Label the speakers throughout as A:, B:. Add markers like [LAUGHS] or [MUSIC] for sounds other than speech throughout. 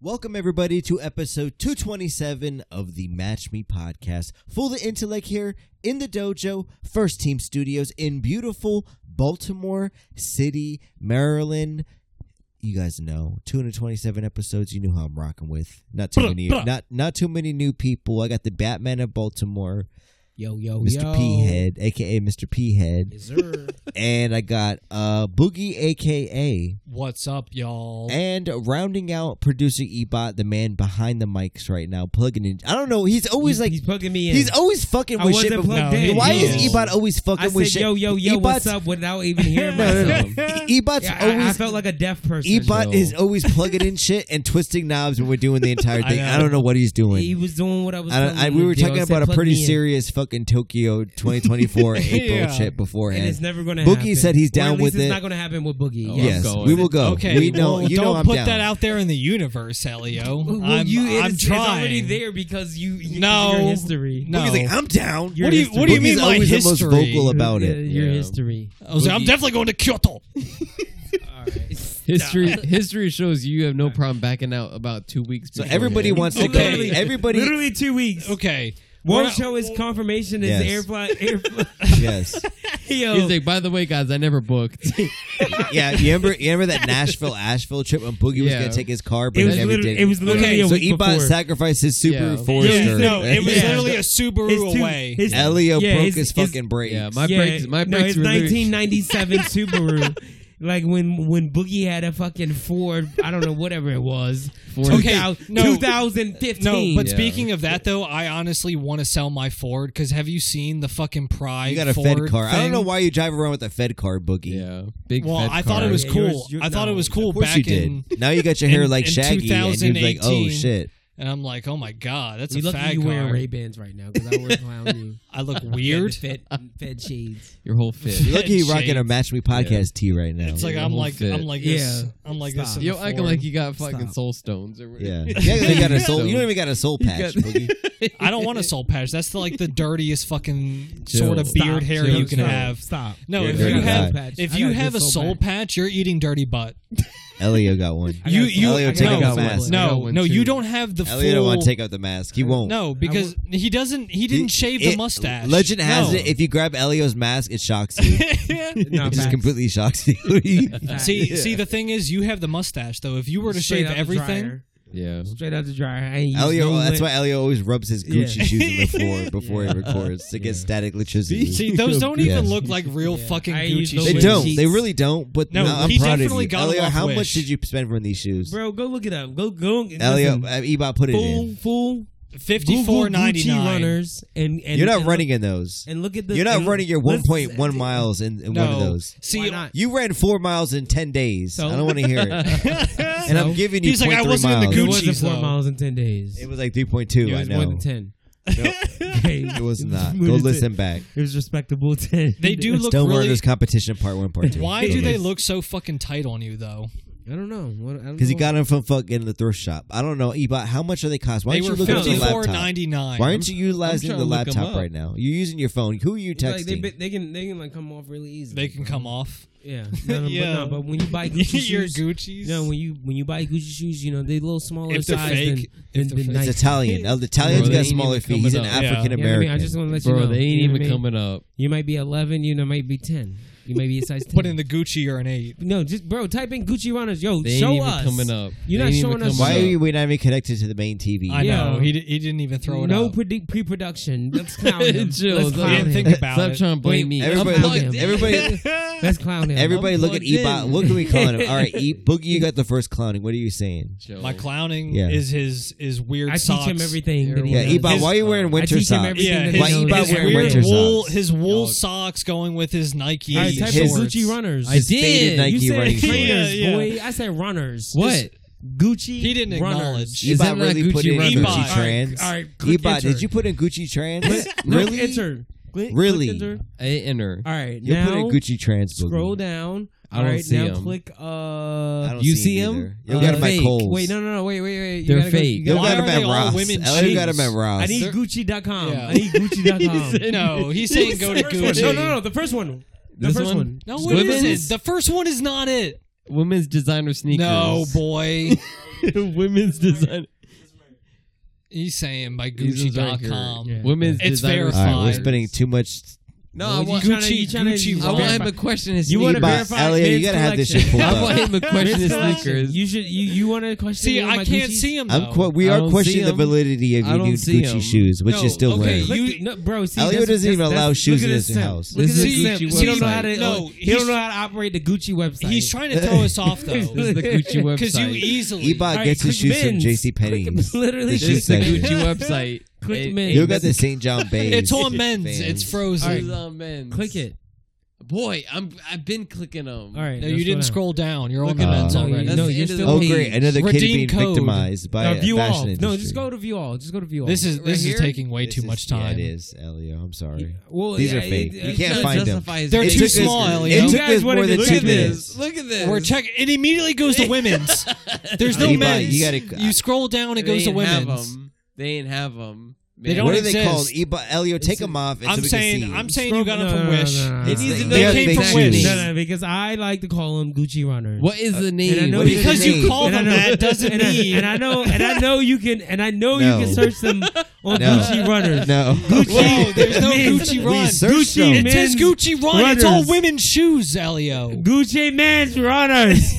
A: Welcome, everybody, to episode 227 of the Match Me podcast. Full the intellect here in the dojo, First Team Studios in beautiful Baltimore City, Maryland. You guys know 227 episodes. You know how I'm rocking with. Not too
B: Bruh,
A: many,
B: bruh.
A: not not too many new people. I got the Batman of Baltimore,
B: Yo, yo,
A: Mr.
B: Oh, yo.
A: P Head, aka Mr. P Head, [LAUGHS]
B: Yes, sir.
A: and I got uh Boogie, aka
B: What's up, y'all?
A: and rounding out producer Ebot, the man behind the mics right now, plugging in. I don't know. He's always
C: he's,
A: like
C: he's
A: he's,
C: plugging me in.
A: always fucking
C: I
A: with shit.
C: wasn't
A: before-
C: plugged in.
A: Why
B: He
A: is
B: is.
A: Ebot always fucking
C: I
A: with
C: said,
A: shit?
C: yo, yo, yo, what's
A: Ebot's-
C: up without even hearing myself.
B: [LAUGHS]
A: E- [LAUGHS] Ebot's
C: Yeah, I, I
A: always.
C: felt like a deaf person.
A: Ebot
C: though.
A: is always plugging in shit and twisting knobs when we're doing the entire
C: [LAUGHS]
B: I
A: thing. I,
B: know.
A: don't know what he's
C: He
A: doing.
C: was doing what I was.
A: I,
C: telling
A: I,
C: him
A: we
C: to
A: were
C: do. I
A: talking
C: said,
A: about a
C: "Plug
A: pretty
C: me in."
A: serious fucking
C: [LAUGHS]
A: Tokyo 2024 April
B: Yeah.
A: shit
C: And it's
A: beforehand.
C: never going to
A: Boogie
C: happen.
A: said he's
C: Or at
A: down
C: least
A: with
C: It's
A: it.
C: not going to happen with Boogie.
D: Oh, I'm
A: yes,
D: going.
A: we will go.
B: Okay,
A: we know.
B: well,
A: you
B: don't
A: know I'm
B: put
A: down.
B: that out there in the universe, Helio.
C: Well,
B: I'm,
C: you, it's,
B: I'm
C: it's
B: trying.
C: already there because you. you
B: No.
C: your history.
B: No.
A: Boogie's like, I'm down.
C: Your [LAUGHS]
B: What do you-
C: history.
B: what do you
A: Boogie's
B: mean by
A: always the most
B: history?
A: vocal about
C: Yeah,
A: it.
C: Your
D: Yeah.
C: history.
B: I was like, I'm
D: Boogie-
B: definitely going to Kyoto.
A: [LAUGHS]
C: All right. [LAUGHS]
D: History history shows you have no problem backing out about two weeks.
A: So
D: beforehand.
A: everybody wants to
C: Literally-
A: go. Everybody,
C: Literally two weeks.
B: Okay.
C: One
B: We're-
C: show is confirmation is
A: Yes.
C: airplane. airplane.
A: yes,
C: [LAUGHS] Yo.
D: He's like, by the way, guys, I
A: [LAUGHS]
D: never booked.
A: yeah. You remember, you remember that Nashville Asheville trip when Boogie was
D: Yeah.
A: gonna take his car, but
C: it
A: he
C: was
A: never
C: literally,
A: did.
C: it was literally
B: Okay,
C: a
A: so
C: week
A: Ebot
C: before.
A: sacrificed his Subaru
D: Yeah.
A: Forester.
B: Yeah, no, it was
C: Yeah.
B: literally a Subaru
C: His two-
B: away.
A: [LAUGHS]
C: his-
A: Elio
C: yeah,
A: broke
C: his-
A: his
C: his-
A: fucking brakes.
D: Yeah, my brakes. My
C: no,
D: brakes
C: it's
D: were loose.
A: [LAUGHS]
C: 1997 Subaru. Like when when Boogie had a fucking Ford, I don't know whatever it was.
D: Ford.
B: Okay,
C: 2000
B: no.
C: 2015.
B: No, but
D: Yeah.
B: speaking of that though, I honestly want to sell my Ford because have you seen the fucking Pride?
A: You got a
B: Ford
A: Fed car. I don't
B: thing?
A: know why you drive around with a Fed car, Boogie.
D: Yeah, big.
B: Well,
D: fat
B: I thought
D: car.
B: it was
C: Yeah,
B: cool.
C: yours- your-
B: I thought it
C: no.
B: was cool
A: Of course you
B: back in,
A: did. Now you got your hair
B: in-
A: like
B: in
A: Shaggy, and you're like, "Oh
B: 2018.
A: shit!"
B: and I'm like, oh my god, that's
C: You
B: a
C: look
B: fag
C: like you
B: car.
C: wearing Ray Bans right now because I would clown
A: [LAUGHS]
C: you.
B: I look weird.
C: Fed, fed shades.
D: your whole fit.
A: You're lucky you're rocking a
B: shades.
A: Match Me podcast tee right now.
B: It's like
D: Yeah,
B: I'm
D: we'll
B: like
D: fit.
B: I'm like this.
C: Yeah.
B: I'm like this.
C: Stop.
B: in
D: Yo,
B: the
D: acting
B: Ford.
D: like you got fucking
C: Stop.
D: soul stones or whatever. [LAUGHS]
C: [LAUGHS]
A: yeah, yeah. You got a soul. You don't even got a soul [LAUGHS] patch,
D: got-
A: Boogie.
B: [LAUGHS] I don't want a soul patch. That's
A: [LAUGHS]
B: the, like the dirtiest fucking sort of
D: Stop,
B: beard hair
D: chill,
B: you can
D: stop,
B: have. [LAUGHS]
C: Stop.
B: No,
A: You're a
B: if
A: dirty
B: you have
A: guy.
B: if you have a soul patch, you're eating dirty butt.
A: Elio got one.
C: I gotta-
B: You you
A: Elio, take
B: no,
A: out the
B: no,
A: mask.
D: I got
B: No,
D: one
B: no,
D: too.
B: you don't have the
A: Elio don't
B: full.
A: want to take out the mask. He won't.
B: no, because he doesn't. He didn't shave the
A: It-
B: mustache.
A: Legend has
B: No.
A: it. If you grab Elio's mask, it shocks
B: [LAUGHS]
A: you.
C: No,
A: [LAUGHS] it just
C: facts.
A: completely shocks you. [LAUGHS]
C: Facts.
B: see, see, the thing is, you have the mustache though. If you were to
C: Straight out
B: shave
C: the
B: everything,
C: dryer.
D: Yeah.
C: Straight out the dryer. I ain't
A: Elio,
C: used no
A: that's why
C: lint.
A: Elio always rubs his Gucci
C: Yeah.
A: shoes on the
B: [LAUGHS]
A: floor before he records to get static electricity.
B: see,
C: [LAUGHS]
B: those don't even
A: Yes.
B: look like real
C: Yeah.
B: fucking
C: I use
B: Gucci.
C: those
A: they
B: shoes.
C: Wait,
A: don't.
C: sheets.
A: They really don't. But
B: No,
A: no, I'm
B: he
A: proud of
B: definitely
A: you,
B: got 'em
A: Elio.
B: off
A: How
B: Wish.
A: much did you spend for these shoes,
C: Bro, go look it up. Go, go.
A: Elio?
C: listen.
A: Uh, Ebot, put it
C: fool,
A: in.
C: fool.
B: Fifty
C: Google
B: four
C: Gucci
B: ninety nine.
C: runners. And, and
A: You're not
C: and
A: running
C: Look,
A: in those.
C: and look at the.
A: You're not
C: and
A: running your
C: let's-
A: 1.1 miles in, in one of
B: No.
A: those.
C: Why
B: See,
C: not?
A: You ran four miles in ten days.
C: So?
A: I don't want to hear it.
B: [LAUGHS]
A: and I'm giving you.
B: He's like, I
A: 0.3
B: wasn't in the
A: miles.
C: It
B: Gucci
C: wasn't
B: Gucci's,
C: four
B: though.
C: miles in ten days.
A: It was like 3.2.
C: It
A: I
C: was
A: know.
C: more than ten. Okay.
A: It was not.
C: What
A: Go
C: is it?
A: listen back.
C: [LAUGHS] It was respectable ten.
B: [LAUGHS] They do look
A: Stone
B: really.
A: Warriors competition part one, part two.
B: Why do they look so fucking tight on you though?
C: [LAUGHS] I don't know. What- I don't
A: Because he
C: know.
A: got them from fucking the thrift shop. I don't know, Ebot. How much are they cost? Why
B: They
A: aren't you
B: were
A: looking at
B: fifty
A: your
B: four
A: laptop?
B: ninety nine.
A: Why aren't you utilizing
D: trying
A: the
D: to look 'em
A: laptop
D: up.
A: right now? You're using your phone. Who are you
C: It's Like they,
A: texting?
C: bi- they can they can like come off really easy.
B: They can
C: bro.
B: come off. [LAUGHS]
C: Yeah. No, no,
B: Yeah.
C: But, no, but when [LAUGHS] you
B: [LAUGHS]
C: buy Gucci
B: Your
C: shoes,
B: Gucci's.
C: no, when you when you buy Gucci shoes, you know they're a little smaller
B: If they're
C: size
B: fake,
C: than, than,
B: if they're
C: than
B: fake.
A: It's
C: Nike.
A: Italian. Oh, the Italian's
D: Bro, they
A: got
D: ain't
A: smaller
D: even
A: feet. He's an
D: coming up. Yeah.
A: African
C: You know what I, mean?
A: American.
C: I just want to let you
D: Bro,
C: know.
D: they ain't
C: you know what
D: even
C: I mean?
D: coming up.
C: You might be 11. You know, might be 10. You might be a
B: [LAUGHS]
C: size 10.
B: But in the Gucci, you're an eight.
C: no, just bro, type in Gucci runners. Yo,
D: They ain't
C: show
D: even
C: us.
D: coming up.
C: You're not
D: They ain't even
C: showing us
D: coming
A: Why are
D: up.
A: we not even connected to the main TV?
B: I
C: Yeah.
B: know. He, di- he didn't even throw it
C: no
B: out.
C: predi- pre-production. Let's
D: [LAUGHS]
C: clown him.
D: Chill,
C: Let's
D: son.
C: clown
B: He didn't
C: him.
B: think about
D: Stop
B: it.
D: trying to blame
C: Wait,
D: me.
A: Everybody,
C: I'm
A: look at,
C: plugged in.
A: [LAUGHS] everybody,
C: Let's clown him.
A: everybody, look at
D: plugged in.
A: Ebot. What can we call him? All right, e, Boogie, you got the first clowning. What are you saying?
B: [LAUGHS]
D: Chill.
B: My clowning
A: Yeah.
B: is his is weird
C: I
B: socks.
C: teach him everything. that he
A: Yeah,
C: knows.
A: Ebot,
B: His-
A: why are you wearing winter
C: teach him
A: socks?
C: everything
B: Yeah,
C: that
B: his,
C: he
A: Why
C: knows.
A: Ebot
B: his
A: wearing
B: weird
A: winter
B: wool,
A: socks?
B: his wool
D: Dog.
B: socks going with his Nike
C: All right, type in
A: His-
B: shorts.
C: Gucci runners.
D: I
A: His faded
D: did.
A: Nike
C: you
A: running
C: said
A: shorts.
C: trainers,
B: Yeah, yeah.
C: boy. I said runners.
D: What?
C: Gucci.
B: He didn't
C: runners.
B: acknowledge.
D: Is that
A: Ebot
D: not
A: really
D: Gucci
A: put in
B: running?
A: Gucci
B: Ebot.
A: trans.
C: All right, click
A: Ebot,
C: enter.
A: did you put in Gucci trans?
D: [LAUGHS]
C: Click
A: really?
C: Enter. Click- click
A: Really?
C: enter.
D: I enter.
C: All right.
A: You put
C: now
A: in Gucci trans. Boogie.
C: scroll down.
D: I
C: All
D: don't
C: right.
D: see
C: Now
D: them.
C: click. Uh,
A: I don't
D: You see
A: see
D: him?
A: either. You
C: uh,
A: got him at
C: fake.
A: Kohl's.
C: Wait, no, no, no. Wait, wait, wait. You
D: They're
C: gotta go-
D: fake.
C: you
A: You
C: gotta-
B: Why
A: got him
B: are
A: at
B: they all
A: Ross.
B: women
A: Elliot got him at
B: cheeks?
A: Ross.
C: I need
B: They're-
C: Gucci.com.
B: Yeah.
C: I need [LAUGHS] Gucci.com.
B: [LAUGHS] No, he's
C: [LAUGHS]
B: saying go to
C: no,
B: Gucci.
C: no, no. The first one. The
D: This
C: first
D: one?
C: one.
B: No,
D: Just
B: it
D: women's?
B: isn't. The first one is not it.
D: Women's designer sneakers.
B: No, boy.
D: [LAUGHS] women's design.
B: He's saying by
D: He's right here.
B: Gucci.com.
C: Yeah.
D: Women's
B: It's
D: design.
A: All right, we're
B: Fine.
A: spending too much.
D: No,
C: Well,
D: I
C: you
D: want,
C: tryna-
B: Gucci-
C: you tryna-
B: Gucci
C: you
D: I want
B: verify-
D: him to question his
C: You wanna
D: sneakers.
A: But
C: verify-
A: Elliot, you
C: men's
A: gotta have this shit
C: collection.
A: pulled
D: I
A: up.
D: want him to question his
C: Men's collection.
D: sneakers.
C: You should. You you want to question?
B: See,
C: any of
B: I
C: my
B: can't
C: Gucci's?
B: see him.
A: I'm
B: though.
A: qu- we
D: I
A: are
D: don't
A: questioning
D: see
A: the
D: him.
A: validity of
D: I
A: your
D: don't
A: new
D: see
A: Gucci
D: him.
A: shoes, which
B: No,
A: you're still
B: okay,
A: wearing.
C: Look
B: You-
C: at- no, bro. See,
A: Elliot
C: that's-
A: doesn't even
C: that's-
A: allow
C: look
A: shoes
C: at
A: in
C: this
A: his
C: simp.
A: house.
C: Look
D: This
C: at
D: is
C: simp.
D: Gucci
C: He don't know
D: website.
C: how to.
B: No,
C: he
B: he's-
C: don't know how to operate the Gucci website.
B: He's trying to throw us off
D: This
B: though,
C: [LAUGHS]
B: [LAUGHS]
D: is the Gucci website.
B: because you easily.
A: Ebot
C: Alright,
A: gets his
C: click
A: shoes from
C: men's.
A: J.C. Penney's.
C: literally
A: This is
D: It's the
A: Gucci
D: Gucci website.
C: Click
D: It-
C: men's.
A: You got the St.
C: [LAUGHS]
A: John Bays.
B: [LAUGHS] It's on men's. It's frozen.
D: Alright. It's on men's.
C: Click it.
D: Boy, I'm I've been clicking them.
C: All right.
B: No,
C: that's
B: you didn't
C: what
B: scroll down. You're on
D: Look
B: the
D: at
B: men's
A: that.
C: No, you-
B: already.
C: no,
D: That's the
C: you're
D: end of
C: still
D: the
A: Oh,
D: page.
A: great. Another kid
B: Redeem
A: being
B: code.
A: victimized by
C: Uh,
A: a
C: view all.
A: fashion industry.
C: No, just go to view all. Just go to view all.
B: This is
D: Right
B: this
D: here?
B: is taking way
A: This
B: too
A: is-
B: much
A: Yeah,
B: time.
A: it is, Elio. I'm sorry.
C: Well,
A: These
C: yeah,
A: are fake.
C: it-
A: You
C: it-
A: can't
C: it-
D: Tryna
A: find them.
D: justify his
B: They're
A: It
B: too
A: took us-
D: biggest-
B: small, Elio.
A: It
C: You
A: took
C: guys
A: us more
C: wanted
A: than
C: to
D: Look
A: two
D: at
C: check
A: minutes.
D: this. Look at this.
B: We're checking. It immediately goes to women's. There's no
A: Ebot,
B: men's.
A: you
B: You,
A: gotta-
B: scroll down, it
D: They
B: goes to
D: ain't have
B: women's.
D: 'em. They ain't have them.
B: They don't
A: what are they
B: exist.
A: called? Ebot, Elio, take them off. and so
B: I'm
A: we can
B: saying
A: see.
B: I'm saying you got them
C: No,
B: from
C: no,
B: Wish.
C: no, no, no,
D: It
C: no, no,
D: needs to
C: no.
D: know
B: They
D: the
B: came
D: big
B: from
D: shoes.
B: Wish.
C: No, no, because I like to call them Gucci runners.
D: What is the
C: And I
D: name?
C: know
D: What
C: you-
D: is the
B: Because
A: name?
B: you called
C: And I
B: them
C: know-
B: that doesn't
C: And I,
B: mean.
C: and I know, and I know you can, and I know
A: No.
C: you can search
B: [LAUGHS]
C: them on
A: No.
C: Gucci
A: [LAUGHS]
C: runners.
A: No.
B: Whoa, there's no
C: Men's.
B: Gucci
A: We
B: Run.
A: searched
C: Gucci
A: them.
B: It says
C: Men's
B: Gucci Run. It's all
C: runners.
B: women's shoes, Elio.
C: Gucci men's
B: [LAUGHS]
C: runners.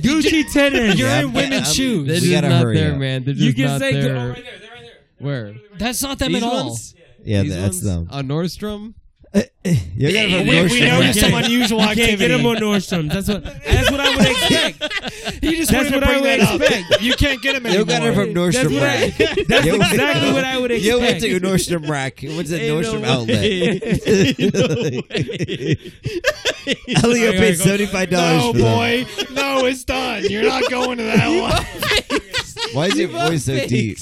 C: Gucci tennis.
B: You're
A: Yeah,
B: in
A: I'm-
B: women's
A: I'm-
B: shoes.
D: They're
A: We
D: just
A: gotta
D: not
A: hurry
D: there,
A: up.
D: man. They're just
C: you can
D: not
C: say
D: there.
C: oh, right there, they're right there.
D: Where?
B: That's not them
D: These
B: at all.
D: ones?
A: Yeah,
D: These
A: that's
D: ones?
A: them.
D: On Nordstrom?
A: You got
B: We,
A: it from
B: we
A: Nordstrom.
B: know
C: Right.
B: there's some unusual
C: You can't get them on
B: activity.
C: Nordstrom. That's what. That's what I
B: [LAUGHS]
C: would expect.
B: He just
C: That's
B: wanted to
C: what I
B: bring
C: would
B: that up. [LAUGHS] You can't get them
A: You got it
B: anymore.
A: from Nordstrom
C: That's what I-
B: [LAUGHS]
A: Rack.
C: That's
A: Yo,
C: exactly what I would
A: You went
C: expect.
A: to Nordstrom Rack. It
B: [LAUGHS]
A: was a
D: Ain't no
A: Nordstrom
D: way.
A: outlet. Elio
C: Alright,
A: paid
C: alright, go.
A: $75 for them.
B: No, it's done. You're not going
A: [LAUGHS]
B: to that one.
A: Why is your voice so deep?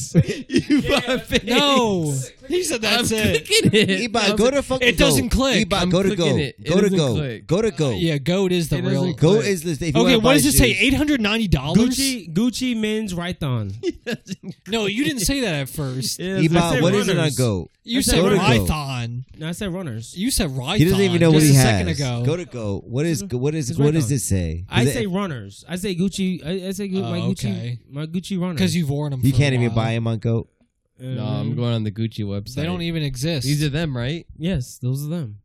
D: you bought fakes.
B: No. He said that's
D: I'm
B: it.
D: clicking it.
A: Ebot,
D: I'm-
A: go to fucking
B: It doesn't
A: go.
B: click.
A: Ebot,
D: I'm
A: go to go.
D: clicking it. It
A: Go to
D: doesn't
A: go.
D: click.
A: Go to go.
B: Yeah, goat is the
D: It
B: real.
D: doesn't
A: Go
D: click.
A: is listed. If you
B: Okay,
A: wanna
B: what does
A: buy
B: it say?
A: shoes-
B: Eight hundred ninety dollars?
C: Gucci Gucci men's right on.
B: No, you didn't say that at [LAUGHS] first.
D: Yeah, that's
A: Ebot,
C: said
A: what is it on
C: runners.
A: go?
B: You
A: That's
B: said
A: go to go.
B: Rython.
C: No, I said runners.
B: You said Rython.
A: He doesn't even know
B: just
A: what he
B: a
A: has.
B: second ago.
A: Go to go. What is what is
C: It's
A: what
C: right
A: does
C: on.
A: it say?
C: I
A: Does it-
C: say runners. I say Gucci. I, I say Gu-
B: Oh,
C: my Gucci.
B: okay.
C: My Gucci runners.
B: because you've worn them.
A: you can't even buy him on go.
C: Uh,
D: No, I'm going on the Gucci website.
B: They don't even exist.
D: These are them, right?
C: Yes, those are them.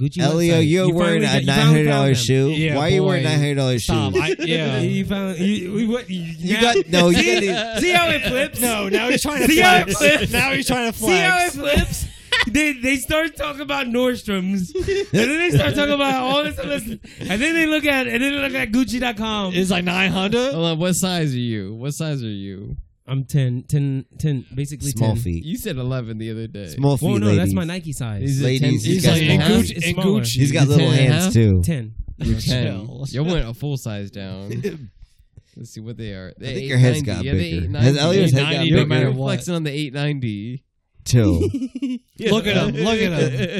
C: Gucci.
A: Elio,
C: website.
A: you're
C: You
A: wearing a
C: finally
A: nine
C: got- you
A: hundred
C: finally found them.
A: dollars shoe.
B: Yeah,
A: Why are you wearing
B: boy.
A: nine hundred dollars shoe?
B: Stop.
A: [LAUGHS]
B: Um, I, [LAUGHS] yeah.
C: You found. You, you, what, you,
A: You
C: now-
A: got no. You
C: [LAUGHS] See?
A: got
C: See how it flips?
B: no, now he's [LAUGHS] trying to
C: See how it
B: flex.
C: flips?
B: now he's trying
C: [LAUGHS]
B: to
C: See how it
B: flex.
C: flips? they they start talking
A: [LAUGHS]
C: about Nordstrom's, and then they start talking about all this other, stuff. and then they look at and then they look at Gucci.com.
B: [LAUGHS] Is like nine hundred.
D: Hold on, what size are you? What size are you?
C: I'm 10, 10, 10 basically
A: small
C: 10.
A: feet.
D: You said 11 the other day.
A: Small feet.
C: Well, Oh, no, that's
A: ladies.
C: my Nike size.
D: Is it
A: Ladies,
D: 10?
A: he's
B: He's
A: got
B: like
A: small
B: and
A: hands.
B: Gucci. And
C: Smaller.
B: Gucci.
A: He's got little
D: 10 and a
A: hands
D: half?
A: too.
C: ten.
D: You're 10.
B: Chill.
D: You went a full size down. Let's see what they are.
A: think your head's got bigger. Has Elliot's head got
B: 890,
A: bigger?
D: No matter
B: bigger?
D: what. Flexing on the 890.
A: Till
B: Look at him. Look at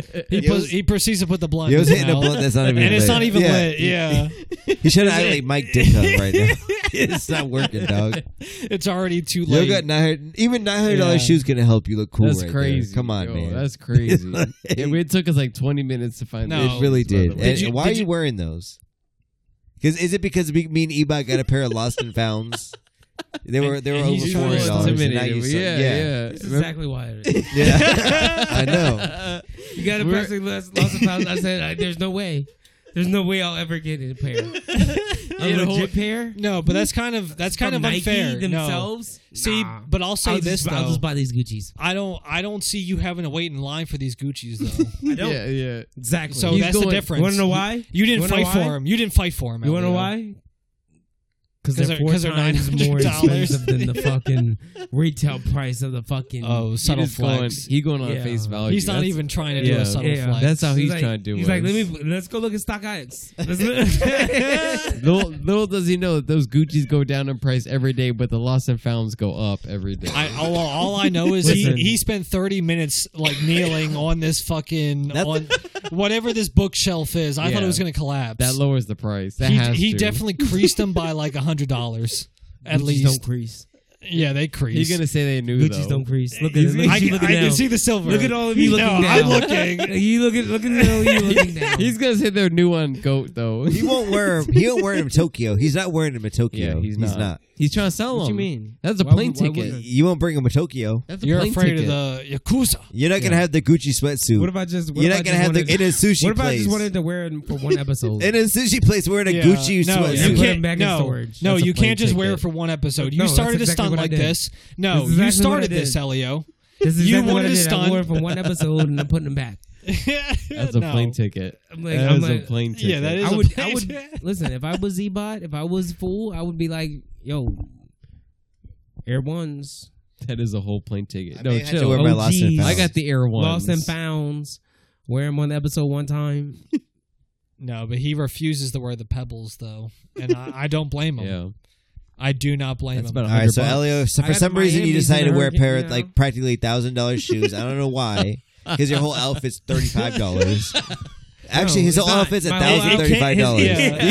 B: him.
D: [LAUGHS]
B: He,
A: Yo,
B: put,
A: it's-
B: he proceeds to put the blunt.
A: he
B: in
A: was
B: his
A: hitting a
B: mouth.
A: blunt that's not even
B: and it's
A: lit.
B: not even
A: yeah.
B: lit. Yeah, [LAUGHS]
A: He should have like Mike Dick up right now. it's not working, dog.
B: it's already too
A: You
B: late.
A: got nine hundred. Even nine hundred dollars
B: Yeah.
A: shoes gonna help you look cool.
D: that's
A: right there.
D: crazy.
A: Come on,
D: Yo,
A: man. [LAUGHS]
D: That's crazy.
A: Like-
D: Yeah, it took us like 20 minutes to find
B: No.
D: this.
A: It really
D: by the
A: did.
D: way.
A: And
B: Did you-
A: why are
B: did
A: you
B: you-
A: wearing those? Because is it because we, me and Ebot got a pair of Lost and Founds? They were they were
B: And
A: over
B: he's
A: four
B: trying to
A: hundred dollars.
D: Intimidated. Yeah, yeah.
C: That's
D: Remember-
C: exactly why it [LAUGHS] is.
A: yeah. I know.
C: You got a
D: We're-
C: plastic lost, lost a thousand. I said, I, there's no way. There's no way I'll ever get [LAUGHS] a pair. A
D: You know,
C: legit pair?
B: no, but that's kind of that's kind
C: From
B: of
C: Nike
B: unfair. No.
C: themselves?
B: See,
C: Nah.
B: but I'll say
C: I'll
B: this
C: just,
B: though.
C: I'll just buy these Gucci's.
B: I don't I don't see you having to wait in line for these Gucci's though. [LAUGHS]
C: I don't.
D: Yeah, yeah.
C: Exactly.
B: so
D: He's
B: that's the
D: going-
B: difference.
C: you want to know why?
B: You didn't
C: Wanna know
B: fight
C: why?
B: for him. You didn't fight for him.
C: You want to know
B: Elio.
C: why?
B: 'Cause
C: Because
B: they're-
C: they're four
B: 'cause they're
C: times more
B: $900.
C: expensive than the fucking retail price of the fucking.
B: Oh, subtle
D: He's going,
B: flex.
D: he going on
C: Yeah.
D: face value.
B: He's not
D: That's-
B: even trying to do
D: Yeah.
B: a subtle
C: Yeah.
B: flex.
D: That's how he's
C: like-
D: trying to do
C: He's
D: it.
C: like, let me let's go look at StockX. Let's [LAUGHS] look.
D: little, little does he know that those Gucci's go down in price every day, but the lost and founds go up every day.
B: I, all, all I know is he,
C: Listen.
B: he spent 30 minutes like kneeling on this fucking
A: Nothing.
B: on whatever this bookshelf is. I thought it
D: Yeah.
B: was going to collapse.
D: that lowers the price. That
B: he
D: has
B: he
D: to. [LAUGHS]
B: definitely creased them by like $100 at
C: Gucci's
B: least.
C: don't crease.
B: Yeah, they crease.
D: He's gonna say they knew
C: Gucci's
D: though.
C: don't crease. Look at look
B: I,
C: at you
B: can,
C: looking
B: I can
C: down.
B: see the silver.
C: Look at all of you
B: No,
C: looking down. [LAUGHS]
B: [LAUGHS] I'm
D: [LAUGHS]
B: looking.
C: You look at look at all of you looking down.
D: He's gonna say they're new on goat though.
A: He won't wear him. He won't wear him in Tokyo. He's not wearing him in Tokyo.
D: [LAUGHS] yeah, he's not. He's trying to sell
C: what
D: them.
C: you mean?
D: That's a
B: Why
D: plane
B: would- why
D: ticket.
B: would-
A: You won't bring him to Tokyo.
D: That's a
B: You're
D: plane
B: afraid of
D: ticket.
B: the yakuza.
A: You're not gonna have the Gucci sweatsuit.
C: What if I just? What
A: You're
C: if
A: not gonna
C: I just
A: have
C: wanted,
A: the in a sushi
C: What if I
A: place.
C: just wanted to wear it for one episode?
A: in a sushi place wearing a
B: Yeah.
A: Gucci
B: No,
A: sweatsuit.
C: you
B: you
C: put
B: can't.
C: him back in
B: no,
C: storage.
B: no,
D: That's a
B: you
D: plane
B: can't just wear it
D: ticket.
B: for one episode. You
C: No, that's
B: started a
C: exactly
B: stunt
C: what I
B: like
C: did.
B: this. No,
C: This is exactly
B: you
C: what I
B: started this,
C: did.
B: Leo.
C: This is
B: You
C: exactly what
B: wanted
C: I
B: to
C: did. I
B: stunt.
C: wore it for one episode and I'm putting him back.
B: [LAUGHS]
D: That's a
B: No.
D: plane ticket.
C: I'm like,
D: that
C: I'm
D: is
C: like,
D: a plane ticket.
B: Yeah, that is.
C: I
B: a
C: would,
B: plane
C: I [LAUGHS]
B: ticket.
C: would listen. If I was Zbot, if I was fool, I would be like, "Yo, Air Ones,
D: That is a whole plane ticket.
A: I
D: no,
A: may have to
D: chill.
A: wear my Lost and
C: OGs.
A: Found.
D: I got the air one.
C: Lost and Founds." Wear them on the episode one time.
B: No, but he refuses to wear the pebbles though, and I, I don't blame him.
D: Yeah,
B: I do not blame
D: that's
B: him.
D: about.
A: All right,
D: 100
A: so
D: bucks.
A: Elio, so
C: I
A: for
C: got
A: some reason you
C: Miami's
A: decided to
C: in
A: wear a
C: her,
A: pair
C: you
A: of
C: know.
A: like practically thousand dollars shoes. I don't know
C: [LAUGHS]
A: why, because your whole outfit's thirty five dollars. Actually,
C: No,
A: his
C: it's
A: whole
C: not.
A: outfit's a
C: My whole
A: thousand thirty five dollars. [LAUGHS]
B: Yeah,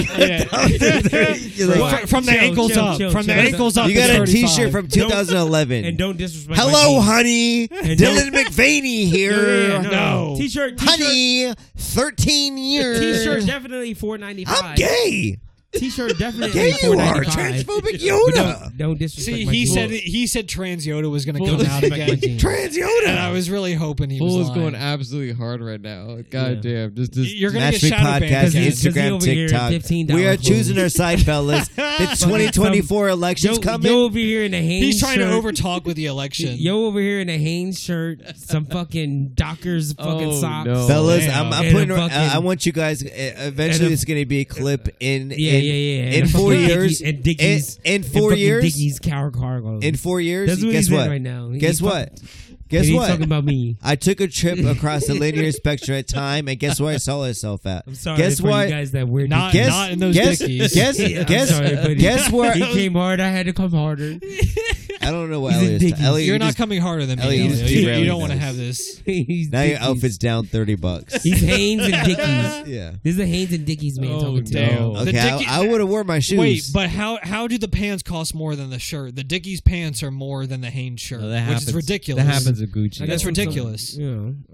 D: [LAUGHS]
C: [LAUGHS]
B: yeah. Fr- from the
C: Chill,
B: ankles
C: chill,
B: up,
C: chill,
B: from the
C: chill.
B: ankles up.
A: You got
B: it's
A: a
B: 35.
A: T-shirt from 2011.
C: And don't disrespect. my
A: Hello,
C: team.
A: honey.
C: And
A: Dylan McVaney here.
C: [LAUGHS] Yeah, yeah,
B: No.
C: T-shirt, t-shirt,
A: Honey, 13 years.
C: T-shirt definitely four ninety five.
A: I'm gay.
C: T-shirt definitely
A: Gay you
C: four
A: are.
C: ninety five.
A: Transphobic
C: [LAUGHS] Don't,
A: Yoda.
C: don't disrespect.
B: See,
C: my
B: he
C: team.
B: said he said Trans Yoda was going to
C: Full
B: come out
D: [LAUGHS]
C: disrespect my
B: again,
C: team.
A: Trans
B: [LAUGHS] and I
A: Yoda.
B: was really hoping he
D: Fool
B: was
D: is going
B: lying.
D: absolutely hard right now. God damn, just just
B: You're going to
A: Match
B: get
A: Me
B: shadow banned.
A: Podcast,
C: Cause he-
B: again.
C: cause he
A: Instagram,
C: over here
A: TikTok.
C: $15
A: We are
C: clothes.
A: choosing our side,
C: [LAUGHS]
A: fellas. It's 2024 elections
C: Yo,
A: coming.
C: yo over here in a Hanes
B: He's trying to
C: shirt.
B: overtalk with the election.
C: Yo over here in a Hanes shirt, some fucking Dockers fucking
D: Oh,
C: socks.
D: no.
A: Fellas,
B: Damn.
A: I'm, I'm
C: And a
A: putting.
C: fucking-
A: I I want you guys. uh, Eventually,
C: and a-
A: it's going to be a clip in
C: Yeah,
A: in,
C: yeah, yeah.
A: in
C: a
A: four
C: fucking
A: years.
C: Dickies- and Dickies.
A: in, in
C: and
A: four
C: fucking
A: years.
C: Dickies car cargo.
A: In four years.
C: That's what
A: guess
C: he's in
A: what?
C: right now. He-
A: Guess
C: he's
A: what?
C: and
A: Guess
C: he's
A: what?
C: talking about me.
A: I took a
C: [LAUGHS]
A: trip across the linear spectrum at time, and guess where I saw myself at?
C: I'm sorry
A: Guess
C: for
A: what?
C: you guys that weird.
B: Not-
A: guess
B: in those
A: guess
B: dickies.
A: guess
C: [LAUGHS] Yeah, I'm
A: guess
C: sorry, buddy.
A: guess where?
C: he came hard. I had to
A: [LAUGHS]
C: come harder.
A: I don't know what
C: He's in
A: Elliot's.
C: dickies.
A: Elliot,
B: You're
A: you
B: not
A: just-
B: coming harder than me.
A: Elliot
B: Elliot.
A: just
B: You, you
A: derailing
B: don't want to
A: us.
B: have this.
C: He's
A: now your
C: Dickies.
A: outfit's down thirty
C: [LAUGHS]
A: bucks.
C: He's Hanes and Dickies.
A: [LAUGHS] yeah.
C: This is a Hanes and Dickies man
D: Oh,
C: talking to
D: damn.
C: you.
B: The
A: Okay,
B: Dickie-
A: I, I would have worn my shoes.
B: Wait, but how how do the pants cost more than the shirt? The Dickies pants are more than the Hanes shirt,
D: No, that
B: which
D: happens.
B: is ridiculous.
D: That happens with Gucci.
C: I
B: That's
C: guess I'm
B: ridiculous.
C: Some,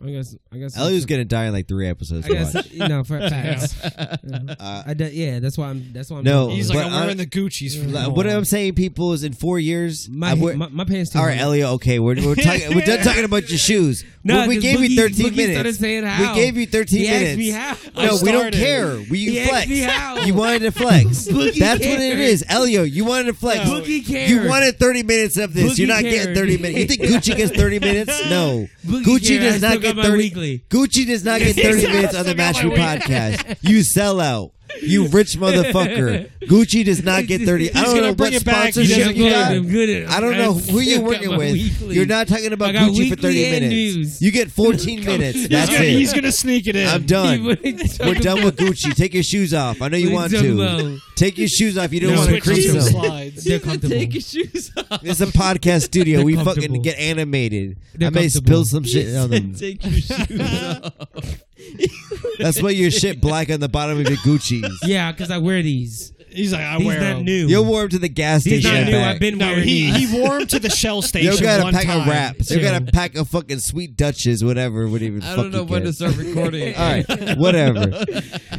C: yeah, I guess. I guess.
A: Elliot's gonna die in like three episodes.
C: I
A: to
C: guess.
A: watch.
C: You
A: [LAUGHS]
C: know, for facts. Yeah.
A: Uh,
C: I do, yeah, that's why I'm. That's why I'm.
A: No,
B: He's
A: But
B: like, I'm
A: I-
B: wearing the Gucci's from now
A: what
B: on.
A: I'm saying, people, is in four years.
C: my,
A: I wear-
C: my my pants. Too
A: all right,
C: hard.
A: Elliot. Okay, we're
C: [LAUGHS]
A: we're, talking, we're done talking about your shoes.
C: No,
A: Well, we
C: 'cause
A: gave
C: Boogie-
A: you 13
C: Boogie started
A: minutes.
C: saying
A: We
C: how.
A: gave you 13
C: He
A: minutes.
C: asked me how.
B: I
A: No, we don't
B: started.
A: care. We you
C: He asked
A: flex.
C: me how.
A: You wanted to flex. That's what
C: [LAUGHS] Boogie
A: it is. Elio, you wanted to flex.
B: No.
C: Boogie cared.
A: You wanted 30 minutes of this.
C: Boogie
A: You're not getting
C: cared.
A: 30 minutes. You think Gucci gets 30 minutes? No.
C: Boogie
A: Gucci
C: cared. I
A: does
C: still
A: not
C: got
A: get
C: my
A: 30
C: weekly.
A: Gucci does not get 30 minutes on the Match Me podcast. You sell out. You rich motherfucker. Gucci does not get 30. I
B: He's
A: don't know
B: gonna bring
A: what
B: it back. He
A: sponsorship
B: doesn't
A: you
B: care.
A: got.
C: I'm good at-
A: I don't know
C: I
A: who you're
C: still got [LAUGHS]
A: working
C: my
A: with.
C: weekly.
A: You're not talking about
C: I got
A: Gucci for
C: weekly
A: 30
C: and
A: minutes.
C: news.
A: You get 14 minutes. That's
B: he's, gonna, he's
A: it.
B: gonna sneak it in.
A: I'm
C: [LAUGHS]
A: done. [LAUGHS] We're done with Gucci. Take your shoes off. I know you
C: We're
A: want
C: done
A: to.
C: well.
A: Take your shoes off. You don't
B: No,
A: want to
B: switch to
A: crease
B: some
A: them.
B: slides.
C: They're comfortable.
D: Take your shoes off.
A: It's a podcast studio.
C: They're
A: we fucking
C: comfortable.
A: get animated.
C: They're
A: I may
C: comfortable.
A: spill some shit on
C: [LAUGHS]
A: them.
D: Take your shoes off.
A: That's why your shit black on the bottom of your Gucci's.
C: [LAUGHS] Yeah, because I wear these.
B: He's like, I
C: These
B: wear
C: not
B: them.
C: new.
A: You'll warm to the gas
C: These
A: station.
C: not
A: and
C: new.
A: back.
C: I've been
B: No,
C: wearing [LAUGHS]
B: he,
C: these.
B: he wore him to the Shell station.
A: They'll got a
B: one
A: pack
B: time.
A: of wraps. They'll got a
C: Yeah.
A: pack of fucking sweet Dutches, whatever, whatever. the
D: I
A: fuck
D: don't know
A: you
D: when
A: get. [LAUGHS]
D: to start recording.
A: All right, whatever.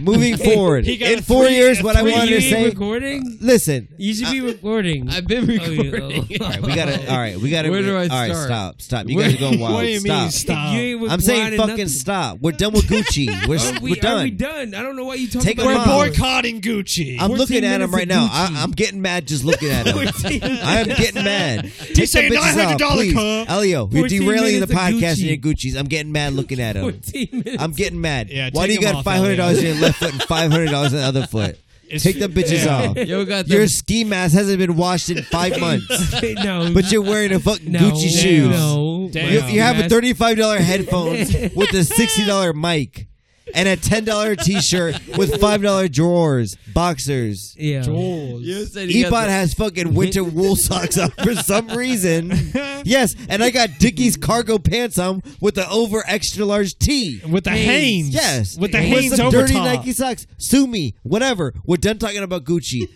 A: Moving forward,
B: He got
A: in
B: a
A: four
B: three-
A: years,
B: a
A: what I
B: three-
A: wanted
C: you
A: to
C: ain't
A: say.
C: recording.
A: Listen,
C: You should be recording.
D: I've been
C: Oh, yeah.
D: recording.
C: [LAUGHS]
A: all right, we gotta. All right, we gotta.
D: Where do I
A: all right,
D: start?
A: stop, stop. You
D: Where-
A: guys are going wild.
B: What do you
A: stop.
B: mean? Stop.
C: You ain't
A: I'm saying
C: recording
A: fucking
C: nothing.
A: stop. We're done with Gucci. We're,
C: Are
A: we're
C: we,
A: done.
C: Are we done? I don't know why you talking
A: Take
C: about.
A: them Come on.
B: We're boycotting Gucci.
A: I'm
C: 14
A: looking at him
C: minutes
A: right
C: of
A: now. I,
C: Gucci.
A: I'm getting mad just looking
C: [LAUGHS]
A: at him. I am getting mad. Take
B: He's
A: the
B: saying
A: bitches off,
B: $900
A: please.
B: cup.
A: Elio, you're
C: 14
A: derailing the
C: minutes of
A: podcast in your
C: Gucci.
A: Gucci's. I'm getting mad looking at him.
C: 14 minutes.
A: I'm getting mad.
B: Yeah,
A: Why do you
B: take 'em
A: got
B: off,
A: five hundred dollars in
B: Elio.
A: your left foot and five hundred dollars in the other
C: [LAUGHS]
A: foot?
B: It's-
A: Take the bitches
B: yeah.
A: off.
D: Yo, got
A: Your
D: them.
A: ski mask hasn't been washed in
C: [LAUGHS]
A: five months,
C: no,
A: but you're wearing a fucking
C: no,
A: Gucci shoes.
C: No,
B: Damn.
A: You, you have a
C: That's-
A: thirty-five
C: [LAUGHS]
A: dollar headphones with a sixty-dollar mic and a ten-dollar T-shirt with five-dollar drawers, boxers.
C: Yeah.
B: Jaws.
D: You said you got
A: Ebot
C: [LAUGHS]
D: the-
A: has fucking winter wool socks on for some reason. Yes, and I got Dickie's cargo pants on with the over extra large tee.
B: With the Hanes.
A: Yes,
B: With the
A: With
B: Hanes
A: some
B: over
A: dirty
B: top.
A: Nike socks. Sue me, whatever. We're done talking about Gucci.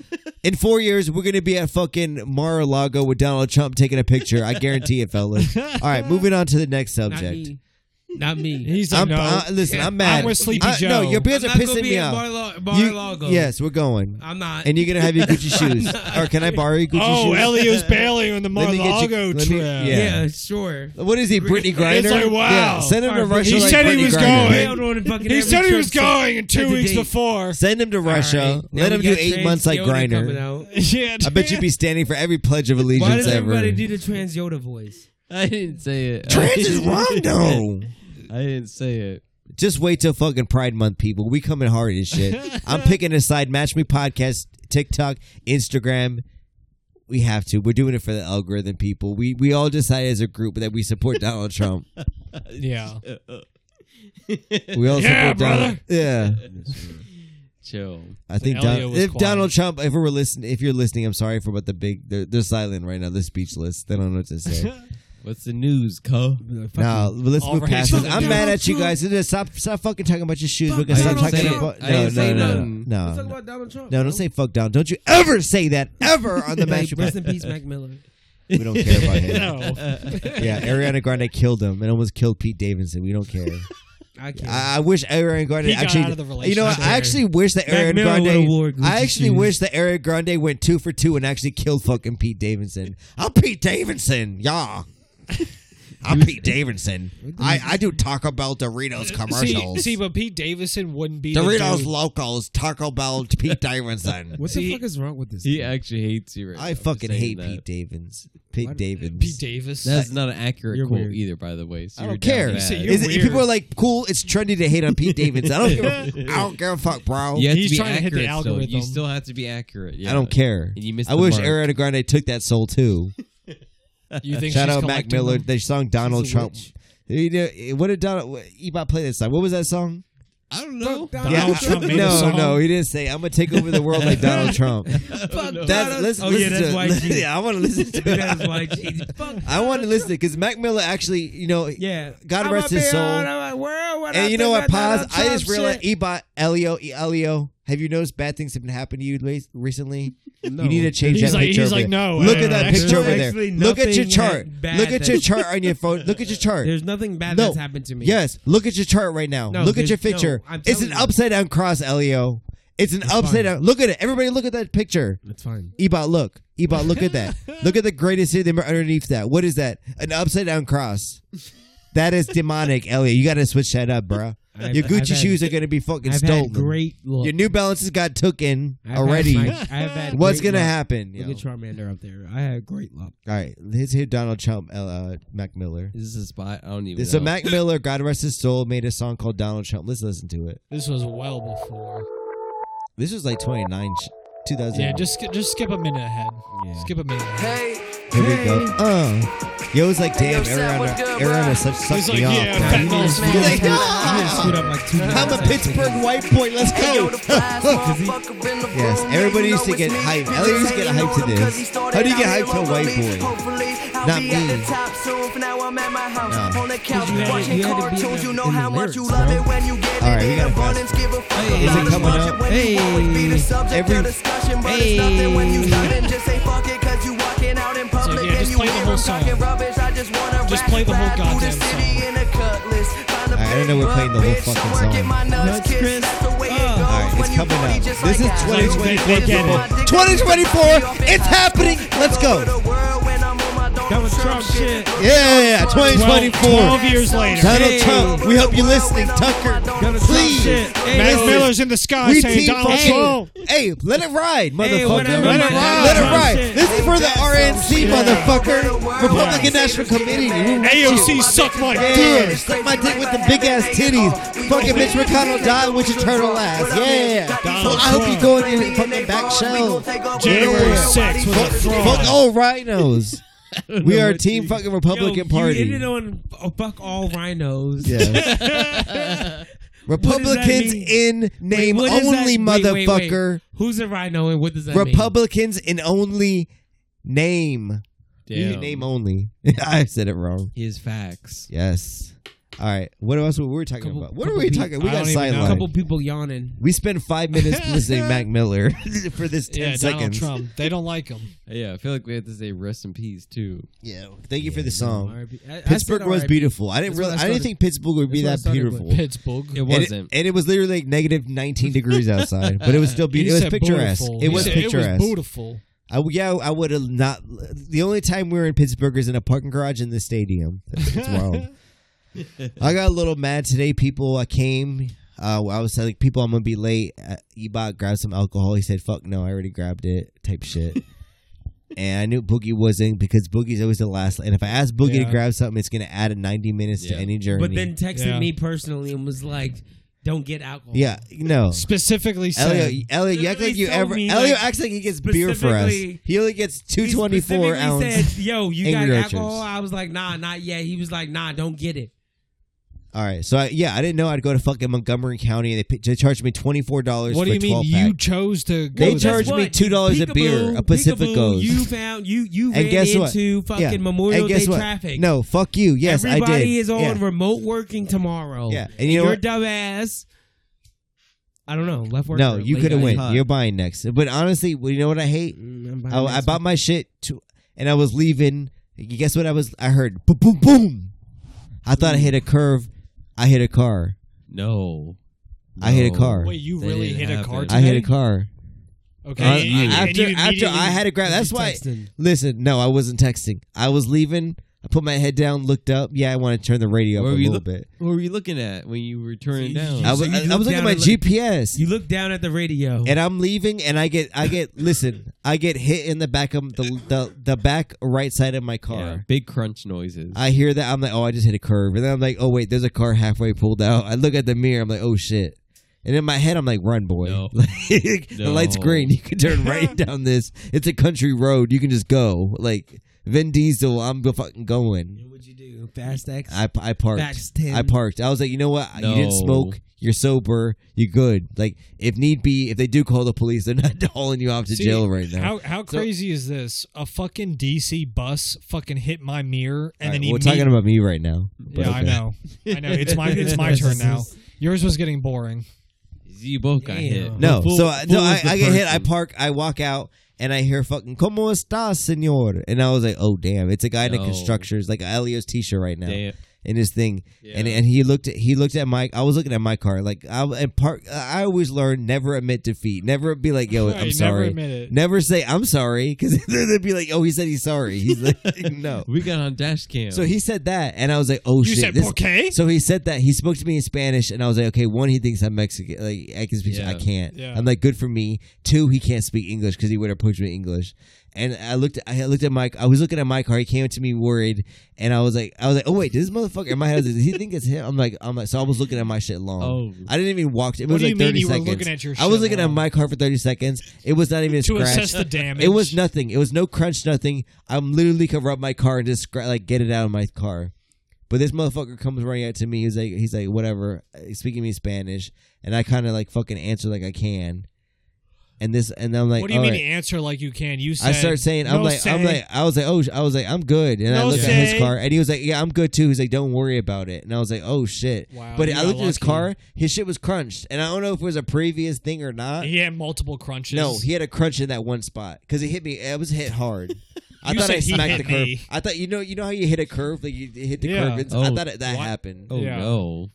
A: In four years, we're gonna be at fucking Mar-a-Lago with Donald Trump taking a picture. I guarantee it,
B: [LAUGHS]
A: fellas. All right, moving on to the next
C: Not
A: subject.
C: me. Not me.
B: He's like,
A: I'm,
B: no.
A: I- listen,
C: Yeah,
A: I'm mad.
B: I'm with Sleepy
A: I-
B: Joe.
A: No, your
C: I'm
A: beers are
C: not gonna
A: pissing
C: be
A: me
C: at
A: off.
C: Bar,
A: You-
C: Lago.
A: yes, we're going.
C: I'm not.
A: And you're gonna have your Gucci
C: [LAUGHS]
A: shoes, or can I borrow your Gucci
B: oh,
A: shoes?
B: Elio's bailing on the
A: Let me get you-
B: Mar-a-Lago
A: let me-
B: trip.
A: yeah.
C: yeah, sure.
A: [LAUGHS] What is he, Brittany Griner?
B: It's like, wow.
A: Yeah, send him to
C: All right,
A: Russia.
B: he
A: like
B: said he
A: Brittany
B: was
A: Griner.
B: going.
C: Bailed on fucking
B: He
C: every
B: said he
C: trip
B: was
C: site.
B: going in two
C: Every
B: weeks
C: date.
B: before. [LAUGHS]
A: Send him to Russia.
C: All right.
A: Let
C: Now
A: him
C: we
A: do
C: got
A: eight
C: Trans
A: months like
C: Yoda coming
A: Griner.
C: out.
B: yeah,
A: I bet you'd be standing for every pledge of allegiance
C: Why does
A: ever.
C: everybody do the Trans Yoda voice?
D: I didn't say it.
A: Trans
C: [LAUGHS]
A: is wrong though.
D: I didn't say it.
A: Just wait till fucking Pride Month, people. We coming hard as
C: [LAUGHS]
A: shit. I'm picking a side. Match me podcast, TikTok, Instagram. We have to. We're doing it for the algorithm, people. We we all decided as a group that we support Donald Trump.
B: yeah.
A: We
C: [LAUGHS]
A: all
B: Yeah,
A: support Donald.
B: brother.
A: Yeah,
D: Chill.
A: I think
B: Elliot
A: Don-
B: was
A: if
B: quiet.
A: Donald Trump, if we're listening, if you're listening, I'm sorry for what the big. They're, they're silent right now. They're speechless. They don't know what to say.
D: What's the news, Co?
A: No, let's
B: All
A: move
B: right.
A: past this.
B: Fucking
A: I'm mad
C: Donald
A: at you
C: Trump.
A: guys. Stop, stop fucking talking about your shoes. We're gonna
D: I
A: stop
D: didn't
A: talking
D: say it.
A: about.
D: I
A: No,
D: didn't say
A: no, no,
D: nothing.
A: no,
C: Let's talk
A: no,
C: about Donald Trump.
A: no. Don't say fuck Donald. Don't you ever say that ever on the
C: [LAUGHS] Hey,
A: match.
C: rest in peace, Mac Miller.
A: We don't care about him.
B: No.
A: Yeah, Ariana Grande killed him and almost killed Pete Davidson. We don't care.
C: I can't.
A: I, I wish Ariana Grande
B: He got
A: actually.
B: out of the
A: you know,
B: relationship.
A: what? I actually wish that
C: Mac
A: Ariana
C: Miller would've wore
A: Grande.
C: Gucci
A: I actually
C: shoes.
A: wish that Ariana Grande went two for two and actually killed fucking Pete Davidson. I'm Pete Davidson, y'all. I'm Pete Davidson. I, I do Taco Bell Doritos
B: See,
A: commercials.
B: see, but Pete Davison wouldn't be
A: Doritos
B: The dude.
A: Locos Taco Bell Pete Davidson.
C: what
B: See-
C: the fuck is wrong with this?
D: He actually hates you right now
A: I
D: for
A: fucking
D: saying
A: hate
D: that.
A: Pete Davidson. Pete
C: What?
A: Davidson.
B: Pete Davis.
D: That's not an accurate
C: You're
D: quote
C: weird.
D: either, by the way. So
A: I
D: you're
A: don't
D: down
A: care.
D: bad.
B: So you're-
A: Is it,
B: weird.
A: people are like, cool, it's trendy to hate on Pete Davidson. I don't give a, I don't give a fuck, bro.
D: You have
B: He's
D: to be
B: trying to hit
D: accurate
B: the
D: still. You
B: algorithm.
D: still have to be accurate. Yeah.
A: I don't care.
D: And you missed
A: I
D: the
A: wish
D: mark.
A: Ariana Grande took that soul too.
B: you think
A: Shout
B: she's
A: out Mac
B: collecting
A: Miller.
B: them?
A: They sung Donald
C: She's a
A: Trump.
C: witch.
A: You know, What did Donald Ebot play that song? What was that song?
D: I don't know.
C: Fuck Donald
B: Yeah,
C: Trump.
A: [LAUGHS]
B: Trump made a
A: no,
B: song?
A: no, he didn't say I'm gonna take over the world like Donald Trump.
C: Fuck
A: That's,
C: Donald.
A: let's
C: oh yeah,
A: listen
C: that's
A: to,
C: why.
A: [LAUGHS] Yeah, I want to listen to it.
C: That's why. Fuck.
A: I want to listen because Mac Miller actually, you know,
C: Yeah.
A: God
C: I'm
A: rest
C: up
A: his
C: here
A: soul.
C: all over the world when I
A: And you know
C: think
A: what?
C: of
A: Pause.
C: Donald
A: I just
C: Trump
A: realized,
C: shit.
A: Ebot, Elio, E- Elio, have you noticed bad things have been happening to you late- recently?
C: No.
A: You need to change
B: He's
A: that
B: like-
A: picture.
B: he's
A: over
B: like,
A: there.
B: no,
A: Look
B: uh,
A: at that
B: actually-
A: picture over there.
C: actually
A: Look at your
C: nothing
A: chart.
C: bad
A: Look at your
C: that's-
A: chart on your phone. Look at
C: [LAUGHS]
A: your chart.
C: There's nothing bad
A: No.
C: that's happened to me.
A: Yes, look at your chart right now.
C: No,
A: look at your
C: there's-
A: picture.
C: no, I'm
A: it's an
C: telling you.
A: upside down cross, Elio. It's an upside
C: fine.
A: down. Look at it. Everybody, look at that picture.
C: That's fine.
A: Ebot, look. Ebot, look at
C: [LAUGHS]
A: that. look at the greatest hit underneath that. What is that? An upside down cross. That is demonic, Elio. You got to switch that up, bruh.
C: I've-
A: your Gucci
C: I've had-
A: shoes are going to be fucking
C: I've
A: stolen.
C: had great look.
A: Your New Balances got taken
C: I've had
A: already.
C: my- I've had
A: What's
C: great
A: going to
C: luck.
A: happen? yo?
C: Look at Charmander up there. I had great luck.
A: All right, let's hear Donald Trump, uh, uh, Mac Miller.
D: Is this a spot? I don't even
A: So
D: know.
A: Mac Miller, God rest his soul, made a song called Donald Trump. Let's listen to it.
B: This was well before.
A: This was like 29, sh- 2000.
B: Yeah, just sk- just skip a minute ahead. Skip a minute. Ahead.
A: Here we go. Uh. Yo, it's like, damn, Ariana, Ariana such sucked
B: He's like,
A: me off.
B: yeah,
A: bro.
B: fat ball
A: He's like,
B: smooth.
A: "Ah,
C: Screwed up like two
A: [LAUGHS] I'm a
C: times.
A: Pittsburgh white boy. Let's go. [LAUGHS]
E: yes, everybody used to get hyped. Elliot used to get hyped to this. How do you get hyped to a white boy? Not me.
C: you had to- you had to be in the- in the lyrics, bro.
E: All right, we gotta pass.
C: Hey.
E: Is it coming up?
C: Hey.
E: Every.
B: So, yeah, just play the whole song. Just play the whole goddamn song.
E: I don't know we're playing the whole fucking song.
C: Nuts, Chris. Oh.
E: Alright, it's coming up. This is 2024
B: They get it.
E: people. 2024, it's happening. Let's go.
C: That was Trump shit.
A: Yeah, 2024.
B: 12 years later.
A: Donald
C: Hey.
A: Trump, we hope you're listening. Tucker,
E: Donald Trump
A: please.
C: shit. Hey,
B: Mac
A: listen.
B: Miller's in the sky
A: We
B: saying
A: team
B: Donald
A: hey,
B: Trump.
A: Hey, let it ride, motherfucker.
C: whatever,
A: let it
C: man.
A: ride.
C: Let it ride.
A: This is for the RNC, motherfucker.
E: Yeah.
A: Republican National Committee.
B: AOC suck my
A: Yeah,
B: dick.
A: suck my dick with the big ass titties. Fucking Mitch McConnell died with your turtle ass. Yeah.
B: Donald
A: so I hope you
B: Trump.
A: go in your fucking back shell.
B: January
A: Yeah.
B: 6th was a fraud.
A: Fuck oh, all
C: [LAUGHS]
A: rhinos. We are team fucking Republican
C: Yo,
A: Party.
C: You ended on oh, fuck all rhinos. [LAUGHS]
A: Yes. Republicans
C: mean?
A: in name
C: what is
A: only,
C: that? Wait, wait, wait.
A: motherfucker.
C: Who's a rhino and what does that mean?
A: Republicans in only name.
D: Damn.
A: Name only. [LAUGHS] I said it wrong.
D: His facts.
A: Yes. All right. What else were we talking
C: Couple-
A: about? What are
C: couple
A: we
C: pe-
A: talking? We
B: I
A: got
B: don't even know.
C: A
B: Fine.
A: sidelined.
C: couple people yawning.
A: We spent five
C: [LAUGHS]
A: minutes listening to Mac Miller [LAUGHS] for this ten
B: Yeah, Donald
A: seconds.
B: Trump. They don't like him.
A: [LAUGHS]
D: Yeah, I feel like we have to say rest in peace too.
A: Yeah. Thank you for the song.
C: R.I.P. I- I said
A: Pittsburgh was
C: R.I.P.
A: beautiful. I didn't
C: That's what
A: realize.
C: I
A: I, didn't
C: started-
A: think Pittsburgh would be
C: that's what I
A: that
C: started
A: beautiful.
C: with.
B: Pittsburgh.
D: It
A: And
D: wasn't.
A: and it was literally like negative
C: [LAUGHS]
A: 19 degrees outside, but it was still beautiful. It was picturesque. It was
B: It
A: picturesque.
B: was beautiful.
A: I, w- yeah, I would have not. The only time we were in Pittsburgh is in a parking garage in the stadium. It's wild. I got a little mad today. People, I came. Uh, I was telling people I'm gonna be late. Uh, Ebot grabbed some alcohol. He said, "Fuck no, I already grabbed it." Type shit. and I knew Boogie wasn't because Boogie's always the last. And if I ask Boogie to
B: Yeah.
A: grab something, it's gonna add a 90 minutes
D: Yeah.
A: to any journey.
C: But then texted
B: Yeah.
C: me personally and was like, "Don't get alcohol."
A: yeah, no.
B: Specifically said.
A: Elliot, Elliot, you act like
C: Literally
A: you
C: told
A: ever.
C: me,
A: Elliot
C: like,
A: acts like he gets beer for us.
C: specifically-
A: He only gets two
C: He
A: twenty four
C: specifically
A: ounce.
C: Said, Yo, you
A: Angry
C: got
A: Orchards.
C: alcohol? I was like, Nah, not yet. He was like, Nah, don't get it.
A: All right, so I, yeah, I didn't know I'd go to fucking Montgomery County and they, p- they charged me twenty four dollars.
B: What
A: for
B: do you
A: a 12
B: mean
A: pack.
B: you chose to go?
A: They
B: there?
A: charged me
C: what?
A: $2 a beer,
C: Peekaboo,
A: a Pacifico's.
C: peekaboo, You found you you
A: And
C: ran
A: guess what?
C: into fucking
A: Yeah.
C: Memorial
A: and guess
C: Day
A: what?
C: traffic.
A: No, fuck you. Yes,
C: everybody
A: I did.
C: is on
A: Yeah.
C: remote working tomorrow.
A: Yeah, and you know
C: your
A: what?
C: dumb ass. I don't know. Left work.
A: No,
C: or
A: you
C: late
A: could have
C: night.
A: went.
D: Huh.
A: You're buying next. But honestly, well, you know what I hate?
C: Mm, I'm buying
A: I, I
C: next
A: bought my shit to, and I was leaving. You Guess what? I was. I heard boom, boom, boom. I thought I hit a curve. I hit a car.
D: No.
A: I hit a car.
B: Wait, you
D: That
B: really
D: didn't
B: hit a
D: happen.
B: car? Today?
A: I hit a car.
B: Okay.
A: Uh,
B: and you- and
A: after,
B: you
A: after I
B: immediately-
A: had to grab. That's
C: one.
A: why.
C: Texting.
A: Listen, no, I wasn't texting. I was leaving. I put my head down, looked up. Yeah, I want to turn the radio up
D: Where
A: a
D: were you
A: little
D: look-
A: bit.
D: What were you looking at when you were turning
C: So you-
D: down?
C: you-
A: I was,
C: you
A: I, I
C: look
A: was looking at
C: down
A: my
C: and look-
A: GPS,
C: You look down at the radio.
A: and I'm leaving, and I get, I get. listen, I get hit in the back of the the, the back right side of my car.
D: Yeah, big crunch noises.
A: I hear that. I'm like, oh, I just hit a curve. And then I'm like, oh, wait, there's a car halfway pulled out. I look at the mirror. I'm like, oh, shit. And in my head, I'm like, run, boy.
D: No.
A: [LAUGHS] Like, The
D: No.
A: light's green. You can turn
B: [LAUGHS]
A: right down this. It's a country road. You can just go. Like, Vin Diesel, I'm go- fucking going.
C: And What'd you do? Fast X.
A: I, I
C: Facts,
A: parked.
C: Tim.
A: I parked. I was like, you know what? You didn't
D: No.
A: smoke. You're sober. You're good. Like, if need be, if they do call the police, they're not [LAUGHS] hauling you off to
B: See,
A: jail right now.
B: How how crazy is this? A fucking DC bus fucking hit my mirror
A: All
B: and
A: right,
B: then he
A: we're talking about me right now. but
B: Yeah, I
A: okay.
B: know. I know. It's my
A: [LAUGHS]
B: it's my turn now. Yours was getting boring.
D: you both got
C: Damn.
D: hit.
A: No,
D: Fool-
A: so I, no,
D: fool
A: I,
D: is the
A: I get hit. I
D: person.
A: park. I walk out, and I hear fucking "Cómo está, señor?" And I was like, "Oh damn!" It's a guy in a
D: No.
A: constructors, like Elio's t-shirt right now,
D: Damn.
A: in his thing. And
D: Yeah.
A: and he looked at he looked at my. I was looking at my car. Like I and park. I always learn never admit defeat. Never be like,
D: [LAUGHS]
A: "Yo,
B: Right,
A: I'm
B: never
A: sorry."
B: admit it.
A: Never say I'm sorry because [LAUGHS] they'd be like, "Oh, he said he's sorry." He's
D: [LAUGHS]
A: like, "No."
D: We got on dash cam.
A: So he said that, and I was like, "Oh
B: You
A: shit!"
B: said
A: this-
B: "Okay."
A: So he said that he spoke to me in Spanish, and I was like, "Okay, one, he thinks I'm Mexican. Like I can speak.
D: Yeah.
A: I can't.
B: Yeah.
A: I'm like, good for me. Two, he can't speak English because he would approach me in English." And I looked. I looked at Mike. I was looking at my car. He came up to me worried, and I was like, "I was like, oh wait, this motherfucker in my head. I was like, Does he think it's him?" I'm like, "I'm like." So I was looking at my shit long.
D: Oh.
A: I didn't even walk. It was
B: What do
A: like
B: you mean
A: 30
B: you were
A: seconds.
B: looking at your
A: I was
B: shit
A: looking at
B: long?
A: my car for 30 seconds. It was not even
B: To
A: scratched.
B: assess the damage.
A: It was nothing. It was no crunch, nothing. I'm literally cover up my car and just scra- like get it out of my car. But this motherfucker comes running out to me. He's like, he's like, whatever. He's speaking to me in Spanish, and I kind of like fucking answer like I can. And this, and I'm like,
B: what do you
A: all
B: mean
A: right.
B: answer like you can? You said
A: I start saying, I'm
B: "No
A: like, I'm
B: say."
A: like, I was like, oh, sh- I was like, I'm good. And I
B: No
A: looked at his
B: say.
A: car, and he was like, yeah, I'm good too. He's like, don't worry about it. And I was like, oh shit.
B: Wow,
A: but
B: you
A: I
B: got
A: looked at his
B: lucky.
A: car. His shit was crunched, and I don't know if it was a previous thing or not.
B: he had multiple crunches.
A: No, he had a crunch in that one spot because it hit me. It was hit
B: [LAUGHS]
A: hard. I
B: You
A: thought
B: said
A: I
B: he
A: smacked
B: hit
A: the curve.
B: me.
A: I thought you know you know how you hit a curve like you hit the
B: Yeah.
A: curve. It's- I
D: Oh,
A: thought it, that
B: what?
A: happened.
D: oh
B: Yeah.
D: no.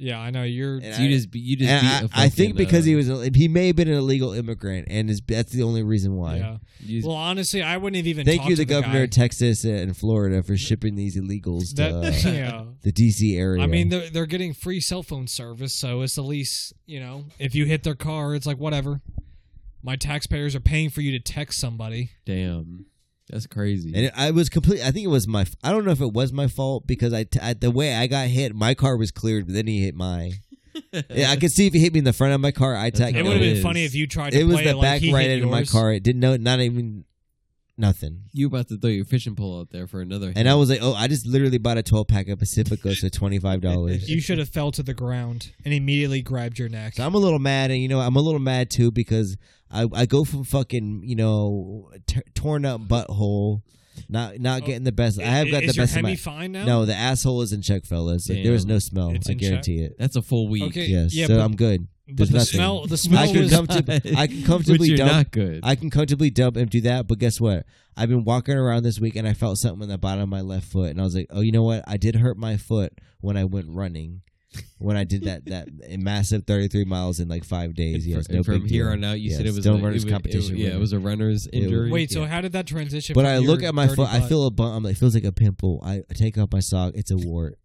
B: yeah, I know. You're
A: And
D: So you
A: I-
D: just be- you just.
A: and
D: beat
A: I,
D: a
A: I think
D: fucking,
A: because
D: uh,
A: he was a- he may have been an illegal immigrant, and is, that's the only reason why.
B: yeah.
D: you just-
B: Well, honestly, I wouldn't have even.
A: Thank
B: talked
A: you,
B: to
A: the, governor
B: guy.
A: of Texas and Florida, for shipping these illegals to
B: That,
A: uh,
B: [LAUGHS] yeah.
A: the DC area.
B: I mean, they're they're getting free cell phone service, so it's the least you know. If you hit their car, it's like whatever. My taxpayers are paying for you to text somebody.
D: damn, that's crazy.
A: and it, I was complete. I think it was my. f- I don't know if it was my fault because I, t- I the way I got hit, my car was cleared, but then he hit
D: [LAUGHS]
A: mine. yeah, I could see if he hit me in the front of my car, I
D: That's
A: tagged.
D: how
B: It
A: him.
B: would have
D: it
B: been
D: is.
B: funny if you tried to
A: It was
B: play
A: the
B: like
A: back
B: he
A: right
B: hit
A: end of my
B: yours.
A: car. It didn't know, not even nothing.
D: you about to throw your fishing pole out there for another.
A: And I was like, oh, I just literally bought a 12 pack of Pacifico, so twenty five dollars.
B: You should have fell to the ground and immediately grabbed your neck.
A: So I'm a little mad, and you know, I'm a little mad too because I I go from fucking you know t- torn up butthole Not
D: Oh,
A: not getting the best. I have got
B: Is
A: the
B: your
A: best. of
B: Hemi
A: my-
B: fine now?
A: No, the asshole is in check, fellas. Like, there is no smell.
B: It's
A: I
B: in check.
A: guarantee it.
D: That's a full week.
B: Okay.
A: Yes,
B: Yeah,
A: so
B: but-
A: I'm good.
B: but
A: There's
B: the
A: nothing.
B: smell. The smell
A: I can
B: was.
A: come to. I can
D: But
A: comfortably
D: you're
A: dump.
D: not good.
A: I can comfortably dump and do that. But guess what? I've been walking around this week and I felt something in the bottom of my left foot, and I was like, oh, you know what? I did hurt my foot when I went running. When I did that
D: [LAUGHS]
A: that massive 33 miles in like five
D: And
A: days, yes,
D: fr- and
A: no
D: from
A: big
D: here
A: deal.
D: on out, you
A: Yes,
D: said it was
A: don't
D: a,
A: runners
D: it was-
A: competition.
D: It, yeah, it was a runner's
A: was-
D: injury.
B: Wait, so
A: yeah.
B: how did that transition?
A: But
B: from
A: I look
B: your
A: at my
B: dirty
A: foot. I
B: butt?
A: feel a bump. I'm like, it feels like a pimple. I take off my sock. It's a wart.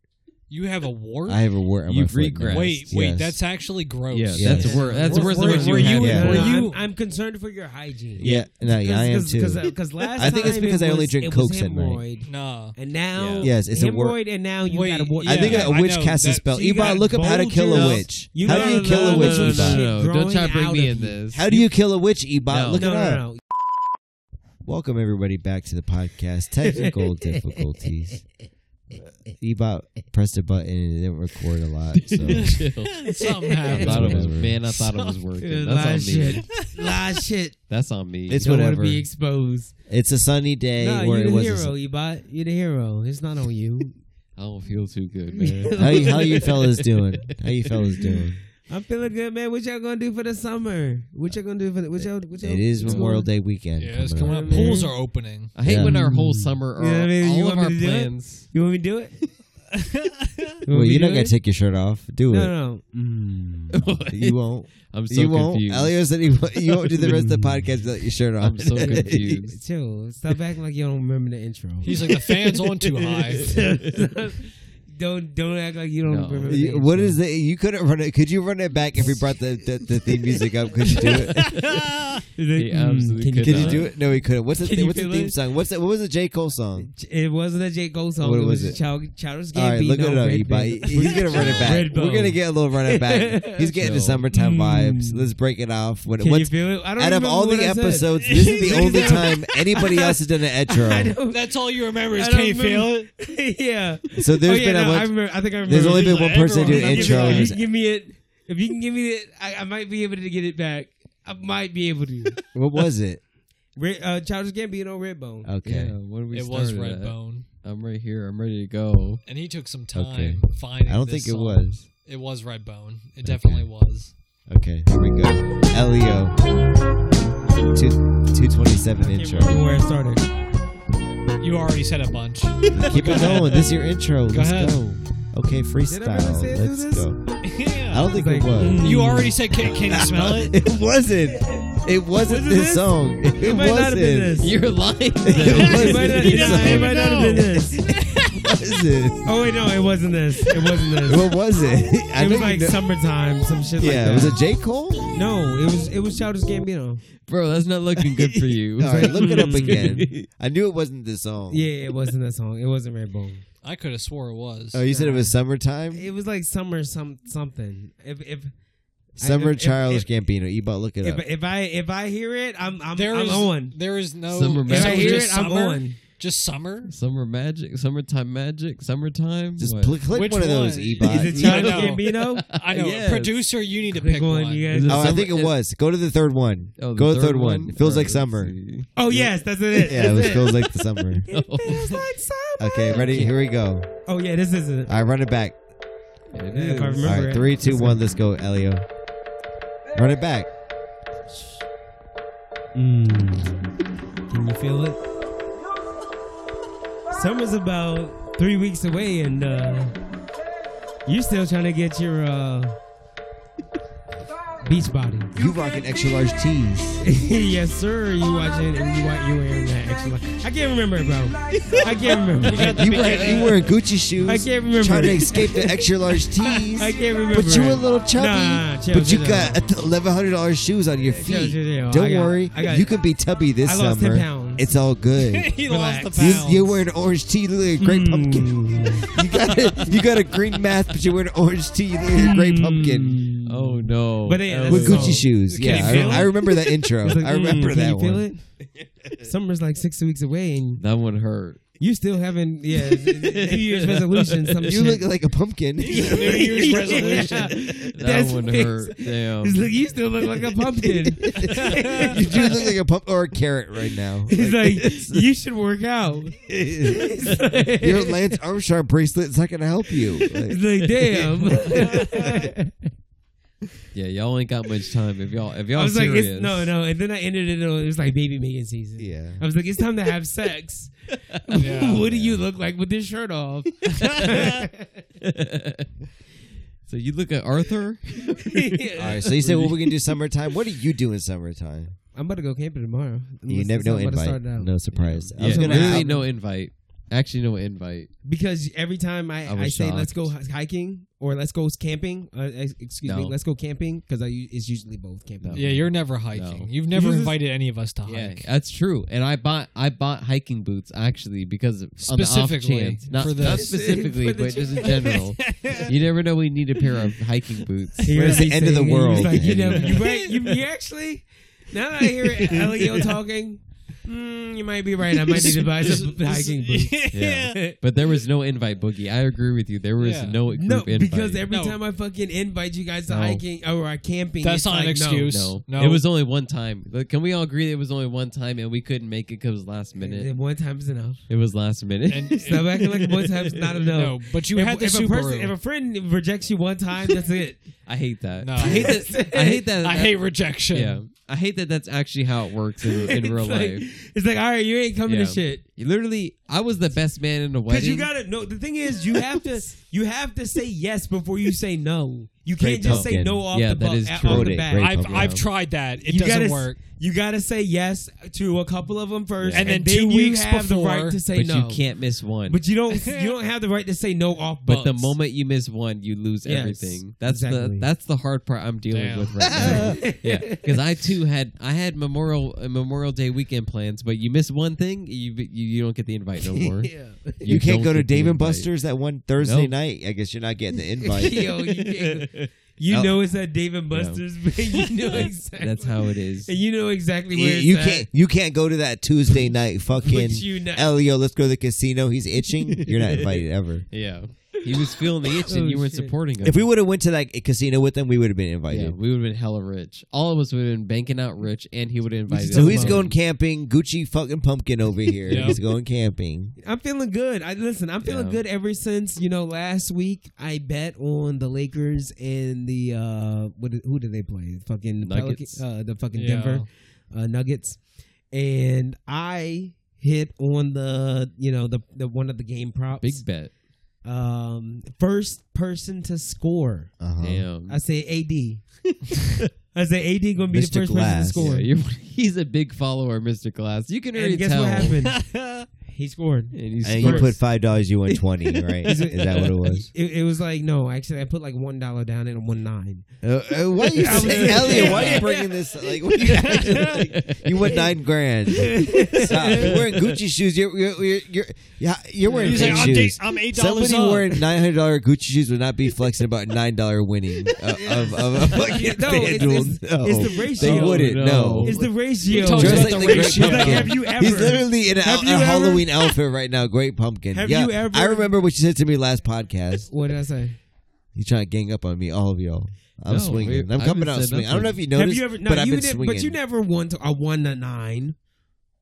B: You have a wart.
A: I have a wart on my
D: You've
A: foot. now.
D: regressed.
B: Wait, wait,
A: Yes.
B: that's actually gross.
D: yeah,
A: Yes.
D: that's worse. That's
B: Were-
D: worse than
B: were-
D: what you
B: were
D: had.
B: you-
D: now.
B: were
A: Yeah.
B: you-
C: I'm, I'm concerned for your hygiene.
A: Yeah, no, yeah, I am too.
C: Because uh,
A: [LAUGHS]
C: last
A: I think it's
C: time
A: because
C: it
A: I only
C: was-
A: drink
C: it was
A: Cokes at night.
C: hemorrhoid,
B: Nah.
C: And now,
D: Yeah.
A: Yes, it's a
C: hemorrhoid,
A: wor-
C: and now you
B: Wait,
C: got a wart.
A: I think
B: Yeah,
A: a
B: I
A: witch
B: know,
A: casts a
B: that-
A: spell.
B: so you
A: Ebon,
C: got
A: look up how to kill a
C: bulges.
A: witch.
C: You
A: how
C: got
A: do you
C: a
A: kill
C: lot
A: a
C: of
A: witch,
D: No,
A: Ebon?
D: no,
C: shit
D: no, no. Don't
C: growing
D: try to bring
C: out
D: me
C: of
D: in
C: you.
D: this.
A: How do you kill a witch, Ebon?
D: No.
A: Look
C: no,
A: it up.
C: no, no.
A: Welcome everybody back to the
C: [LAUGHS]
A: podcast. Technical difficulties. Ebot pressed a button and it didn't record a lot. So
C: [LAUGHS]
D: [LAUGHS]
A: [LAUGHS]
D: Chill.
B: Something
D: I
B: happened.
D: thought it was
A: Whatever.
D: man. I
A: [LAUGHS]
D: thought it was working.
C: Dude,
D: That's on me.
C: shit. Last shit.
D: That's on me.
A: It's
C: Don't want to
A: whatever.
C: be exposed.
A: It's a sunny day,
C: No,
A: or
C: you're
A: it
C: the
A: was. a
C: hero, Ebot. You're the hero. It's not on you.
D: I don't feel
A: [LAUGHS]
D: too good, man.
A: sun- how you, how you fellas doing? How you fellas doing?
C: I'm feeling good, man. What y'all gonna do for the summer? What y'all gonna do for the, what y'all? What y'all
A: It is
C: what's
A: Memorial
C: going-
A: Day weekend.
B: Yeah, it's
A: coming up.
B: coming up. Pools are opening.
D: I hate
A: Yeah.
D: when our whole summer, or
C: You know what I mean? You
D: all of
C: want me
D: our
C: to do
A: [LAUGHS]
C: it?
D: plans. [LAUGHS]
C: You want me to do it? You want
A: Well,
C: me
A: you're
C: to
A: not
C: do
A: gonna
C: it?
A: take your shirt off. Do
C: No,
A: it.
C: no. Mm.
A: You won't.
D: [LAUGHS] I'm so
A: you won't.
D: confused.
A: Elliot said he won't- you won't do the rest of the podcast without your shirt on. [LAUGHS]
D: I'm so confused.
C: Chill. Stop acting like you don't remember the intro.
B: He's like the fans
C: [LAUGHS]
B: on too high.
C: don't don't act like you don't
D: No.
C: remember. The
A: You-
C: intro.
A: what is it? You couldn't run it. Could you run it back if we brought the, the, the theme music up? Could you do it?
D: He absolutely
C: Can you- Mm.
A: Could you do it? No, he couldn't. What's the
C: Can
A: thing-
C: you
A: what's the
C: feel
A: theme
C: it?
A: song? What's that? What was the J Cole song?
C: It wasn't a J Cole song.
A: What
C: it
A: was
C: was,
A: it?
C: Child, Childish
A: All right,
C: Gambino.
A: look it up.
C: Red
A: Ebot.
C: Bone.
A: He- He's gonna run
C: [LAUGHS]
A: it back.
C: Red
A: We're gonna
C: Bone.
A: get a little run it back. He's getting to
D: Chill.
A: summertime vibes.
C: Mm.
A: Let's break it off. When
C: Can
A: what's,
C: you feel it? I don't
A: out of
C: remember
A: all
C: what
A: the
C: I said. [LAUGHS]
A: episodes, this is the only
C: Yeah.
A: time anybody else has
C: [LAUGHS]
A: done an
C: I
A: outro.
C: don't-
B: That's all you remember is
C: I don't
B: can you feel it?
C: [LAUGHS] yeah.
A: So
C: There's
A: there's been a
C: Oh, yeah, no, I,
A: bunch.
C: remember, I think I remember.
A: There's only been
B: Just
A: one
B: like
A: person do
B: everyone
A: an
B: that
C: If you-
A: intro.
B: gives
C: If
B: intros.
C: you give me it, if you can give me it, I, I might be able to get it back. I might be able to.
A: [LAUGHS] What was it?
C: Red, uh, Childish Gambino, Redbone.
A: Okay.
D: Yeah, when we
B: It was
D: started at.
B: Redbone.
D: I'm right here. I'm
A: [LAUGHS]
D: ready to go.
B: And he took some
A: Okay.
B: time finding
A: I don't
B: this
A: think it
B: song.
A: was.
B: It was Redbone. It definitely was.
A: Okay, here we go. Elio. Two, 227
C: I can't
A: intro.
C: remember where I [LAUGHS] started.
B: You already said a bunch. [LAUGHS]
A: Keep it going. This is your intro. Let's
B: ahead.
A: go. Okay, freestyle.
C: really say do
A: Let's
C: this?
A: go. I
B: yeah.
A: don't think it
C: It's like, [LAUGHS]
A: was.
C: mm.
B: You already said can, can you
A: [LAUGHS]
B: smell it?
A: It wasn't. It wasn't
C: Was it
A: this,
C: this?
A: song. It,
C: It might
A: wasn't.
C: not have been this.
D: You're lying.
A: It
C: [LAUGHS] It might not-
A: It's
C: yeah,
A: not
C: it might not have been this.
A: wasn't.
C: Oh wait, no, it wasn't this. It wasn't this.
A: What was it? I know
C: It
A: you
C: was like
A: know-
C: summertime, some shit like
A: yeah,
C: that.
A: was it J. Cole?
C: No, it was it was Childish Gambino.
D: [LAUGHS] Bro, that's not looking good for you.
A: [LAUGHS] All right,
D: [LAUGHS]
A: look it
C: [LAUGHS]
A: up again. I knew it wasn't this song.
C: Yeah, it wasn't that song. It wasn't Redbone.
B: I could have swore it was.
A: Oh, you said it was summertime?
C: It was like summer some something. If if
A: Summer
C: if- if-
A: Childish
C: if-
A: Gambino. Ebot, look it
C: if,
A: up.
C: if I if I hear it, I'm I'm,
B: There
C: I'm
B: is-
C: on.
B: There is no.
D: Summer
B: is
C: If I
D: magic.
C: hear
B: just
C: it, I'm
B: summer?
C: on.
B: Just
D: [LAUGHS]
B: summer?
D: Summer magic, summertime magic, summertime.
A: Just
D: What?
A: pl- click
B: Which
A: one of those,
B: one?
A: Ebot.
C: Is it
B: Yeah,
C: Childish
B: I know. [LAUGHS]
C: Gambino?
B: I know.
D: Yes.
B: Producer, you need to
C: Pick
B: pick
C: one,
B: one.
C: you guys.
D: Is it
A: Oh, I
D: summer-
A: think it
D: is-
A: was. Go to the third one.
D: Oh,
A: Go to the third one. It feels
D: All
A: like
D: right,
A: summer.
D: let's see.
C: Oh yes, that's what it is.
A: Yeah, it was,
C: That's
A: feels like the summer.
D: No.
C: Feels like summer.
A: Okay, ready? Here we go.
C: Oh yeah, this is it.
A: All right, run it back.
D: It
C: If I
D: is.
A: All
C: remember
A: right,
C: it.
A: three, two,
C: Let's go.
A: one. Let's go, Elio. Run it back.
C: Mm. Can you feel it? Summer's about three weeks away, and uh, you're still trying to get your uh, beach body. [LAUGHS]
A: You rocking extra large tees.
C: yes, sir. You watching? And you wa- you wearing that extra? I can't remember, it, bro. I can't remember.
A: You wearing, you wearing Gucci shoes.
C: I can't remember.
A: Trying to escape the extra large tees.
C: I can't remember.
A: But you
C: it.
A: a little chubby.
C: Nah, chill,
A: but you
C: chill,
A: got eleven hundred dollars shoes on your
C: chill,
A: feet.
C: chill, chill.
A: Don't
C: I got-
A: worry,
C: I got-
A: you can be tubby this
C: I lost 10
A: summer.
C: pounds.
A: It's all
C: [LAUGHS]
A: good.
B: he
C: Relax. Mm.
B: lost the
A: you,
B: pounds.
A: you're wearing an orange tee, you look like a
C: Hmm.
A: great pumpkin. You got a, you got a green mask, but you're wearing an orange tee, you look like a
C: Hmm.
A: great pumpkin.
C: Mm.
D: Oh no!
C: But yeah,
D: Oh,
C: that's
A: With
C: So-
A: Gucci shoes.
B: Can
A: Yeah,
B: you
A: I,
B: feel
A: I
B: it?
A: remember that intro.
C: [LAUGHS] It's like,
A: I remember
C: mm,
A: that
C: can you
A: one.
C: [LAUGHS] Feel it? Summer's like six weeks away, and
A: [LAUGHS]
D: That one hurt.
C: You still haven't, yeah, New [LAUGHS] Year's resolution. Some
A: You
C: shit.
A: look
C: [LAUGHS]
A: like a pumpkin. [LAUGHS]
B: New Year's resolution.
C: Yeah.
D: That
C: That's
D: one
C: fixed.
D: hurt. Damn.
C: He's like, you still look like a [LAUGHS] pumpkin.
A: you do look like a pump or a carrot right now.
C: He's like,
A: it's-
C: you should work [LAUGHS] out. He's
A: [LAUGHS]
C: like,
A: your Lance Armstrong bracelet's not gonna help
C: [LAUGHS]
A: you.
C: he's
A: Like,
C: like, [LAUGHS] damn.
D: Yeah, y'all ain't got much time. If y'all, if
C: [LAUGHS]
D: y'all
C: I was like,
D: serious,
C: it's, no, no. And then I ended it on, it was like baby making season.
A: yeah.
C: I was like, it's time to have [LAUGHS] sex.
B: Yeah.
C: [LAUGHS] what do you look like with this shirt [LAUGHS] off?
D: [LAUGHS] so you look at Arthur.
A: All
C: [LAUGHS]
A: right. So you said, well, we can do summertime. What do you do in summertime?
C: I'm about to go camping tomorrow.
A: You
C: Unless
A: never
C: it's
A: no
C: not about to
A: invite,
C: start now.
A: no surprise. Um, I
D: Yeah,
A: was gonna
D: really
A: have-
D: no invite. Actually, no invite.
C: Because every time I,
D: I
C: I,
D: was
C: say
D: shocked.
C: let's go h- hiking or let's go camping, uh, ex- excuse me,
D: No.
C: let's go camping because I u- it's usually both camping.
D: No.
B: Yeah, you're never hiking.
D: No.
B: You've never
C: You're just-
B: invited any of us to hike.
D: Yeah, that's true. And I bought I bought hiking boots actually because of, on the off
B: Specifically
D: chance, not,
B: for
D: not
B: this.
D: [LAUGHS] specifically,
C: For the
D: but just
C: [LAUGHS]
D: in general. you never know. We need a pair of hiking boots.
C: He
A: Where's
C: really
A: the end of the
C: saying- he was
A: world?
C: Like, you know, you, right,
A: [LAUGHS]
C: you, you actually now that I hear Elio talking, mm, you might be right. I might need to
A: [LAUGHS]
C: buy some hiking boots.
B: [LAUGHS] Yeah.
D: But there was no invite boogie. I agree with you. There was
B: Yeah.
D: no group
C: No,
D: invite.
C: because every
B: No.
C: time I fucking invite you guys to
D: No.
C: hiking or uh, camping,
B: That's
C: it's
B: not an
C: like, no.
B: excuse.
D: no,
B: No.
D: it was only one time. Look, Can we all agree that it was only one time and we couldn't make it because it was last minute?
C: And One time's enough.
D: It was last minute.
B: And,
C: Stop acting like one time's not enough.
B: no, but you
C: if,
B: had the
C: if
B: Subaru.
C: a person, if a friend rejects you one time, that's it.
D: [LAUGHS] I hate that.
B: No.
D: I hate that. I hate that.
B: I hate rejection.
D: Yeah, I hate that. That's actually how it works
C: [LAUGHS]
D: in, [LAUGHS] in
C: It's
D: real
C: like-
D: life.
C: It's like, all right, you ain't coming
D: Yeah.
C: to shit.
D: You literally, I was the best man in the wedding.
C: Because you gotta no. The thing is, you have
D: [LAUGHS]
C: to you have to say yes before you say no. You
A: Great
C: can't just say
A: pumpkin.
C: no off
D: Yeah,
C: the
D: that
C: bu-
D: is
C: off
D: true.
C: the
A: Great
C: bat.
A: pumpkin.
B: I've
A: Yeah.
B: I've tried that. It
C: you
B: doesn't
C: gotta, s-
B: work.
C: You gotta say yes to a couple of them first,
B: And then
C: then
B: two
C: you
B: weeks
C: have the right
B: before-
C: to say
D: but
C: no.
D: you can't miss one. But,
C: But you
D: [LAUGHS]
C: don't. You don't have the right to say no off. Bumps.
D: the moment you miss one, you lose
C: Yes,
D: everything. That's
C: exactly.
D: the that's the hard part I'm dealing
B: Damn.
D: with right now.
C: [LAUGHS]
D: yeah, because I too had I had Memorial uh, Memorial Day weekend plans, but you miss one thing, you you, you don't get the invite no
C: [LAUGHS]
D: more.
C: yeah.
A: you, can't
D: don't
A: go to
D: get the
A: Dave and
D: invite.
A: Buster's that one Thursday
D: Nope.
A: night. I guess you're not getting the invite.
C: [LAUGHS] Yo, you [LAUGHS] can't- you
A: Oh.
C: know it's at Dave and Buster's, [LAUGHS] but you know exactly.
D: That's how it is.
C: And you know exactly
A: you,
C: where it's
A: you
C: at.
A: can't. You can't go to that Tuesday night. Fucking
C: But you know-
A: Elio, let's go to the casino. He's itching. You're not invited ever.
D: Yeah, he was feeling the itch,
C: Oh,
D: and you weren't
C: shit.
D: supporting him.
A: If we would have went to like a casino with them, we would have been
D: yeah,
A: invited.
D: we would have been hella rich. All of us would have been banking out rich, and he would have invited.
A: So
D: us
A: he's
D: both.
A: going camping. Gucci fucking pumpkin over here.
B: Yeah.
A: He's going camping.
C: I'm feeling good. I listen. I'm feeling
D: Yeah.
C: good ever since you know last week. I bet on the Lakers and the uh, what? Who did they play? Fucking
D: Nuggets.
C: Pelicans, uh, the fucking
B: Yeah.
C: Denver uh, Nuggets, and I hit on the you know the the one of the game props.
D: big bet.
C: um, first person to score.
A: Uh-huh.
D: Damn.
C: I say AD. [LAUGHS] I say AD gonna be
A: Mr.
C: the first
A: Glass.
C: person to score.
D: [LAUGHS] Yeah, you- he's a big follower, Mr. Glass. You can already
C: and guess
D: tell.
C: what
D: [LAUGHS]
C: happened? he scored.
D: And, he
A: And you
D: scored.
A: put five dollars, you won twenty. Right? Is that what it was?
C: It, it was like no, actually, I put like one dollar down and one nine.
A: Uh, uh, why are you
C: [LAUGHS] I was-
A: saying, Elliot? Why are you bringing this? Like, what are you, [LAUGHS]
D: [LAUGHS] Oh,
A: guys- like, you won nine grand. Stop. You're wearing Gucci shoes. You're you're you're you're, yeah, you're wearing
B: He's
A: fake
B: like, I'm, da-
A: shoes.
B: I'm eight dollars
A: Somebody
B: up.
A: wearing nine hundred dollar Gucci shoes would not be flexing about nine dollar winning of of, of a fucking
C: [LAUGHS] No, it's-
A: FanDuel.
C: it's-
A: no,
C: it's the
A: They
C: ratio.
A: wouldn't. No.
D: No.
C: It's the ratio.
B: talks
A: Just
B: about
A: like
B: the
A: the
B: ratio.
A: Great [LAUGHS]
C: Like,
A: Pumpkin.
C: have you ever?
A: He's literally in a,
C: Have
A: a
C: you ever-
A: Halloween outfit right now. Great Pumpkin.
C: Have
A: yeah,
C: you ever-
A: I remember what you said to me last podcast.
C: What did I say?
A: You trying to gang up on me, all of y'all. I'm
D: No,
A: swinging.
D: we-
A: I'm
D: I
A: coming
D: haven't
A: out
D: said
A: swinging. I don't know if you
C: Have
A: noticed,
C: you ever? No,
A: but I've
C: you
A: been
C: did,
A: swinging.
C: but you never won. To, I won a nine.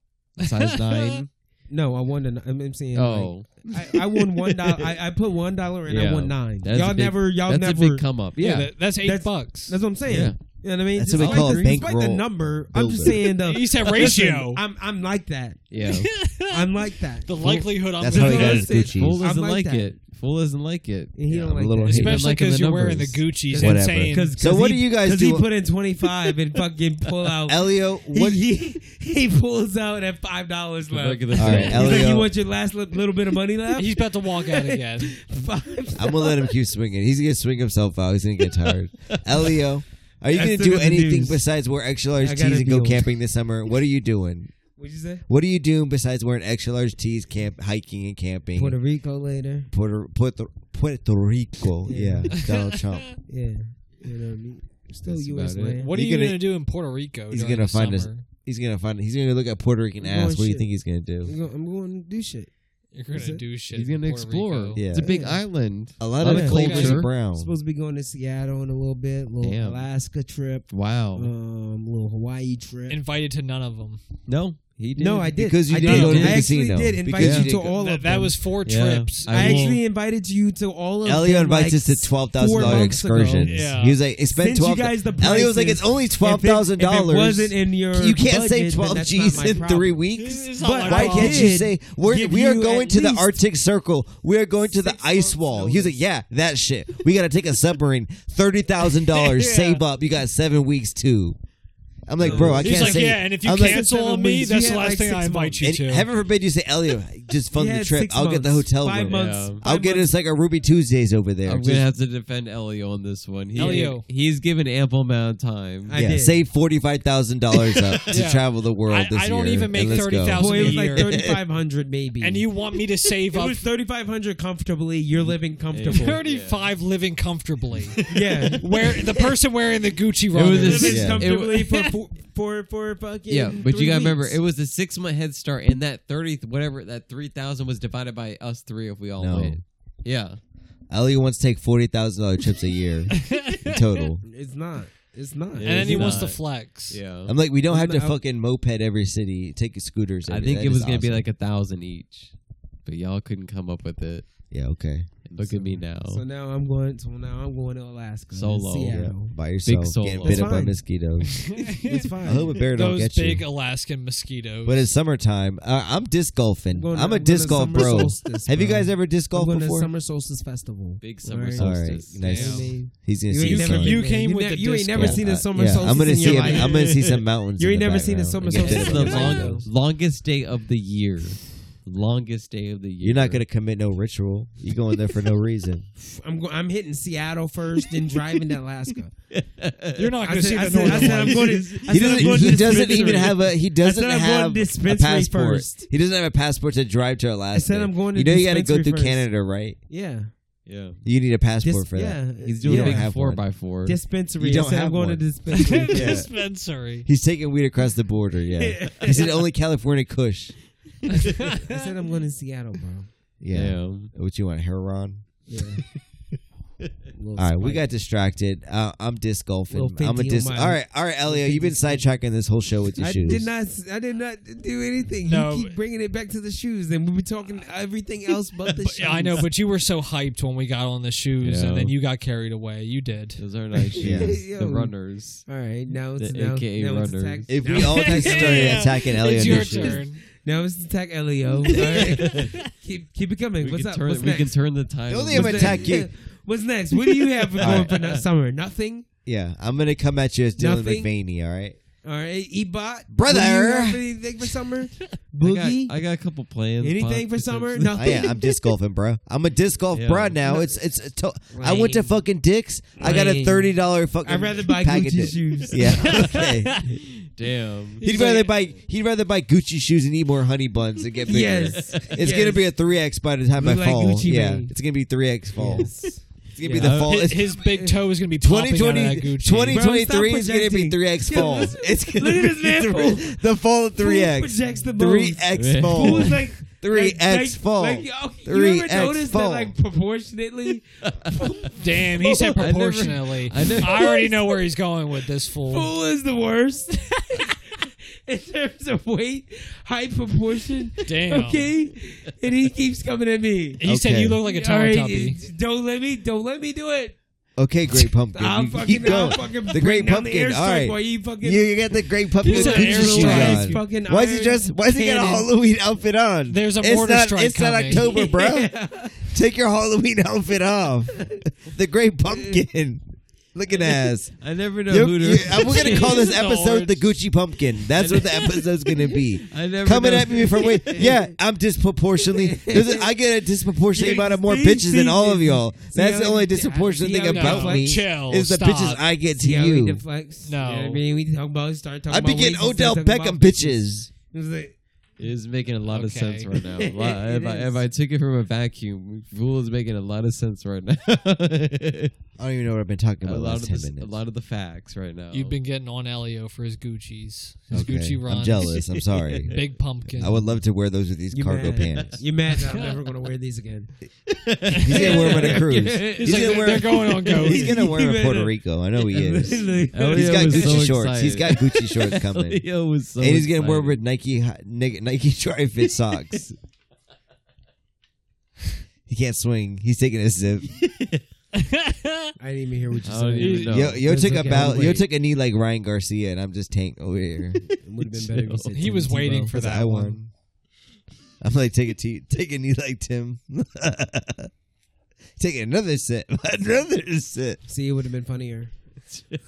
C: [LAUGHS]
D: size nine.
C: No, I won a. ni- I'm saying. Oh,
D: oh,
C: I, I won one dollar. I, I put one dollar and I
D: Yeah.
C: won nine.
D: That's
C: y'all
D: a big-
C: never. Y'all
D: that's
C: never.
D: a big come up.
B: Yeah,
D: Yeah,
B: that- that's eight
C: That's-
B: bucks.
C: that's what I'm saying.
D: Yeah.
C: You know what I mean?
A: That's
C: Just
A: what we
C: like
A: call
C: the,
A: a
C: despite the
A: bankroll
C: number, I'm
A: builder.
C: just saying the.
B: He said
C: Listen,
B: ratio.
C: I'm I'm like that.
D: [LAUGHS] yeah.
C: I'm like that.
B: the likelihood I'm
A: That's how he
B: gonna-
A: got his Gucci.
C: Listen,
D: Fool
C: I'm
D: doesn't
C: like
D: like,
C: that.
D: it. Fool doesn't like it.
C: And he
A: Yeah,
C: don't
A: I'm a
C: like
A: little
C: that.
A: hate.
D: I'm
B: especially
D: liking
B: because
D: the
B: you're wearing the
D: numbers.
B: Gucci's and
A: Whatever.
C: [LAUGHS]
B: saying
A: So what do you guys
C: Because
A: do-
C: he put in twenty five and fucking [LAUGHS] pull out.
A: Elio, what?
C: he, he he pulls out at five dollars left.
D: Look
C: [LAUGHS]
D: at
C: He's
D: this.
A: All right,
D: thing.
A: Elliot.
C: like,
A: Elio-
C: you want your last li- little bit of money left?
B: he's about to walk out again.
C: [LAUGHS] five.
A: I'm gonna let him keep swinging. He's gonna swing himself out. He's gonna get tired.
C: [LAUGHS]
A: Elio, are you
C: I
A: gonna
C: still
A: do
C: got the
A: anything
C: news.
A: besimes wear extra large
C: I gotta
A: tees and go
C: deal.
A: camping this summer? What are you doing?
C: What'd you say?
A: What are you doing besides wearing extra large tees, camp hiking and camping?
C: [LAUGHS] Puerto Rico later.
A: Puerto Puerto, Puerto Rico. Yeah,
C: Yeah.
A: Donald
C: [LAUGHS]
A: Trump.
C: Yeah, you know what I mean. Still
D: That's
C: U.S.
D: about it.
C: land.
B: What are
A: He's
B: you
A: gonna-
B: gonna, do in Puerto Rico?
A: He's
B: during
A: gonna
B: the
A: find us-
B: summer?
A: He's gonna find. He's gonna look at Puerto Rican
C: Oh,
A: ass. What do you
C: shit.
A: think he's gonna do?
C: I'm going, I'm going to do shit.
B: You're gonna
C: Is it?
B: do shit.
D: He's
B: in
D: gonna
B: Puerto
D: explore.
B: Rico.
A: Yeah.
D: It's a big
C: Yeah.
D: island.
A: A lot
D: Lot
A: of
D: of
A: cultures
B: culture.
A: are brown.
C: Supposed to be going to Seattle in a little bit, little
D: Damn. Oh.
C: Alaska trip,
D: Wow.
C: um, little Hawaii trip.
B: Invited to none of them.
D: no, he did.
C: no, I did
A: Because you
C: I
A: didn't
C: did.
D: go to the
C: I actually
A: casino.
C: did invite
A: Because
D: you
C: you to
A: didn't go-
C: all
B: That,
C: of
B: that
C: them.
B: was four
D: Yeah.
B: trips.
D: I
C: I
D: will-
C: actually invited you to all of
A: Elio
C: them.
A: invites
C: like,
A: us to twelve thousand
C: four
A: dollar
C: months ago.
A: excursions.
B: Yeah.
A: He was like, it's spent
C: Send you
A: twelve.
C: guys the
A: Elio was like,
C: prices.
A: it's only
C: If it-
A: twelve thousand
C: If it
A: dollars.
C: wasn't in your
A: You can't say
C: budget, then
A: twelve
C: that's
A: G's
C: not my
A: in
C: problem.
A: three
B: This
A: weeks.
B: is not
C: But
B: my
A: Why
C: I
B: problem.
A: can't you
C: did
A: say we're
C: give
A: we are
C: you
A: going
C: at
A: to the
C: least
A: Arctic Circle? We are going to the
C: six
A: ice
C: months
A: wall. He was like,
C: notice.
A: yeah, that shit. We got to take a submarine. Thirty thousand
C: [LAUGHS]
A: dollars.
B: Yeah.
A: Save up. You got seven weeks too. I'm like, bro, I
B: He's
A: can't
B: like,
A: say.
B: yeah, and if you
A: I'm like-
B: cancel
C: Seven
B: on me,
C: weeks.
B: that's
C: You
B: the
C: had,
B: last
C: like,
B: thing
C: six
B: I invite
C: months.
B: you
A: And
B: to.
A: heaven forbid you say, Elio, just fund
C: Yeah,
A: the trip.
C: six
A: I'll get the
C: months.
A: hotel
C: Five
A: room.
C: months.
D: Yeah.
A: I'll
C: five
A: get
C: months.
A: us like a Ruby Tuesdays over there.
D: I'm
A: Just-
D: gonna have to defend Elio on this one. He,
B: Elio.
D: he's given ample amount of time.
C: I
A: yeah,
C: did.
A: save forty five thousand dollars up to
B: Yeah.
A: travel the world.
B: I-
A: this
B: I don't
A: year,
B: even
A: and
B: make
A: let's go.
B: 30,000
C: Boy, it was like
A: [LAUGHS]
B: Year.
C: thirty five hundred maybe.
B: and you want me to save
C: it
B: up
C: was thirty five hundred comfortably. You're living
B: [LAUGHS]
C: comfortable.
D: Yeah.
B: 35 living comfortably.
C: [LAUGHS]
B: [LAUGHS]
C: yeah.
B: Where the person wearing the Gucci
D: was
B: runners.
D: a-
C: living
A: Yeah.
C: comfortably for
B: [LAUGHS]
C: for for, for fucking
D: Yeah, but
C: three
D: you gotta remember
C: weeks.
D: it was a six month head start, and that thirty whatever that three thousand was divided by us three if we all
A: No.
D: went. Yeah,
A: Elio wants to take forty thousand dollar trips a year in total.
C: It's not. It's not.
D: Yeah.
B: and then he wants to
D: not.
B: flex.
D: yeah.
A: I'm like, we don't have to
C: No.
A: fucking moped every city, take scooters.
D: I
A: every-
D: think
A: that
D: it was
A: is
D: gonna be
A: awesome.
D: like a thousand each, but y'all couldn't come up with it.
A: yeah, okay,
D: Look at me now.
C: So now I'm going. So now I'm going to Alaska.
D: Solo.
A: yeah,
C: Seattle.
A: by yourself,
D: solo.
A: getting
D: That's
A: bit up by
C: fine.
A: mosquitoes.
C: It's
A: I
C: fine.
A: hope a bear don't
B: Those
A: get
B: big
A: you.
B: Alaskan mosquitoes.
A: But it's summertime. Uh, I'm disc golfing.
C: I'm going to-
A: I'm a
C: I'm going
A: disc
C: to
A: golf
C: summer
A: bro.
C: solstice,
A: Have you
C: bro.
A: guys ever disc
C: I'm
A: golfed
C: going to
A: before?
C: Summer Solstice Festival.
D: Big summer
C: Alright.
A: All right,
D: solstice.
A: nice.
C: You know what I mean?
A: He's gonna
C: You
A: see some
C: ain't never
A: sun.
C: been
B: You
C: there.
B: came
C: you
B: with
C: ne-
B: the
C: You ain't
B: disco.
C: never
A: Yeah,
C: seen
A: uh,
C: a summer
A: yeah,
C: solstice.
A: I'm gonna
C: in
A: see.
C: your
A: A,
C: life.
A: I'm gonna see some mountains.
C: You
A: in
C: ain't
A: the
C: never seen a
A: background
C: summer
A: and get bit
C: solstice
A: up
D: It's
A: by
D: the
C: in your
A: mosquitoes.
C: life.
D: long, longest day of the year. Longest day of the year.
A: You're not gonna commit no ritual. You going there for no reason.
C: I'm go- I'm hitting Seattle first, then driving to Alaska.
B: You're not
C: I
B: going to see
C: said,
B: the
C: I said, I
B: northern
C: said I'm
B: lights.
C: going to. [LAUGHS] I
B: [LAUGHS]
A: he
C: said I'm
A: doesn't.
C: going to
A: He doesn't
C: dispensary.
A: even have a. He doesn't
C: I said I'm going
A: have
C: to
A: a
C: dispensary
A: passport.
C: first.
A: He doesn't have a passport to drive to Alaska.
C: I'm going to
A: You know you got to go
C: dispensary
A: through
C: first.
A: Canada, right?
C: Yeah,
D: Yeah.
A: You need a passport
C: Dis-
A: for that.
C: yeah.
D: He's doing
A: You
D: a
A: don't
D: big
A: have
D: four
A: one.
D: by four.
C: dispensary.
A: You don't
C: I said
A: have
C: I'm going
A: one.
C: to dispensary.
A: Yeah.
B: Dispensary.
A: He's taking weed across the border.
C: [LAUGHS]
A: Yeah, he said only California Kush.
C: I said I'm going to Seattle, bro.
A: Yeah.
D: Damn.
A: What you want, Heron?
C: Yeah. Little
A: All right, we
C: spike.
A: got distracted. Uh, I'm disc golfing.
C: Little
A: I'm a
C: 50
A: disc. All
C: mile.
A: right, all right, Elio, you've been sidetracking this whole show with your
C: I
A: shoes.
C: did not. I did not do anything.
B: No,
C: you keep bringing it back to the shoes, and we were talking everything else but the
B: But-
C: shoes.
B: I know, but you were so hyped when we got on the shoes,
D: Yeah.
B: and then you got carried away. You did.
D: Those are
C: [LAUGHS]
D: nice
A: Yeah.
D: shoes. The
C: Yo. [LAUGHS]
D: runners.
C: all right, now it's
D: The
C: now,
D: AKA
C: now it's
D: runners.
C: attack.
A: If we
C: [LAUGHS] now,
A: all just started
B: Yeah.
A: attacking Elio,
B: It's
A: in
B: your
A: his shoes.
B: turn.
C: now it's attack
A: [LAUGHS]
C: Leo. All right. keep keep it coming.
D: We
C: What's
D: can
C: up?
D: turn.
C: What's
D: we
C: next?
D: can turn the time.
A: The only
D: over.
A: I'm attack you.
C: What's next? What do you have for
A: All
C: going
A: right.
C: for no- summer? Nothing.
A: Yeah, I'm gonna come at you as Dylan
C: Nothing.
A: McVaney. All right.
C: All right, Ebot,
A: Brother.
C: What do you have for anything for
D: [LAUGHS]
C: summer?
D: I
C: Boogie.
D: got, I got a couple plans.
C: Anything
D: Pop,
C: for
D: [LAUGHS]
C: summer?
D: potentially.
A: Oh,
C: Nothing.
A: yeah, I'm disc golfing, bro. I'm a disc golf
D: Yeah.
A: bro now. It's it's. it's to- I went to
C: Lame.
A: fucking Dick's. I got a
C: Lame.
A: thirty dollar fucking.
C: I'd rather buy
A: pack of
C: Gucci
A: Dick.
C: shoes.
A: [LAUGHS]
C: [LAUGHS]
A: Yeah. Okay.
D: Damn.
A: He'd rather buy he'd rather buy Gucci shoes and eat more honey buns and get bigger.
C: Yes.
A: It's gonna be a three x by the time
C: Look
A: I
C: like
A: fall.
C: Gucci
A: yeah,
C: Mane.
A: it's gonna be three x fall.
C: [LAUGHS]
A: It's gonna be
C: Yeah.
A: the fall.
B: His,
A: It's
B: Uh, his big toe is going to be popping out of that
A: 2020,
B: Gucci.
A: 2023
C: Bro,
A: is
C: stop
A: gonna be
C: projecting.
A: three x
C: Yeah,
A: fall.
C: listen.
A: It's gonna
C: Look at
A: be
C: this man,
A: three-
C: fool.
A: the fall of three x.
C: projects the
A: Three
C: bones.
A: x
D: Yeah.
A: fall.
C: Who's like
A: Three
C: like-
A: X
C: like-
A: fall.
C: Like, oh,
A: Three
C: you ever
A: X
C: noticed
A: fall.
C: that like proportionately?
B: Damn, he said
D: I never-
B: proportionally. I,
D: I never-
B: already know where he's going with this fool.
C: Full is the worst. [LAUGHS] In terms of weight, height, proportion,
B: Damn.
C: okay, and he keeps coming at me.
B: He said
A: Okay.
B: you look like a
C: All
B: Tommy
C: right,
B: Tuppy.
C: don't let me, don't let me do it.
A: Okay, great pumpkin.
C: I'll
A: You
C: fucking,
A: keep
C: I'll
A: going.
C: fucking
A: The great
C: bring down the
A: pumpkin. All
C: airstrike
A: right.
C: while you fucking.
A: You, you got the great pumpkin
B: He's an
A: Gucci shoes
B: airline.
A: on.
C: Fucking
A: Why is he
C: iron
A: dressed? Why is he got a
C: cannon.
A: Halloween outfit on?
B: There's a
A: it's
B: border
A: not,
B: strike
A: It's not
B: coming.
A: October,
C: [LAUGHS]
A: bro. Take your Halloween outfit off. the great pumpkin. Looking ass.
D: I never know
A: You're,
D: who
A: you're,
D: to.
A: I'm gonna
C: [LAUGHS]
A: call this
B: Jesus
A: episode
B: Lord.
A: the Gucci Pumpkin. That's what the episode's gonna
C: [LAUGHS]
A: be.
D: I never
A: Coming
D: know.
A: at me from way. [LAUGHS] Yeah, I'm disproportionately. there's a- I get a disproportionate
C: Yeah,
A: amount of more
C: see,
A: bitches than
C: see,
A: all of
C: see,
A: y'all.
C: see
A: That's
C: how
A: the only
C: he-
A: disproportionate
C: see
A: thing
C: how he
A: about
B: deflects?
A: me
B: Chill,
A: is the
B: stop.
A: bitches I get to
C: See how he
A: you.
C: deflects?
B: No.
C: You know what I mean, we talk about start talking.
A: I be
C: about
A: getting
C: weights and
A: Odell
C: start talking
A: Beckham
C: about-
A: bitches.
C: It was like-
D: It is making a lot of
B: Okay.
D: sense
C: [LAUGHS]
D: right now. A
C: It
D: lot- if, I,
C: is.
D: [LAUGHS] if I took it from a vacuum, Fool is making a lot of sense right now.
A: I don't even know what I've been talking
D: a
A: about the
D: lot
A: last
D: of
A: ten
D: this, a
A: minutes.
D: lot of the facts right now.
B: You've
D: [LAUGHS]
B: been getting on Elio for his Gucci's, his
A: Okay.
B: Gucci runs.
A: I'm jealous. I'm sorry.
B: Big pumpkin.
A: I would love to wear those with these
C: You
A: cargo
C: mad.
A: pants.
C: You mad that I'm never gonna wear these again?
A: He's gonna wear them on a cruise. He's,
B: He's like,
A: gonna wear.
B: they're going on
A: [LAUGHS]
B: go.
A: he's gonna wear them in
C: You
A: Puerto
C: mad.
A: Rico. I know
C: [LAUGHS]
A: he is.
D: Elio
A: He's got
D: was
A: Gucci
D: Oh, so
A: shorts.
D: excited.
A: He's got Gucci shorts coming.
D: Elio was so
A: and he's gonna wear
D: excited.
A: with Nike hi- Nike, Nike [LAUGHS] dry fit socks. he can't swing. He's taking a sip.
C: I didn't even hear what you
D: I don't even
C: said.
D: know.
A: yo, yo
C: That's
A: took
C: okay,
A: a
C: I'll
A: bow. Yo
C: wait.
A: took a knee like Ryan Garcia, and I'm just tank over here.
C: It would have been better if you said
B: He was
C: Tim
B: waiting
C: Tebow.
B: for
A: That's
B: that
A: I
B: one.
A: won. I'm like take a t- take a knee like Tim. [LAUGHS] take another sip. [LAUGHS] Another sip.
C: See, it would have been funnier.
B: [LAUGHS]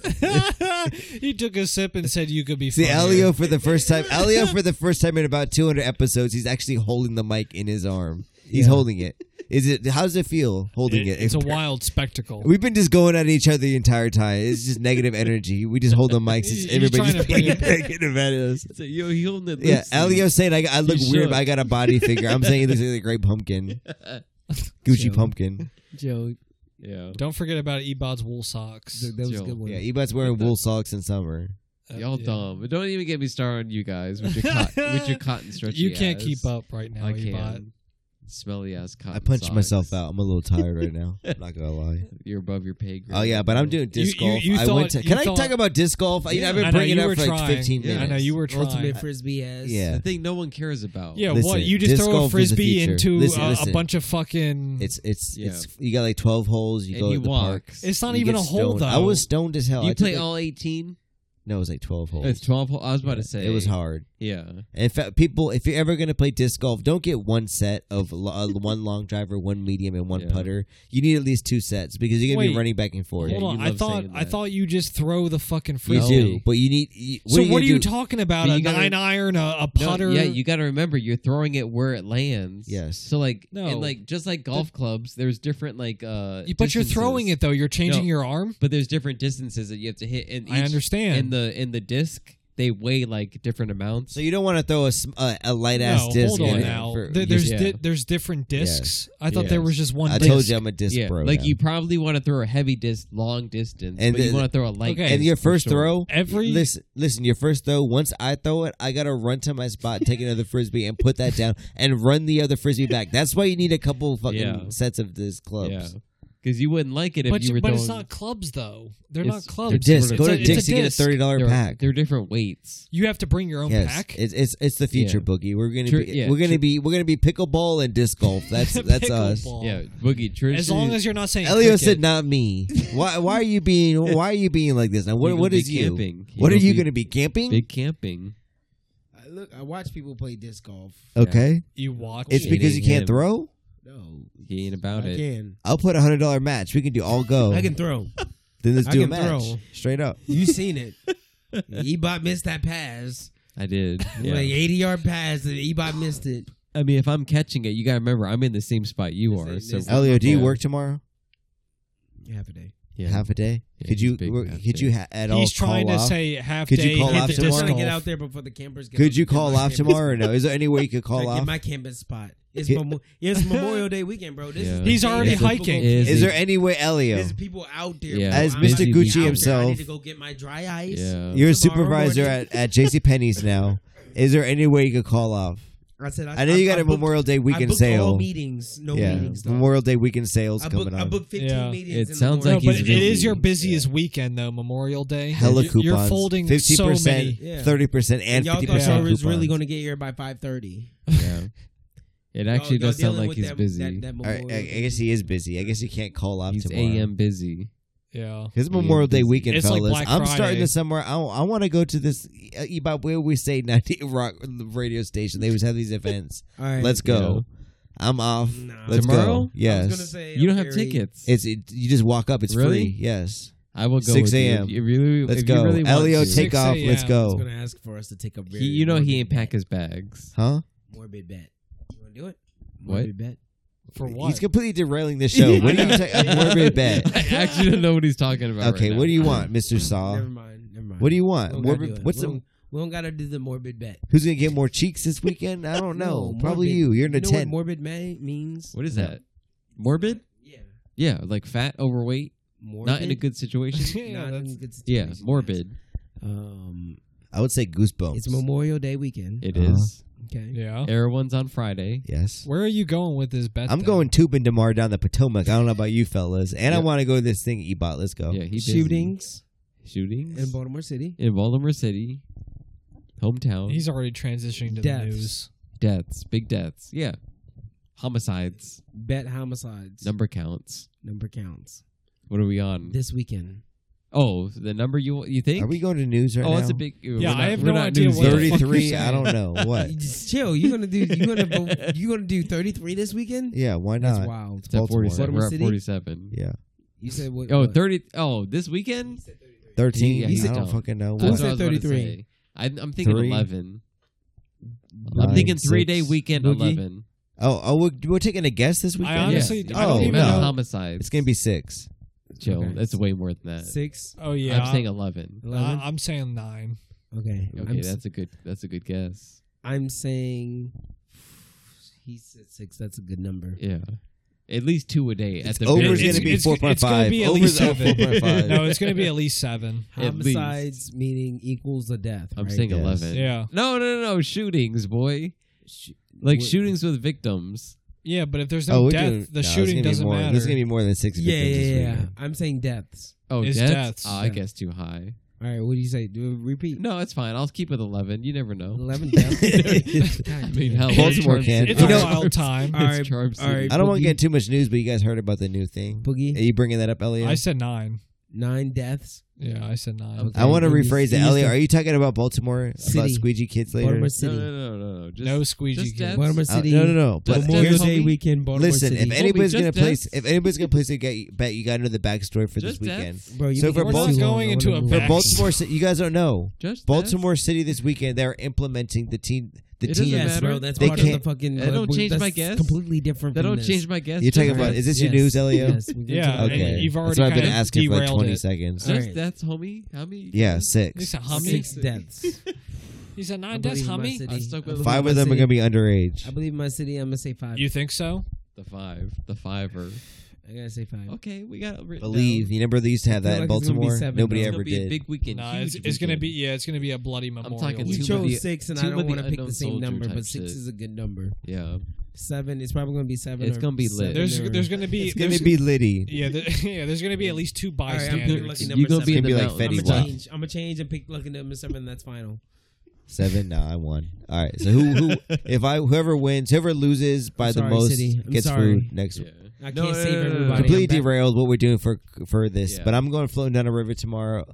B: he took a sip and said, "You could
A: [LAUGHS]
B: be."
A: See, E
B: funnier."
A: Elio for the first time. Elio for the first time in about 200 episodes, he's actually holding the mic in his arm. He's
C: Yeah.
A: holding it. Is it? How does it feel holding it? [LAUGHS]
B: It's a wild spectacle.
A: We've been just going at each other the entire time. It's just negative energy. We just hold
B: [LAUGHS]
A: the mics. It's
B: He's
A: everybody's
B: trying to bring
A: being
B: it back.
A: negative at us.
D: So, yo, he holding it.
A: Yeah,
D: loosely.
A: Elio's saying I, I look
D: You
A: weird,
D: should.
A: but I got a body figure. I'm saying he looks like a great
B: [LAUGHS]
A: pumpkin, Gucci
C: Joe.
A: pumpkin.
C: Joe,
D: Yeah.
B: Don't forget about Ebod's wool socks.
C: th- that was a
D: Joe.
C: good one.
A: Yeah, Ebot's wearing wool socks in summer.
B: Uh,
D: Y'all
B: yeah.
D: dumb. But don't even get me started on you guys with your cotton,
B: [LAUGHS]
D: with your cotton stretchy.
B: You can't
D: ass.
B: keep up right now,
D: I
B: Ebot.
D: can. Smelly ass cotton.
A: I punched
D: socks.
A: myself out. I'm a little tired right
B: [LAUGHS]
A: now. I'm not gonna lie.
D: You're above your pay grade.
A: Oh yeah, but I'm doing
B: You-
A: disc
B: you-
A: golf.
B: you
A: I went to.
B: thought-
A: Can
B: you
A: I
B: thought-
A: talk about disc golf? I, I've
B: I
A: been
B: know,
A: bringing
B: you
A: it
B: were
A: up for like
B: trying.
A: 15
D: Yeah,
A: minutes.
B: I know you were trying.
C: Ultimate frisbee ass.
A: Yeah,
D: The thing no one cares about.
B: Yeah,
A: Listen,
B: what? You just
A: disc
B: throw a
A: golf is the
B: frisbee
A: future.
B: into uh,
A: Listen,
B: a,
A: listen.
B: a bunch of fucking.
A: it's it's
D: Yeah.
A: it's. You got like 12 holes. You
D: And
A: go
D: he
A: to the park.
D: walks.
B: It's not
A: You
B: even
A: get
B: a hole
A: stoned.
B: though.
A: I was stoned as hell. I
D: you
A: took,
D: play
A: like-
D: all 18?
A: No, it was like 12 holes.
D: It's 12 hole. I was about to say.
A: It was hard.
D: Yeah.
A: In fact, people, if you're ever going to play disc golf, don't get one set of lo- uh, one long driver, one medium, and one
D: Yeah.
A: putter. You need at least two sets because you're going to be
B: Wait.
A: running back and forth.
B: Hold
D: Yeah,
B: on,
D: you
B: I
D: love
B: thought
D: saying
B: I
D: that.
B: thought you just throw the fucking
A: You
B: frisbee.
A: do, but you need. You, what
B: so
A: are you
B: what are
A: gonna
B: you
A: do?
B: talking about?
D: But
B: A
D: you gotta-
B: nine iron, a, a
D: No,
B: putter?
D: yeah, you got to remember you're throwing it where it lands.
A: Yes.
D: So like,
B: No.
D: and like just like golf clubs, there's different like. uh
B: You- but you're throwing
D: distances.
B: it though. You're changing
D: No.
B: your arm.
D: but there's different distances that you have to hit. And
B: I
D: each-
B: understand.
D: In the in the disc, they weigh like different amounts.
A: So you don't want to throw a, sm- a, a light
B: No,
A: ass disc.
B: hold
A: in it
B: on now.
A: for-
B: There- there's
D: Yeah.
B: di- there's different discs. I thought
D: Yes.
B: there was just one.
A: I
B: disc.
A: told you I'm a disc
D: yeah,
A: bro.
D: like
A: now.
D: you probably want to throw a heavy disc, long distance,
A: And
D: but
A: the-
D: you want to throw a light.
B: Okay.
D: disc
A: And your
D: for
A: first
D: short.
A: throw,
B: Every-
A: listen, listen. Your first throw. Once I throw it, I gotta run to my spot, take another frisbee, and put that down, and run the other frisbee back. That's why you need a couple fucking
D: Yeah.
A: sets of these clubs.
D: yeah, because you wouldn't like it if
B: but
D: you were
B: but
D: throwing.
B: it's not clubs though. They're not
D: It's-
B: clubs.
A: They're discs.
B: Oh, It's
A: Go
B: a-
A: to
B: it's a
A: Dick's to get a
B: disc.
A: thirty dollar
D: they're,
A: pack.
D: they're different weights.
B: You have to bring your own
A: yes,
B: pack.
A: it's, it's it's the future,
D: Yeah.
A: Boogie. We're gonna
D: Tr-
A: be
D: yeah,
A: we're gonna
D: tr-
A: be we're gonna be pickleball and disc golf. That's that's us.
B: Pickleball.
D: Yeah, boogie. Trish,
B: As long as you're not saying
A: Elio
B: cricket.
A: said, "Not me. Why why are you being why are you being like this now? What
D: You're
A: what
D: gonna
A: is
D: be
A: you?
D: camping.
A: What are
D: You're
A: you
D: gonna
A: gonna be camping?
D: big camping,
C: I look, I watch people play disc golf.
A: okay,
B: you watch.
A: it's
B: it.
A: because you
D: Eating
A: can't
D: him.
A: throw."
C: No,
D: he ain't about
C: I
D: it.
C: can.
A: I'll put a hundred dollar match. We can do all go.
C: I can throw.
A: then let's
C: I
A: do a
C: can
A: match
C: throw.
A: straight up.
C: [LAUGHS] You seen [LAUGHS] it? Ebot missed that pass,
A: [LAUGHS]
D: I did. Yeah.
C: like eighty yard pass, and Ebot missed it.
D: I mean, if I'm catching it, you gotta remember I'm in the same spot you
C: This
D: are.
C: ain't-
D: So
C: this-
A: Elio, do you
D: Yeah.
A: work tomorrow?
C: Half a day.
D: [LAUGHS] yeah.
A: Half a day?
D: Yeah,
A: could
D: just
A: you
D: big
A: work,
D: half
A: could
D: day.
A: you ha- at all
B: He's trying
A: call
B: to
A: off?
B: say half
A: Could you
B: day.
A: call off
B: hit the
C: I'm
B: disc
A: tomorrow?
C: trying to
B: golf.
C: get out there before the campers. Get [LAUGHS]
A: Could you call
C: get my
A: off
C: campers-
A: tomorrow or no? Is there any way you could
C: Trying
A: call
C: to get
A: off?
C: my camping spot. It's,
A: Get-
C: Memo- it's Memorial Day weekend, bro. This
D: Yeah.
C: is the
B: He's
C: day
B: already
C: that people
B: hiking.
C: go-
D: Is
A: Is there
D: it-
A: any way, Elio?
C: There's people out there.
D: Yeah.
C: bro.
A: As
C: I'm
A: Mr.
C: like,
A: Gucci
C: out there. I
A: himself.
C: need to go get my dry ice.
D: Yeah.
A: You're a
C: tomorrow
A: supervisor
C: morning.
A: at, at JCPenney's now. Is there any way you could call off?
C: I said. I,
A: I know you
C: I-
A: got
C: I
A: a
C: booked-
A: Memorial Day
C: I
A: weekend
C: booked All
A: sale.
C: meetings, no
A: yeah,
C: meetings. dog.
A: Memorial Day weekend sales
C: I booked.
A: coming
C: I
A: on.
C: booked fifteen
B: Yeah.
C: meetings.
D: It
C: in the
D: sounds
B: No,
D: like
C: morning.
B: but
D: he's
B: it is your
D: busy.
B: busiest weekend though, Memorial Day.
A: Hella
B: You're-
A: coupons.
B: You're folding
A: fifty
B: so
A: percent,
B: many.
C: Yeah.
A: thirty percent, and
C: y'all
A: fifty
C: thought
A: percent.
C: y'all was really going to get here by five thirty.
D: yeah. [LAUGHS] It actually
C: Y'all-
D: does
C: y'all Oh, dealing
D: sound like
C: with
D: he's
C: that-
D: busy.
C: that- that
A: I,
C: Memorial
A: I
C: Day.
A: guess he is busy. I guess he can't call off
D: he's
A: tomorrow.
D: AM busy.
B: Yeah.
A: It's
D: Yeah,
A: Memorial Day
D: busy.
A: weekend,
B: It's like
A: fellas.
B: Black
A: I'm
B: Friday.
A: starting to somewhere. I, I want to go to this uh, about where we say 90 [LAUGHS] rock radio station. They always have these events.
C: All right.
A: Let's go. I'm off.
C: Nah.
A: Let's
D: Tomorrow? I
A: go.
D: was
A: Yes.
C: I was gonna say,
D: You don't
C: I'm
D: have
C: very-
D: tickets.
A: it's it, you just walk up. It's
D: Really?
A: free. Yes.
D: I will go.
A: 6
D: with you
A: a.m..
D: if you really-
A: Let's
D: if you
A: go.
D: really want
A: Elio,
D: to.
A: take
B: 6
A: off.
B: a.m.
A: Let's
C: I was
A: go.
C: gonna ask for us to take a very.
D: He, you know he
C: morbid
D: ain't pack
C: bet.
D: his bags.
A: Huh?
C: morbid bet. You wanna do it?
D: What?
C: Morbid bet.
B: For what?
A: He's completely derailing the show. What
D: [LAUGHS]
A: are you talking? A [LAUGHS] morbid
D: I
A: bet.
D: actually don't know what he's talking about.
A: Okay.
D: [LAUGHS] right
A: What do you
D: now. [CLEARS THROAT]
A: want, Mister Saw?
C: Never mind. Never mind.
A: What do you
C: We
A: want?
C: don't gotta do
A: Morbid,
C: it.
A: what's
C: we
A: the,
C: don't, we don't gotta do the morbid bet.
A: who's gonna get more cheeks this weekend? I don't know.
C: No,
A: Probably
C: morbid.
A: you. You're in the
C: know
A: tent.
C: What morbid may means?
D: What is that? Morbid?
C: Yeah.
D: Yeah, like fat, overweight.
C: Morbid?
D: Not
C: [LAUGHS]
D: in a good situation.
A: [LAUGHS]
B: Yeah,
C: Not in
B: that's-
C: a good
D: yeah,
C: situation.
D: morbid. Oh.
C: Um,
A: I would say goosebumps.
C: it's Memorial Day weekend.
D: It
A: Uh-huh.
D: is.
C: Okay.
B: yeah.
D: Erewhon's on Friday.
A: yes.
B: Where are you going with this bet?
A: I'm
B: then?
A: going tubing tomorrow down the Potomac. I don't know about you fellas, and I
D: Yeah.
A: want to go to this thing Ebot. Let's go.
D: Yeah, he busy.
C: Shootings
D: shootings
C: in Baltimore City.
D: in Baltimore City, hometown.
B: He's already transitioning to
C: Deaths.
B: the news.
D: deaths, big deaths. Yeah, homicides,
C: Bet homicides.
D: number counts.
C: number counts.
D: What are we on?
C: This weekend.
D: Oh, the number you you think?
A: Are we going to news right
D: oh,
A: now?
D: that's a big.
B: Yeah, I have no idea what the fuck you're
A: Thirty-three.
B: saying.
A: I don't know
D: [LAUGHS]
A: what.
C: You just chill. You're gonna do. You're gonna. vo- You're gonna do 33 this weekend.
A: Yeah, why
C: That's
A: not?
C: wild.
D: It's at
A: Baltimore.
D: 47. We're
C: Baltimore
D: at
C: City?
D: 47.
A: Yeah,
C: You said what?
D: Oh,
C: what?
D: 30. Oh, this weekend?
A: thirteen.
D: Yeah,
A: I
D: he's
A: don't
D: a dumb.
A: fucking know.
C: Who
A: What.
D: That's
C: said
D: what I was about to
C: 33?
D: say. I, I'm thinking
A: Three,
D: 11.
A: nine,
D: I'm thinking three day
A: six.
D: weekend
C: Boogie?
D: 11.
A: Oh, oh, we're, we're taking a guess this weekend.
B: I honestly-
D: yes.
A: I don't
D: Oh,
A: even
D: amount of
A: know.
D: homicides.
A: it's gonna be six.
D: Joe,
C: Okay.
D: That's way more than that.
C: six.
B: Oh yeah,
D: I'm saying 11.
C: 11?
B: I- I'm
A: [LAUGHS]
B: saying nine.
C: okay.
D: Uh, Okay,
C: I'm, s-
D: that's a good. That's a good guess.
C: I'm saying. He said six. That's a good number.
D: Yeah, at least two a day at the
A: Over
D: very
A: is gonna
D: least.
A: be
B: it's-
A: four point
B: it's gonna
A: five.
B: be at
A: Over
B: least
A: is at four
B: seven.
A: point five.
B: [LAUGHS] No, it's going to be at least seven.
D: At least.
C: Homicides meaning equals a death.
D: I'm
C: right?
D: saying
A: Yes.
D: eleven.
B: Yeah,
D: No, no, no, no. Shootings, boy.
C: Sh-
D: Like
C: what-
D: shootings with victims.
B: yeah, but if there's
A: oh,
B: no
A: we're
B: death,
A: doing, no,
B: the
A: it's
B: shooting
A: gonna be
B: doesn't
A: more,
B: matter.
A: There's gonna be more than six.
C: Yeah,
A: victims
C: yeah,
A: this
C: yeah.
A: weekend.
C: I'm saying deaths.
D: Oh,
B: It's
D: deaths.
B: deaths,
D: Ah, I
C: yeah.
D: guess too high.
C: All right. What do you say? Do repeat.
D: No, it's fine. I'll keep it eleven. You never know.
A: [LAUGHS]
C: Eleven deaths.
D: I
C: God
D: mean,
C: damn.
D: hell,
A: Baltimore
D: Charm
A: can.
D: City.
B: it's
A: You
B: a
A: know- [LAUGHS]
B: wild time.
C: All right,
D: It's Charm
C: all right.
D: City.
A: I don't want
C: Boogie.
A: to get too much news, but you guys heard about the new thing. Are
C: Boogie.
A: you bringing that up, Elliot?
B: I said nine.
C: Nine deaths.
B: Yeah, I said nine.
C: Okay.
A: I want to
C: Boogie.
A: rephrase it.
C: You
A: Elliot,
C: said-
A: are you talking about Baltimore about
C: City.
A: squeegee kids later?
C: Baltimore
D: No,
C: City.
D: no, no, no, no. Just,
B: no squeegee.
D: just
B: kid.
D: deaths.
C: Baltimore
A: Uh,
C: City.
A: no, no, no. But
D: Just
A: here's
C: Memorial
D: deaths,
C: Day
D: homie.
C: weekend. Baltimore
A: Listen,
C: City.
A: if anybody's
D: just
A: gonna place,
D: deaths.
A: if anybody's gonna place a ga- bet, you gotta know the backstory for this
D: Just
A: weekend.
D: deaths.
C: Bro, you
A: So
C: been
A: for
C: going
A: Bal-
C: too
B: We're not
C: long.
B: going
C: I
B: into
C: wanna
B: a
C: move
A: For
B: Facts.
C: on.
A: Baltimore City, you guys don't know.
D: Just
A: Baltimore City this weekend, they're implementing the team. The
D: It doesn't
A: team.
D: matter.
C: Yes, bro. That's
A: They
C: part
A: can't-
C: of the fucking.
D: That don't
C: uh,
D: change
C: that's
D: my guess.
C: Completely different.
D: That
C: from
D: don't
C: this.
D: change my guess.
A: You're talking
D: just
A: about?
D: deaths.
A: Is this your
C: Yes.
A: news, Elio?
C: Yes, we're gonna
B: Yeah,
C: talk about
B: and
A: Okay,
C: it.
B: you've
A: that's
B: already
A: what I've been
B: kinda
A: asking for
B: derailed
A: twenty
B: it.
A: seconds.
D: Just
C: Alright.
D: deaths, homie. How many?
A: Yeah,
B: He
A: six.
B: said hummy.
C: Six
A: [LAUGHS]
C: deaths.
B: He said
C: I
B: nine deaths,
C: believe in my
B: hummy.
C: city.
D: I stuck with
C: I believe
A: Five
C: in
A: of
C: my
A: them are
C: city.
A: gonna be underage.
C: I believe in my city. I'm gonna say five.
B: You think so?
D: The five. The fiver.
C: I gotta say five.
D: Okay, we got it written
A: Believe.
D: down.
A: You remember they used to have
C: I
A: that in
C: feel like it's gonna be
A: Baltimore.
C: seven,
A: Nobody
C: though.
D: It's
A: ever
D: gonna be a
A: did.
D: big weekend.
B: Nah,
D: huge
B: it's, it's gonna
D: weekend.
B: be yeah, it's gonna be a bloody memorial.
D: talking
C: You
B: weekend.
D: two- of the-
C: chose six, and
D: two
C: I
D: of
C: don't
D: the
C: want to pick
D: unknown
C: the same
D: soldier
C: number,
D: type
C: but six
D: shit.
C: is a good number.
D: Yeah.
C: Seven is probably gonna be seven.
D: It's
C: or
D: gonna be
C: seven
D: lit.
B: There's
C: or-
B: there's gonna be
A: It's gonna
B: there's-
A: be Liddy.
B: yeah there, [LAUGHS] yeah there's gonna be at least two
C: right, I'm
B: bystanders.
C: doing lucky
D: You
C: number
D: gonna be
C: seven.
A: It's gonna be
D: in the
A: like
D: mountains.
A: Fetty
C: I'm
A: Wap.
C: gonna change. I'm gonna change and pick lucky number seven. That's final.
A: Seven? No, I won. All right. So who [LAUGHS] who if I whoever wins, whoever loses by the
C: sorry,
A: most
C: City. I'm
A: gets
C: sorry.
A: food next
D: Yeah.
A: week.
C: I can't
D: No, no,
C: save
D: no, no, no.
C: everybody. I'm
A: Completely
C: back.
A: derailed what we're doing for for this,
D: Yeah.
A: but I'm going floating down a river tomorrow.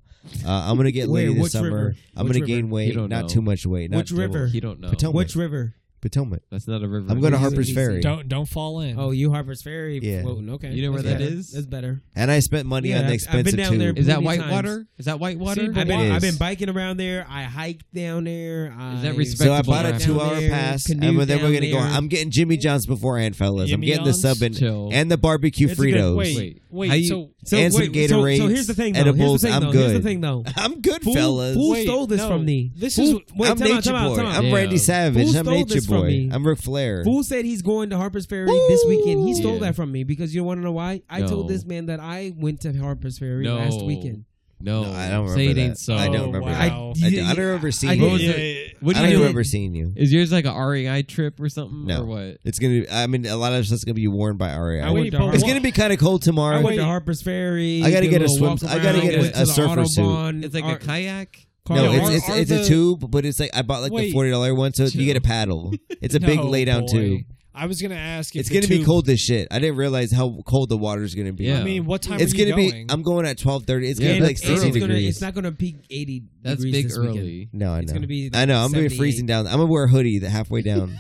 A: Uh, I'm going to get
C: Wait,
A: laid this
C: which
A: summer.
C: river?
A: I'm
C: Which
A: going to gain
C: river?
A: weight,
D: You don't
A: not
D: know.
A: too much weight. Not
C: Which
A: too-
C: river?
D: You don't know.
A: Potomac.
C: Which river?
A: Potomac.
D: That's not a river.
A: I'm going to
C: Who's
A: Harper's
C: in DC?
A: Ferry,
B: Don't don't fall in.
C: Oh, you Harper's Ferry.
A: Yeah.
C: Floating. Okay.
D: You know where
C: That's
D: that
C: better.
D: is?
C: That's better.
A: and I spent money on
C: Yeah,
A: the
C: I've- I've
A: expensive
C: been down there.
A: tube.
D: Is that
C: Many
D: whitewater? Is that whitewater?
B: See,
C: I've
B: but
C: been,
A: It
C: I've
A: is.
C: been biking around there. I hiked down there. I
D: that
A: So
D: respectable
A: I bought a
D: down
A: two-hour
C: there,
A: pass, and then
C: canoe
A: we're
C: down
A: going to go.
C: there.
A: I'm getting Jimmy John's beforehand, fellas. I'm
B: Jimmy
A: getting the
B: John's?
A: sub and,
D: Chill.
A: and the barbecue
C: It's a good-
A: Fritos.
B: wait
D: Wait,
B: wait,
D: how you-
B: so
A: and some Gatorades,
C: So, so here's the thing, though.
A: edibles,
C: here's the thing,
A: I'm
C: though. Here's
A: good.
C: the thing, though.
A: [LAUGHS] I'm good,
C: Fool-
A: fellas.
C: fool
B: Wait,
C: stole this
B: no.
C: from me.
B: This
C: Fool-
B: is
C: wait,
A: I'm
C: time out,
A: Nature
C: time out,
A: Boy.
C: time out.
A: I'm
D: Yeah.
A: Randy Savage.
C: Who
A: I'm
C: stole
A: Nature
C: this from
A: Boy.
C: me?
A: I'm Ric Flair.
C: Fool said he's going to Harper's Ferry this weekend. He stole
D: Yeah.
C: that from me because you want to know why? I told
D: No.
C: this man that I went to Harper's Ferry last
D: No.
C: weekend.
D: No,
A: No, I don't remember
D: Say it
A: that.
D: ain't so.
A: I don't remember
B: wow.
A: that.
B: Wow.
A: I,
C: You-
A: don't- I don't remember seeing
C: I
A: you.
C: didn't-
D: What was
B: yeah,
D: it? What do
A: I
D: you
A: don't
D: do?
A: remember seeing you.
D: Is yours like a REI trip or something?
A: No.
D: Or what?
A: It's gonna. Be, I mean, a lot of stuff's gonna be worn by REI.
C: I went
B: wait,
C: to
B: but
C: Harper's-
A: it's
B: what-
A: gonna be kind of cold
C: I
A: tomorrow.
C: went to Harper's Ferry.
A: I gotta
C: did
A: get a
C: little
A: swim-
C: walk
A: I gotta
C: around,
A: get a-
C: went to
A: a
C: the
A: surfer suit.
C: Autobahn,
D: It's like
C: Ar-
D: a kayak.
C: car-
A: no,
B: Yeah,
A: it's
B: are-
A: it's,
B: are
A: it's a
B: the-
A: tube, but it's like I bought like the
B: Wait.
A: forty dollar one, so you
D: Chill.
A: get a paddle.
C: [LAUGHS]
A: It's a big
B: No,
A: lay down
B: boy.
A: tube.
B: I was gonna ask. If
A: It's
B: the
A: gonna be
B: tube-
A: cold as shit. I didn't realize how cold the water's gonna be.
D: Yeah.
B: I mean, what time
A: It's
B: are you
A: gonna be.
B: going?
A: I'm going at twelve thirty. It's
D: Yeah,
A: gonna be like
D: that's
A: sixty
C: it's,
D: early.
C: gonna,
A: degrees.
C: it's not gonna peak 80
D: That's
C: degrees
D: big
C: this weekend.
D: early.
A: no, I know.
C: It's gonna be.
A: I know. I'm gonna be
C: 78.
A: freezing down. I'm gonna wear a hoodie the halfway down.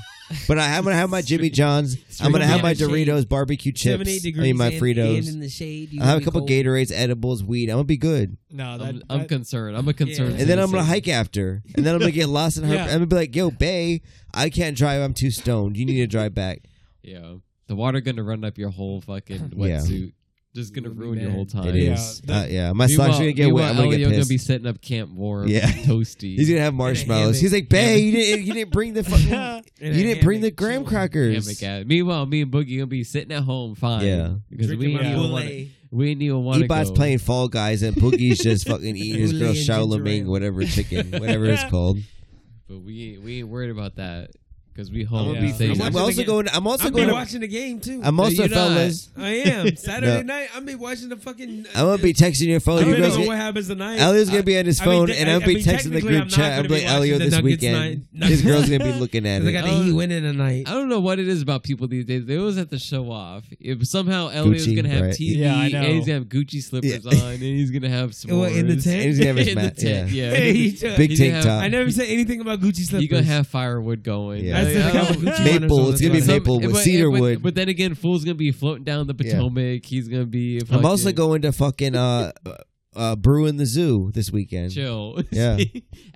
A: but I, I'm gonna have my Jimmy John's. I'm gonna
C: gonna
A: have
C: be
A: my
C: in the shade.
A: Doritos barbecue chips.
C: 78
A: I mean,
C: degrees
A: my
C: and- and in
A: Fritos.
C: the shade.
A: I have a couple Gatorades, edibles, weed. I'm gonna be good.
B: no, Oh, that,
D: I'm, I'm
B: that-
D: concerned. I'm a concerned.
A: And then I'm gonna
D: citizen.
A: hike after, and then I'm gonna get lost in her.
B: Yeah.
A: I'm gonna be like, "Yo, Bay, I can't drive. I'm too stoned. You need to drive back."
D: Yeah, the water gonna run up your whole
A: [LAUGHS]
D: fucking
A: Yeah.
D: wetsuit. Just gonna
C: You'll be
D: ruin your
C: mad.
D: whole time.
A: It
B: Yeah,
A: is,
B: that-
A: Uh, yeah. My socks are gonna get wet. I'm gonna get
D: Elio's
A: pissed.
D: be setting up camp warm,
A: Yeah.
D: [LAUGHS] toasty.
A: He's gonna have marshmallows.
C: hammock.
A: He's like, "Bay, you didn't, you didn't bring the fucking, you didn't bring the graham
C: crack.
A: crackers."
D: hammock out. Meanwhile, me and Boogie gonna be sitting at home, fine.
A: Yeah.
D: because
C: Drinking
D: we
C: my
D: don't
B: Kool-Aid.
D: wanna-
C: Kool-Aid.
D: We didn't even want to
A: Ebot's
D: go.
A: playing Fall Guys and Boogie's
C: [LAUGHS]
A: just fucking eating his
F: Uli
A: girl
F: and Ginger
A: Charlemagne,
F: Ale.
A: whatever chicken, whatever it's called.
D: but we ain't- we ain't worried about that because
C: Oh,
D: we hold.
B: gonna be
D: these things.
A: I'm
C: watching
A: also
C: the game.
A: going. I'm also
C: I'll
A: going.
C: be
A: to-
C: watching the game too.
A: I'm also
D: you're not.
A: fellas.
C: I am Saturday
A: [LAUGHS] No.
C: night. I'm be watching the fucking.
A: I'm gonna be texting your phone. You guys
C: I don't know what
A: get,
C: happens tonight.
A: Elliot's gonna be on his
C: I mean,
A: phone,
C: te-
A: and I'm
C: I- I
A: gonna be
C: mean,
A: texting the
C: group
A: group
C: I'm not
A: chat. I'm
C: gonna
A: like,
C: be watching
A: Elliot,
C: the
A: this
C: Nuggets
A: weekend,
C: [LAUGHS] night.
A: his girl's gonna be looking at
C: Cause I got
A: it. Oh.
C: the Heat winning tonight.
D: I don't know what it is about people these days. They always have to show off. If somehow Elliot's
A: Gucci,
D: gonna have
A: right.
D: TV,
B: Yeah, I know.
D: and he's gonna have Gucci slippers
A: Yeah.
D: on, and he's
A: [LAUGHS]
D: gonna have some
C: Well, in the
A: [LAUGHS]
C: tent?
D: [LAUGHS]
A: And he's gonna have his
D: In
C: [LAUGHS]
D: the
A: mat. Yeah.
D: tent, yeah.
C: Hey, he took-
A: Big
D: You
A: tank
D: have-
A: top.
C: I never said anything about Gucci slippers.
D: You're gonna have firewood going.
A: Yeah.
C: I
A: [LAUGHS]
C: said
D: [LAUGHS]
C: I got
D: Like,
C: Gucci
A: Maple,
C: runners on
A: it's gonna be
C: this
D: some-
A: maple with
D: but-
A: cedar
D: but-
A: wood.
D: But then again, fool's gonna be floating down the
A: Yeah.
D: Potomac. He's gonna be.
A: I'm also
D: fucking
A: going to fucking uh, uh, brew in the zoo this weekend.
D: chill. [LAUGHS]
A: Yeah.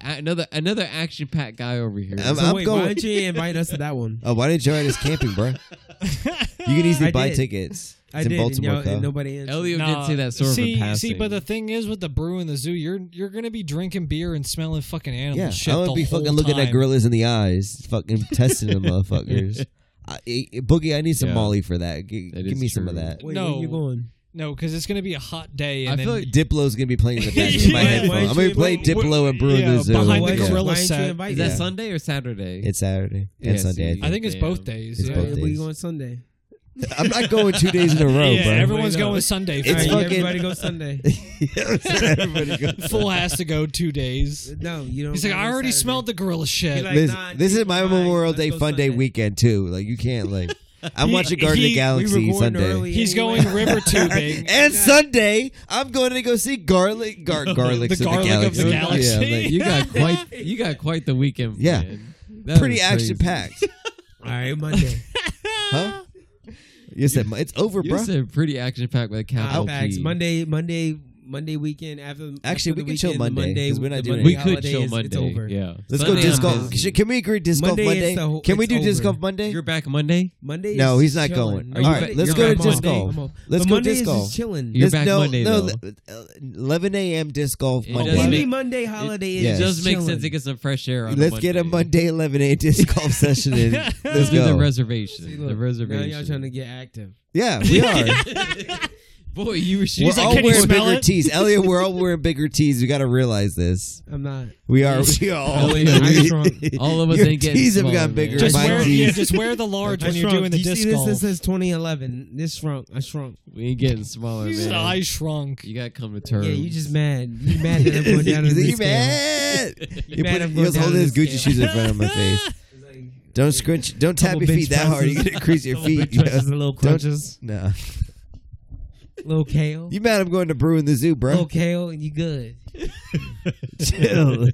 D: another another action packed guy over here.
A: I'm-
C: So wait,
A: going-
C: why didn't you invite us to that one?
A: Oh, why didn't you join us camping, bro?
C: [LAUGHS]
A: You can easily
C: I
A: buy
C: did.
A: tickets. [LAUGHS] It's
C: I
A: in
C: did,
A: Baltimore.
C: and, y'all,
A: Kyle.
C: and nobody answered.
D: Elliot
B: Nah,
D: did say that sort
B: see,
D: of in passing.
B: See, but the thing is, with the brew and the zoo, you're you're gonna be drinking beer and smelling fucking animal
A: yeah,
B: shit.
A: I'm
B: the
A: gonna be
B: whole
A: fucking looking at
B: time.
A: gorillas in the eyes, fucking testing
B: [LAUGHS]
A: them, motherfuckers. I, I- Boogie, I need some
D: Yeah.
A: Molly for that. G-
D: That
A: give
D: is
A: me some of
D: true.
A: that.
C: Wait,
B: No.
C: where you going?
B: No, because it's gonna be a hot day, and
D: I
B: then
D: feel like
A: [LAUGHS] Diplo's gonna be playing in the back of my
B: Yeah,
A: headphone.
C: why
A: I'm gonna be
C: you-
A: playing
B: why-
A: Diplo and Brew in
B: yeah,
A: the zoo.
B: behind
C: Why
B: the
C: didn't you-
B: gorilla
C: why didn't you
B: set.
C: invite
D: is
C: us?
D: that
A: Yeah.
D: Sunday or Saturday?
A: It's Saturday
D: Yeah,
A: and
D: so
A: Sunday. I
D: you-
B: I think it's
D: Damn.
B: both days.
A: It's
B: yeah.
A: both
C: Yeah, we
A: days.
C: going Sunday.
A: think. I'm not going two days in a row,
B: Yeah,
A: bro.
B: everyone's
C: Why not?
B: going Sunday.
A: It's
C: All right,
B: Friday.
A: fucking-
C: everybody go Sunday.
A: [LAUGHS] Everybody
B: [LAUGHS]
A: goes-
B: Fool has to go two days.
C: No, you don't.
B: He's like,
C: go
B: I already
C: Saturday.
B: smelled the gorilla shit.
C: He like,
A: Listen,
C: nah,
A: this
C: dude,
A: is my
C: fine,
A: Memorial
C: let's
A: Day
C: go
A: fun day
C: Sunday.
A: weekend too. Like you can't like. I'm
B: He-
A: watching Guardian of the
B: he- we
A: Galaxy
C: recording
A: Sunday.
C: early.
B: He's
C: Anyway.
B: going river
D: [LAUGHS]
B: tubing.
A: And Sunday, I'm going to go see Garlic gar- Garlics
B: The
A: of the
B: Garlic of
A: Galaxy.
B: the Galaxy.
A: Yeah, [LAUGHS] like,
D: You got quite you got quite the weekend.
A: Yeah.
D: planned. That
A: pretty
D: is crazy.
A: action packed,
C: All right,
A: [LAUGHS]
C: Monday.
A: huh? You said it's over,
D: You
A: bro.
D: said pretty action packed with a capital
C: Hot facts.
D: P.
C: Monday, Monday, Monday weekend after.
A: Actually,
C: after
A: we
C: the
A: can chill
C: weekend,
A: Monday, 'cause we're not
C: the
A: doing
D: we
A: Monday
D: could
C: holiday
D: chill
C: is-
D: Monday.
C: It's over.
D: Yeah,
A: Let's
D: Sunday
A: go disc
D: I'm
A: golf.
D: busy.
A: Should- Can we agree disc golf
C: Monday
A: Monday?
C: is the whole-
A: Can we
C: it's
A: do disc
C: over.
A: golf Monday?
D: You're back Monday.
C: Monday. is
A: No, he's not
C: chilling.
A: going.
C: No,
A: All
D: right,
C: Monday-
D: let's
C: you're
D: go to
C: back
D: disc
C: Monday.
A: golf.
C: I'm off.
A: Let's
C: But
A: go
C: Monday
A: disc
C: is
A: golf.
C: just chilling.
D: You're
A: Let's-
D: back
A: no,
D: Monday,
A: no,
D: though.
A: le- uh, 11 a.m. disc golf
D: It
A: Monday.
D: doesn't
A: Let
D: make-
A: me-
C: Any Monday holiday
A: Yeah.
C: is
D: It
C: just
D: does make
C: chilling.
D: sense to get some fresh air on.
A: Let's get a Monday 11 a.m. disc golf session in. Let's
D: Let's do the
A: go.
D: reservation.
C: See,
D: the
C: look,
D: reservation.
C: Now y'all trying to get active.
A: Yeah, we are.
D: Boy, you were
A: we're
D: shooting.
A: all
B: "Can you
A: wearing
B: smell
A: bigger
B: it?"
A: tees. Elliot, we're all wearing bigger tees. We got to realize this.
C: I'm not.
A: We are. [LAUGHS] We are all,
D: Elliot,
C: I'm drunk.
D: All of us
A: Your
D: ain't getting
A: tees have
D: smaller,
A: gotten
D: man.
A: bigger.
B: just
A: My
B: wear,
A: tees-
B: yeah, just wear the large
C: I
B: when you're
C: shrunk.
B: doing
C: Do
B: the
C: you
B: disc
C: see
B: golf.
C: This, this is 2011. This shrunk. I shrunk.
D: We ain't getting smaller,
B: He said,
D: man.
B: I shrunk.
D: You gotta come to terms.
C: Yeah,
A: [LAUGHS]
C: you just mad. You mad that I'm going
D: [LAUGHS]
C: down in
A: you
C: the
A: think you
C: scale.
A: mad? You
C: mad
A: put-
C: I'm
A: he
C: going
A: was
C: down
A: holding
C: in
A: his
C: the
A: Gucci
C: scale.
A: shoes in front of
B: [LAUGHS]
A: my
B: Ah!
A: face. Don't scrunch. Don't tap
C: Couple
A: your feet
C: bench
A: that hard. You
C: presses.
A: gonna increase your
C: Little
A: feet.
C: bit
A: you know? [LAUGHS]
C: crunches, little crunches,
A: No.
C: little kale,
A: You mad? I'm going to brew in the zoo, bro.
C: little kale, and you
D: [LAUGHS]
C: good.
A: [LAUGHS] Chill. I'm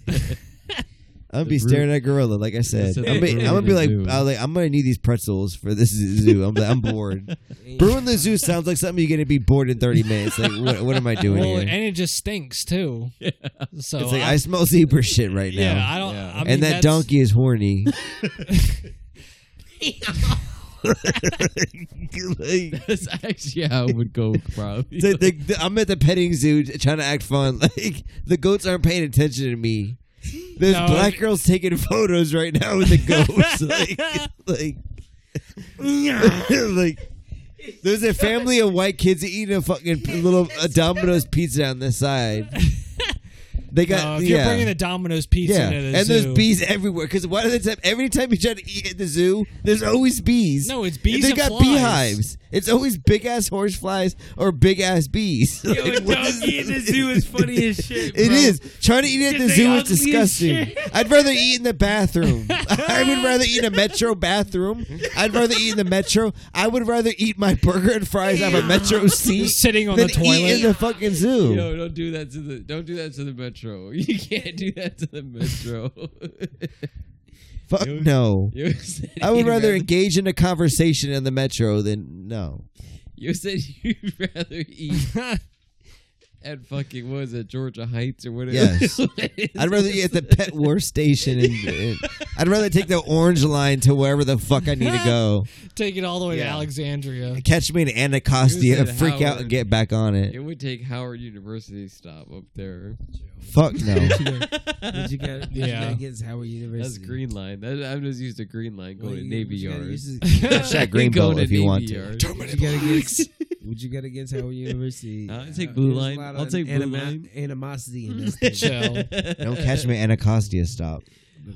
A: gonna be
D: brew-
A: staring at gorilla, like I said.
D: said
A: I'm gonna,
D: the
A: be-
D: brew
A: I'm gonna
D: in
A: be
D: the
A: like,
D: zoo.
A: I'm like, I'm gonna need these pretzels for this [LAUGHS] zoo. I'm like, I'm
D: [LAUGHS]
A: bored. Brew in the zoo sounds like something you're gonna be bored in 30 minutes. Like, what, what am I doing
B: Well,
A: here?
B: and it just stinks too. So
A: it's like
B: I,
A: I smell zebra shit right now.
B: yeah, I don't. I
D: Yeah. And
B: mean,
A: and that
B: that's-
A: donkey is
B: [LAUGHS]
A: horny. [LAUGHS] Like,
D: [LAUGHS] That's actually how it would go, probably.
A: the- the- the- I'm at the petting zoo t- trying to act fun. [LAUGHS] Like the goats aren't paying attention to me. There's
B: No.
A: black girls taking photos right now
B: [LAUGHS]
A: with the goats. like, [LAUGHS] like, like, there's a family of white kids eating a fucking p-
B: [LAUGHS]
A: little a Domino's pizza on the side. They got
B: No, if
A: yeah.
B: you're bringing the Domino's pizza
A: yeah,
B: into the
A: and there's
B: zoo- [LAUGHS]
A: bees everywhere. Because why does time every time you try to eat at the zoo, there's always bees.
B: No, it's bees
A: They
B: and
A: got
B: flies.
A: beehives. It's always big ass horse flies or big ass bees. [LAUGHS]
C: Yo,
A: Like, what is
C: doggy in the
A: this?
C: zoo is funny as shit.
A: It
C: bro.
A: is. Trying to eat at
C: Get
A: the
C: the
A: zoo is
C: ugly as
A: disgusting.
C: shit.
A: I'd rather eat in the bathroom. [LAUGHS] I would rather eat in a metro bathroom. I'd rather eat in the metro. I would rather eat my burger and fries
B: [LAUGHS]
A: out of a metro seat
B: Just sitting on
A: than [LAUGHS]
B: the
A: eat in
B: toilet.
A: the fucking zoo.
D: Yo, don't do that to the don't do that to the metro. [LAUGHS] You can't do that to the metro. [LAUGHS]
A: Fuck no.
D: you said
A: I would
D: you'd
A: rather engage in a conversation in the metro than no.
D: You said [LAUGHS] you'd rather eat at fucking what is it, Georgia Heights or whatever.
A: Yes. I'd rather eat at the pet war station and, and I'd rather take the orange line to wherever the fuck I need to go.
B: Take it all the way to
A: Yeah.
B: Alexandria.
A: Catch me in Anacostia,
D: You said
A: freak out
D: Howard.
A: and get back on
D: [LAUGHS] It
A: it.
D: would take Howard University stop up there.
A: Fuck
D: [LAUGHS]
A: no.
C: Did you got? Did
B: Yeah.
C: you got against Howard University?
D: That's Green Line. That, I'm just used to Green Line
C: Well,
D: going to
C: you-
D: Navy
C: you gotta
D: Yard.
C: use
D: You
C: this-
A: Shot green
D: go
A: ball
D: to
A: if you
D: Navy
A: want to.
D: Yard.
C: You gotta get [LAUGHS] Would you get against Howard University?
D: [LAUGHS]
C: Uh,
D: I'll take Blue
C: there's a
D: Line.
C: lot
D: I'll
C: of
D: take Blue
C: animo-
D: Line.
C: Animosity in
D: [LAUGHS]
C: this.
A: [LAUGHS]
C: thing.
B: Chill.
A: Don't catch me Anacostia stop.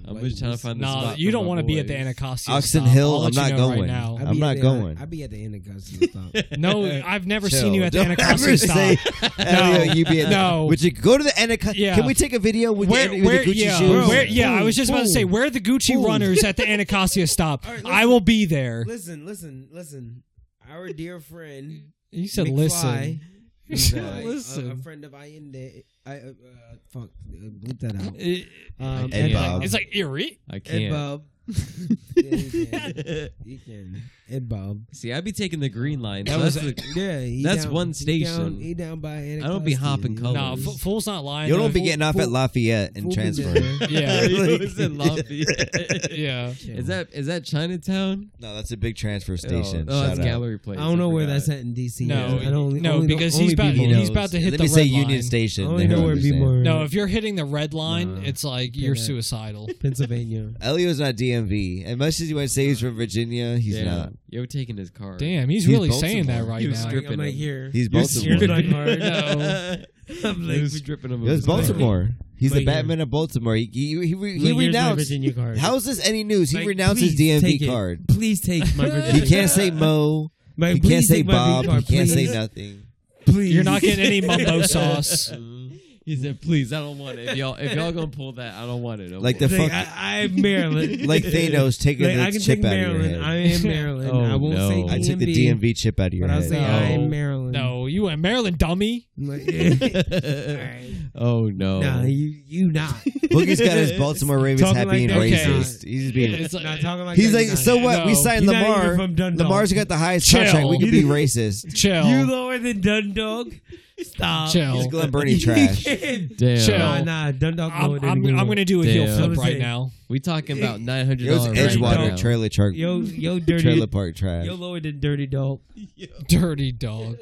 D: I'm just trying to find the
B: Nah,
D: spot
B: you
D: for
B: don't
D: my
B: want to be at the
D: boys.
B: Anacostia.
A: Oxon
B: stop.
A: Hill,
B: I'll let
A: I'm
B: you
A: not
B: know
A: going. [LAUGHS]
C: I'd be
B: Right
A: I'm
C: at
A: not
C: the-
A: going.
C: I'd be at the Anacostia stop.
D: [LAUGHS]
B: now. No, I've never
A: Chill.
B: seen you at the
A: Don't ever
B: Anacostia. Stop.
A: say
B: No.
A: [LAUGHS] Elio, you be at-
B: No.
A: Would you go to the Anacostia?
B: Yeah.
A: Can we take a video with,
B: where,
A: the, Ana-
B: where,
A: with the Gucci
B: yeah,
A: shoes?
B: where- yeah. I was just about to say,
C: Boom.
B: where are the Gucci
C: Boom.
B: runners at the
A: [LAUGHS]
B: Anacostia stop?
C: All right,
B: I will be there.
C: listen, listen, listen. Our dear friend
B: You said,
C: McFly,
B: listen. You
D: [LAUGHS]
C: McFly,
B: said,
C: a- a,
B: listen.
C: friend of Allende. I uh, uh, fuck, uh, bleep that
D: [LAUGHS]
C: out.
B: It-
C: Um,
A: Ed
C: Ed
A: Bob.
C: Bob.
B: Uh, It's like eerie.
D: I
C: Ed
D: can't. [LAUGHS]
C: Bob. yeah, you can. You can. Ed Bob.
D: See, I'd be taking the green line.
B: That
D: so
B: was-
D: that's the-
C: Yeah, he
D: That's
C: down-
D: one
C: he
D: station.
C: down- He down, by Anacostia.
D: I don't be hopping
C: you know?
B: No,
D: colors.
B: F- fool's not
A: Oh,
B: lying.
A: You
B: though.
A: don't be getting off at Lafayette and
C: Fool-
A: transferring.
B: [LAUGHS]
D: [LAUGHS]
A: [LAUGHS]
B: Yeah.
D: It was in
B: [LAUGHS]
D: Lafayette.
B: Yeah.
D: Is that is that Chinatown?
A: No, that's a big transfer station.
D: Oh, oh that's
A: Shout out.
D: Gallery Place.
C: I don't know where
D: forgot.
C: that's at in DC.
B: No,
C: I don't,
B: no,
C: only,
B: because
C: only
B: he's about
C: people
D: he
B: he's
C: knows.
B: about to hit
A: Let
B: the
A: me
B: red
A: say Union
B: line.
C: I
A: Station.
C: only
A: They
C: know
A: don't
C: where people
A: understand.
C: are.
B: No, if you're hitting the red line,
C: Nah.
B: it's like you're
C: Yeah.
A: [LAUGHS]
B: suicidal.
C: [LAUGHS] Pennsylvania.
A: Elio's not DMV. As much as you want to say he's from Virginia, he's
D: Damn,
A: not.
D: You're taking his car.
B: Damn, he's,
A: He's
B: really saying that
A: Baltimore.
B: right
D: He was
B: now.
D: stripping
C: I'm like
D: him.
C: here.
A: He's
C: You're
A: Baltimore.
C: stripping my heart.
B: [LAUGHS] No.
C: I'm
D: He
C: like,
D: was stripping him. of
A: That's
D: his car.
A: Baltimore. He's the
C: But yeah.
A: Batman of Baltimore. He he, he, he,
C: Like, here's my
A: renounced.
C: Virginia card.
A: How is this any news? He
C: Like,
A: renounced his
C: please take
A: DMV
C: it.
A: card.
C: Please
A: [LAUGHS]
C: take my
A: He
C: Virginia.
A: can't
C: [LAUGHS]
A: say Mo.
C: Like,
A: He can't
C: please
A: say
C: take my Virginia
A: Bob. He
C: card,
A: can't say
C: please. [LAUGHS]
A: nothing.
C: Please.
B: You're not
A: [LAUGHS]
B: getting any mumbo sauce.
C: Mm-hmm.
D: He said, "Please, I don't want it. If y'all if y'all gonna pull that, I don't want it."
A: Like the
C: Like,
A: fuck,
C: I, I'm
A: [LAUGHS]
C: Maryland.
A: like Thanos taking
C: [LAUGHS] Like, I
A: the
C: can
A: chip
C: take
A: out of your
C: Maryland.
A: head.
C: I am
B: [LAUGHS]
C: Maryland.
D: Oh,
C: I won't
D: no.
C: say
A: I
C: DMV,
A: took the DMV chip out of your
C: but I'll
A: head.
C: say I
B: No.
C: am Maryland.
B: Oh. No, you in Maryland, dummy.
C: I'm like, [LAUGHS] yeah.
D: oh no.
C: Nah, you you not.
A: [LAUGHS] Boogie's got his Baltimore Ravens
C: Talking
A: happy and
C: like that,
B: okay.
A: racist. He's being.
B: It's like,
C: not talking like
A: He's
C: that,
A: like,
C: you're not.
A: so what? We
B: No.
A: signed
C: You're not
A: Lamar.
C: even from Dundalk.
A: Lamar's got the highest
B: Chill.
A: contract. We could be racist.
B: chill,
C: You lower than Dundog? Stop.
A: He's
B: chill.
A: Glen Burnie trash.
D: Damn.
B: Chill.
C: Nah, nah, Dundog
B: I'm,
C: lower than
B: I'm,
C: Greenwood.
B: I'm gonna do a heel
D: Damn.
B: flip right
C: Jose.
B: now. [LAUGHS]
D: We talking about nine hundred
A: It was
D: dollars.
A: Edgewater
D: right
A: trailer park.
C: Yo, yo, dirty.
A: Trailer park trash.
C: Yo, lower than Dirty [LAUGHS] Dog.
B: Dirty dog.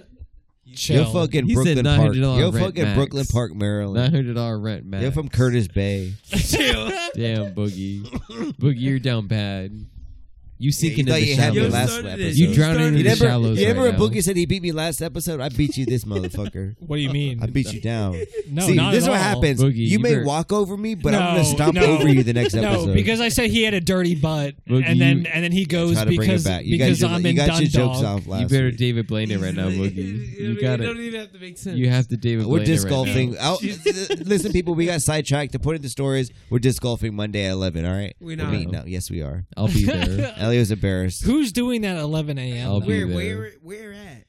B: Chill.
A: Yo, fucking
D: He said
A: Brooklyn Park.
D: $900
A: Yo,
D: rent
A: fucking
D: max.
A: Brooklyn Park,
D: Nine
A: Maryland.
D: hundred dollar rent, man.
A: Yo, from Curtis Bay. [LAUGHS]
D: Damn, Boogie. Boogie, you're down bad. You sinking
A: thought
D: in
A: you
D: the
A: had me
C: Yo,
D: shallows.
A: last
C: started
A: episode.
C: this.
D: You
C: Yo,
D: drowning
C: started
D: in
A: You
D: the
C: this.
A: never,
D: shallows
A: you ever
D: right now.
A: Boogie said he beat me last episode? I beat you this motherfucker.
B: What do you mean?
A: I beat you down.
B: No,
A: See,
B: not
A: this is
B: at
A: what
B: all.
A: happens.
D: Boogie,
A: you
D: you
A: may
D: better-
A: walk over me, but I'm
B: No,
A: gonna stomp
B: no.
A: over you the next episode.
B: No, because I said he had a dirty butt,
D: Look,
B: and
D: you-
B: then and then he goes
A: try to bring
B: because
A: it back. You
B: because
A: got your,
B: I'm
A: you
B: in
A: got your
B: Dundalk.
A: jokes off last.
D: You better
A: week.
D: David Blaine
C: [LAUGHS]
D: it right now, Boogie. You got
C: Don't
D: it.
C: even have to make sense.
D: You have to David Blaine
A: We're
D: it
A: disc
D: right
A: golfing.
D: now.
A: I'll- Listen, people, we got sidetracked. The point of the story is we're disc golfing Monday at eleven. All right,
C: We're
A: We're
C: not.
A: meeting up. Yes, we are. [LAUGHS]
D: I'll be there.
A: Elio's embarrassed
B: Who's doing that at 11 a.m.?
D: I'll
B: though?
D: be
C: where,
D: there.
C: where, where at?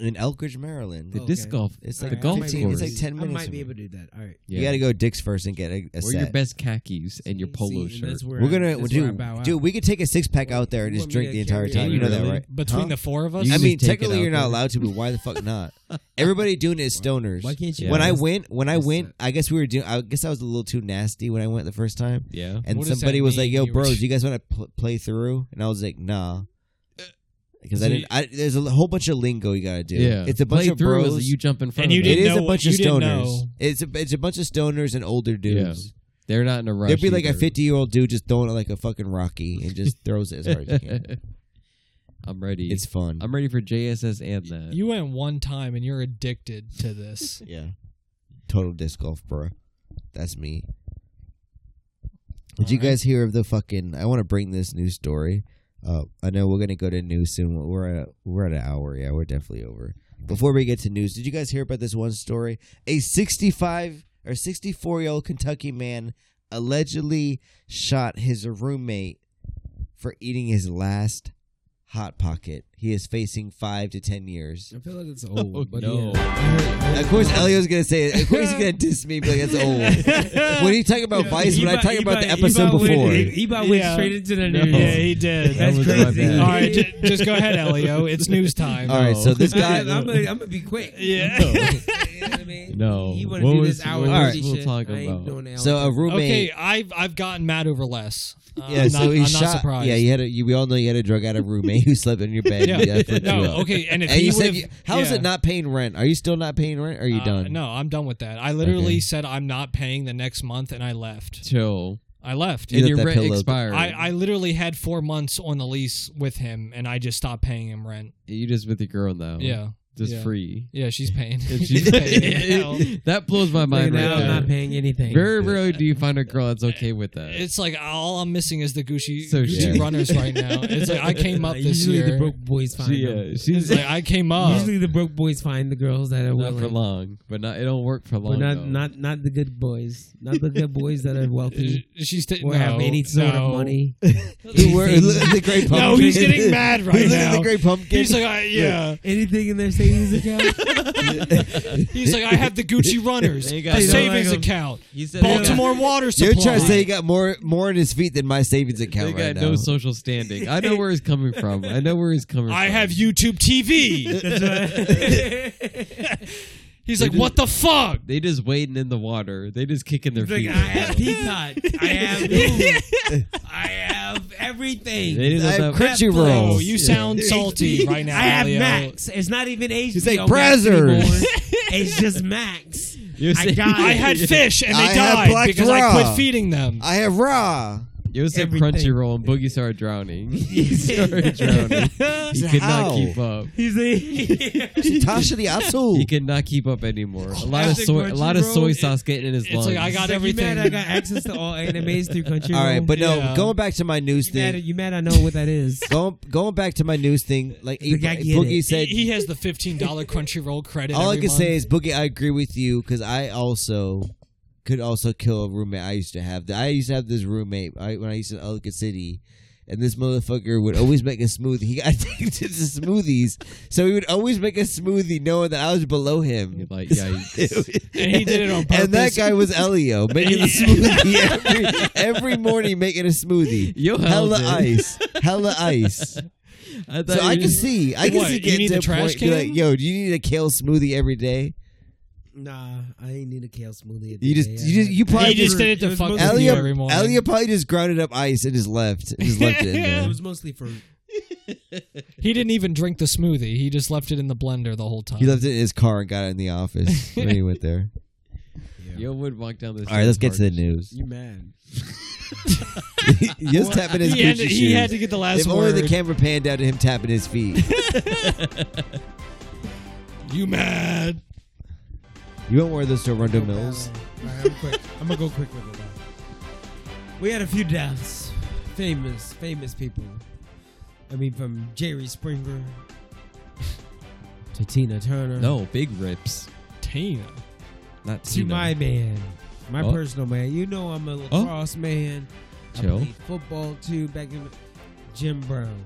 A: in Elkridge, Maryland. Oh,
D: The
C: Okay.
D: disc golf.
A: It's
C: All
A: like
D: the
C: right,
D: golf
C: I might be
A: 15
C: able
A: It's
C: to
A: like
C: do-
A: ten minutes.
C: I might be
A: from-
C: able to do that. All right.
A: You got to go dicks first and get a, a
D: Wear your
A: set.
D: best khakis and your polo
C: See,
D: shirt.
C: that's where
A: We're
C: I-
A: gonna
C: that's where I
A: do,
C: bow out.
A: dude. We could take a six pack out there and
C: You
A: just
C: want me
A: drink
C: to
A: the entire
C: carry
A: time.
C: it?
A: You know that,
D: Really?
A: right?
B: Between
A: Huh?
B: the four of us?
D: You
A: I
D: just
A: mean,
D: take it
A: technically
D: out
A: you're not
D: there.
A: allowed to, but why the fuck
C: [LAUGHS]
A: not? Everybody doing it is stoners.
C: Why can't you?
A: When
D: Yeah.
A: I went, when I
C: What's
A: went,
C: that?
A: I guess we were doing. I guess I was a little too nasty when I went the first time,
D: Yeah.
A: and
B: What does
A: somebody
B: that
A: was like,
B: mean?
A: "Yo,
B: You were-
A: bros, you guys want to pl- play through?" And I was like, "Nah,"
B: Uh,
A: because I
B: so
A: didn't. I, there's a whole bunch of lingo you gotta do.
D: Yeah.
A: it's a bunch
D: Play
A: of
D: through is
A: bros.
D: You jump in front.
B: And you
D: of
A: it
D: them.
B: didn't-
A: is a
B: know-
A: bunch of
B: you didn't
A: stoners.
B: know.
A: It's a it's a bunch of stoners and older dudes.
D: They're not in a rush.
A: There'd be like a
B: [LAUGHS]
D: either.
A: 50 year old dude just throwing it like a fucking Rocky and just throws it as hard as he
B: [LAUGHS]
A: can.
D: [LAUGHS] I'm ready.
A: It's fun.
D: I'm ready for JSS and that.
B: You went one time and you're addicted to [LAUGHS] this.
A: yeah. Total disc golf, bro. That's me. Did you guys hear of the fucking? I want to bring this new story. Uh, I know we're gonna go to news soon. We're at we're at an hour. Yeah, we're definitely over. Before we get to news, did you guys hear about this one story? A 65 or 64 year old Kentucky man allegedly shot his roommate for eating his last hot pocket. He is facing five to ten years.
C: I feel like it's old.
D: Oh,
C: but yeah.
D: no.
C: I heard- I heard-
A: Of
B: [LAUGHS]
A: course, Elio's gonna say it. Of course, he's gonna diss me, but that's old. when he talk about Vice, when I
C: Eba-
A: talk about the
C: Eba-
A: episode
C: Eba went-
A: before,
C: Eba went
B: Yeah.
C: straight into the
D: No.
C: news.
D: Yeah, he
B: did.
D: That
C: That's
D: was my
C: crazy.
D: bad.
B: All right, j- just go ahead, Elio. It's news time.
A: all right. So this
C: I,
B: [LAUGHS]
A: guy,
C: am gonna, I'm gonna be quick.
B: Yeah.
C: You know what I mean?
D: No.
C: You wanna
D: What
C: do
D: was-
C: this hour?
D: what
C: and
D: was
C: shit.
D: we'll talk
C: I ain't
D: about?
C: doing that.
A: so a
B: Okay,
A: roommate,
B: I've I've gotten mad over less. Uh,
A: yeah.
B: I'm
A: so
B: not,
A: he
B: I'm
A: shot.
B: not surprised.
A: Yeah, you had a. You, we all know you had a drug addict roommate who slept in your bed.
B: Yeah.
A: and you got
B: [LAUGHS] No,
A: you up.
B: okay, and if
A: And
B: he
A: you said,
B: would've-
A: you- how is
B: yeah.
A: it not paying rent? Are you still not paying rent? Or are you
B: Uh,
A: done?
B: No, I'm done with that. I literally
A: Okay.
B: said I'm not paying the next month, and I left.
D: chill.
B: I left.
A: You
D: and
A: let
D: your
A: that
D: rent
A: pillow-
D: expired.
B: I, I literally had four months on the lease with him, and I just stopped paying him rent.
A: Oh.
D: you just with your girl now.
B: Yeah.
D: just
B: Yeah. [LAUGHS]
D: free.
B: Yeah, she's
A: [LAUGHS]
B: paying.
D: And she's
B: paying.
D: [LAUGHS] that blows my
C: Look at
D: mind right
C: that, I'm
D: there.
C: not paying anything. [LAUGHS]
D: Very rarely do you find a girl that's okay with that.
B: It's like all I'm missing is the
A: [LAUGHS]
B: Gucci
D: So
B: Gucci
D: shit.
B: runners right now. It's like I
C: [LAUGHS]
B: came up this
C: Usually
B: year.
C: the broke boys find
D: she,
C: them.
D: uh, she's
B: It's like I came up.
C: Usually the broke boys find the girls that are
D: [LAUGHS] not for
C: willing.
D: long, but not it don't work for long.
C: But not,
D: though.
C: not not the good boys. Not the good boys that are
B: [LAUGHS]
C: wealthy
B: She's t-
C: or
B: no,
C: have any sort
B: no.
C: of money.
A: Who [LAUGHS] were-
C: Anything-
A: the great pumpkin.
B: [LAUGHS] No, he's
A: [LAUGHS]
B: getting mad
A: Who
B: right
A: lit
B: now.
A: the great pumpkin.
B: He's like, I,
C: [LAUGHS]
B: yeah.
C: [LAUGHS] Anything in their savings account?
B: He's like, I have the Gucci runners,
D: They
B: a
D: got- they don't
B: savings
D: like 'em.
B: account,
D: You said they got-
B: Baltimore water supply.
A: You're trying to say he got more more in his feet than my savings [LAUGHS]
D: They
A: account
D: got
A: right now.
D: no social standing. I know where he's coming from. I know where he's coming
B: [LAUGHS] I
D: from.
B: have
A: [LAUGHS]
B: YouTube TV. He's like, what the fuck?
D: They just wading in the water. They just kicking their
C: Like,
D: feet.
C: I
D: out.
C: have Peacock.
A: [LAUGHS]
C: I have Hulu. I have everything.
D: They just
A: I
D: have
A: have
D: that-
A: Crunchyroll.
B: Oh, you sound
A: [LAUGHS]
B: salty right now.
C: I have
B: Leo.
C: Max. It's not even HBO.
A: You say
C: Max
A: Brazzers.
C: anymore.
A: [LAUGHS]
C: It's just Max.
D: You're
C: I
D: saying-
C: got
B: I had fish and they
A: I had
B: died
A: Black
B: because I
A: Dora.
B: quit feeding them.
A: I have raw.
D: You said
C: everything.
D: Crunchyroll and Boogie
B: [LAUGHS]
D: started drowning. [LAUGHS] he started drowning. He
A: So
D: could
A: how?
D: not keep up.
C: [LAUGHS] He's a
A: Tasha
B: [LAUGHS]
A: the Asu.
D: He could not keep up anymore. A lot of
C: After
D: soy, a lot of soy
C: Crunchyroll,
D: sauce getting in his
B: it's
D: lungs.
B: like I got
C: Like,
B: everything.
C: You mad I got access to all animes through country.
A: All right,
C: Road?
A: but no.
B: Yeah.
A: Going back to my news
C: you mad,
A: thing.
C: you mad I know what that is.
A: Going going back to my news thing. Like
C: Like, I get
A: Boogie
C: it.
A: said,
B: he has the fifteen dollar Crunchyroll credit.
A: all I
B: every
A: can
B: month.
A: say is Boogie. I agree with you because I also could also kill a roommate I used to have. I used to have this roommate I, when I used to in Ellicott City. And this motherfucker would always make a smoothie. He got [LAUGHS] addicted to smoothies, so he would always make a smoothie, knowing that I was below him.
D: [LAUGHS] like yikes.
B: [LAUGHS] and he did it on
A: [LAUGHS]
B: purpose.
A: And that guy was
B: [LAUGHS]
A: Elio making a smoothie every, every morning, making a smoothie.
D: Yo,
B: Oh,
A: Hella
D: Elton.
A: ice, hella ice.
D: [LAUGHS] I thought
A: So I
D: you-
A: can see, I can
B: What,
A: see
B: you
A: getting
B: need
A: to
B: the
A: a
B: trash
A: point. be Like,
B: can?
A: yo, do you need a kale smoothie every day?
C: Nah, I ain't need a kale smoothie.
A: You just, you just, you
B: he
A: probably
B: just did it
C: it
B: to
C: was
B: fuck with
C: mostly
B: you
A: Elio,
B: every morning.
A: Elio probably just grounded up ice and just left, just left
B: [LAUGHS]
A: it in
C: It
A: there.
C: was mostly fruit.
B: he didn't even drink the smoothie. He just left it in the blender the whole time.
A: He left it in his car and got it in the office when he went
B: [LAUGHS]
A: there.
D: Yo would walk down this.
A: All right, let's get to the
B: [LAUGHS]
A: news.
C: You mad?
A: [LAUGHS] Just tapping his
B: He had, to,
A: Gucci
B: he had
A: shoes.
B: to get the last
A: If only
B: word.
A: the camera panned out to him tapping his feet.
B: you mad?
A: You won't wear those to Rondo Mills.
C: Alright, I'm quick. I'm gonna go quick with it. though. We had a few deaths, famous, famous people. I mean, from Jerry Springer [LAUGHS] to Tina Turner.
D: No, big rips.
B: Tina.
D: Not
C: to
D: Tina.
C: my man, my
D: Oh.
C: personal man. You know, I'm a lacrosse man.
D: Chill.
C: I played football too back in Jim Brown.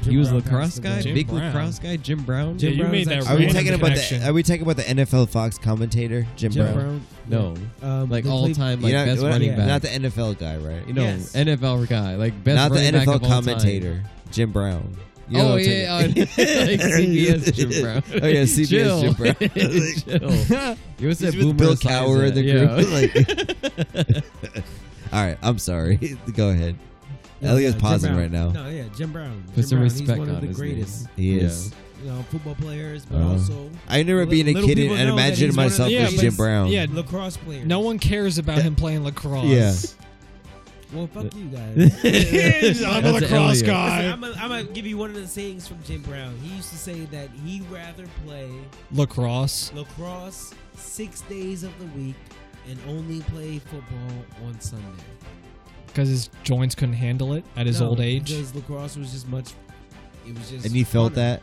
D: He was
C: Brown
D: lacrosse
C: passed
D: guy,
C: away.
B: Jim
D: big
B: Brown.
D: lacrosse guy, Jim Brown.
C: Jim
B: Yeah, you
C: Brown's
B: made that.
C: actually-
A: Are we
B: random
A: talking about
B: connection.
A: the? Are we talking about the NFL Fox commentator Jim,
C: Jim
A: Brown?
C: Brown.
D: No,
C: Um,
D: like
C: the
D: all
C: Cleve-
D: time, like
A: You're not,
D: best
A: we're not-
D: running
C: yeah.
D: back.
A: not the NFL guy, right?
D: you know,
C: Yes.
D: NFL guy, like best
A: not the
D: running back
A: NFL
D: of all time.
A: commentator Jim Brown. You know
D: oh
A: what I'm
D: yeah, on,
A: talking-
D: [LAUGHS] like
A: [LAUGHS]
D: [LAUGHS] CBS Jim Brown.
A: Oh, yeah, CBS Jim
D: [LAUGHS]
A: Brown. [LAUGHS]
D: Brown. Chill. You was
A: He's
D: that
A: with
D: boomer
A: Bill
D: size
A: Cower in
D: that-
A: the
D: yeah.
A: group. [LAUGHS] Like- [LAUGHS] all right, I'm sorry. [LAUGHS] Go ahead.
C: Yeah,
A: Elio's
C: Jim
A: pausing
C: Brown.
A: right now.
C: No, yeah, Jim Brown.
D: Put
C: Jim
D: some
C: Brown, he's
D: respect
C: one
D: on
C: of the
D: his name.
C: greatest
A: He is.
C: you know, football players, but
A: Uh-huh.
C: also
A: I remember
C: Little-
A: being a
C: little
A: kid
C: people
A: and
C: know that
A: imagining
C: he's one of
A: myself
C: the-
A: as
B: Yeah,
A: Jim
B: but-
A: Brown.
B: yeah.
C: lacrosse players.
B: No one cares about him playing lacrosse.
A: Yeah.
C: Well, fuck
A: [LAUGHS]
C: you guys.
B: I'm a
D: That's
B: lacrosse
D: Elliot.
B: guy.
C: I'm gonna give you one of the sayings from Jim Brown. He used to say that he'd rather play
B: Lacrosse.
C: lacrosse six days of the week and only play football on Sunday.
B: Because his joints couldn't handle it at his
C: No,
B: old age.
C: because lacrosse was just much. It was just.
A: And you felt
C: funner.
A: that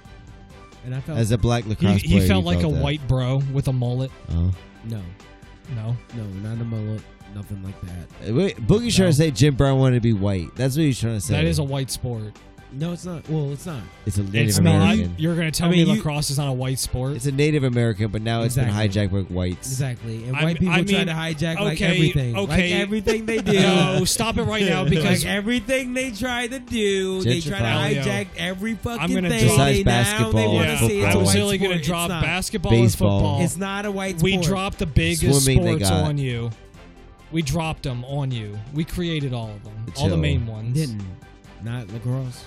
C: and I felt
A: as a black
B: He,
A: lacrosse player.
B: he felt
A: you
B: like a
A: that.
B: white bro with a mullet.
A: Oh.
C: no,
B: No.
C: no, not a mullet, nothing like that.
A: Wait, Boogie's trying
B: No.
A: to say Jim Brown wanted to be white. That's what he's trying to say.
B: That is a white sport.
C: No, it's not. Well, it's not.
A: It's a Native
B: It's not.
A: American.
B: You're going to tell
C: I mean,
B: me
C: you-
B: lacrosse is not a white sport?
A: It's a Native American, but now it's
C: Exactly.
A: been hijacked by whites.
C: Exactly. And
B: I
C: white
B: mean-
C: people
B: I
C: try
B: mean,
C: to hijack like
B: okay,
C: everything. Like
B: okay.
C: everything they
A: [LAUGHS]
C: do.
B: no, stop it right
C: [LAUGHS]
B: now because
C: Because everything they try to do, they try to
A: Gentrify.
C: hijack every fucking
B: I'm gonna
C: thing.
B: drop-
A: Besides
C: they
A: basketball,
C: now, they want to
B: yeah,
A: football.
C: see
B: I
C: it's a
B: was
C: white
B: really going to
C: sport.
B: drop
C: It's not.
B: basketball
A: Baseball.
B: and
C: It's
B: football.
C: not a white
B: we
C: sport.
B: dropped the biggest
A: Swimming, they
B: sports
A: got.
B: on you. We dropped them on you. We created all of them, all the
A: Chill.
B: main ones.
C: Didn't. Not lacrosse.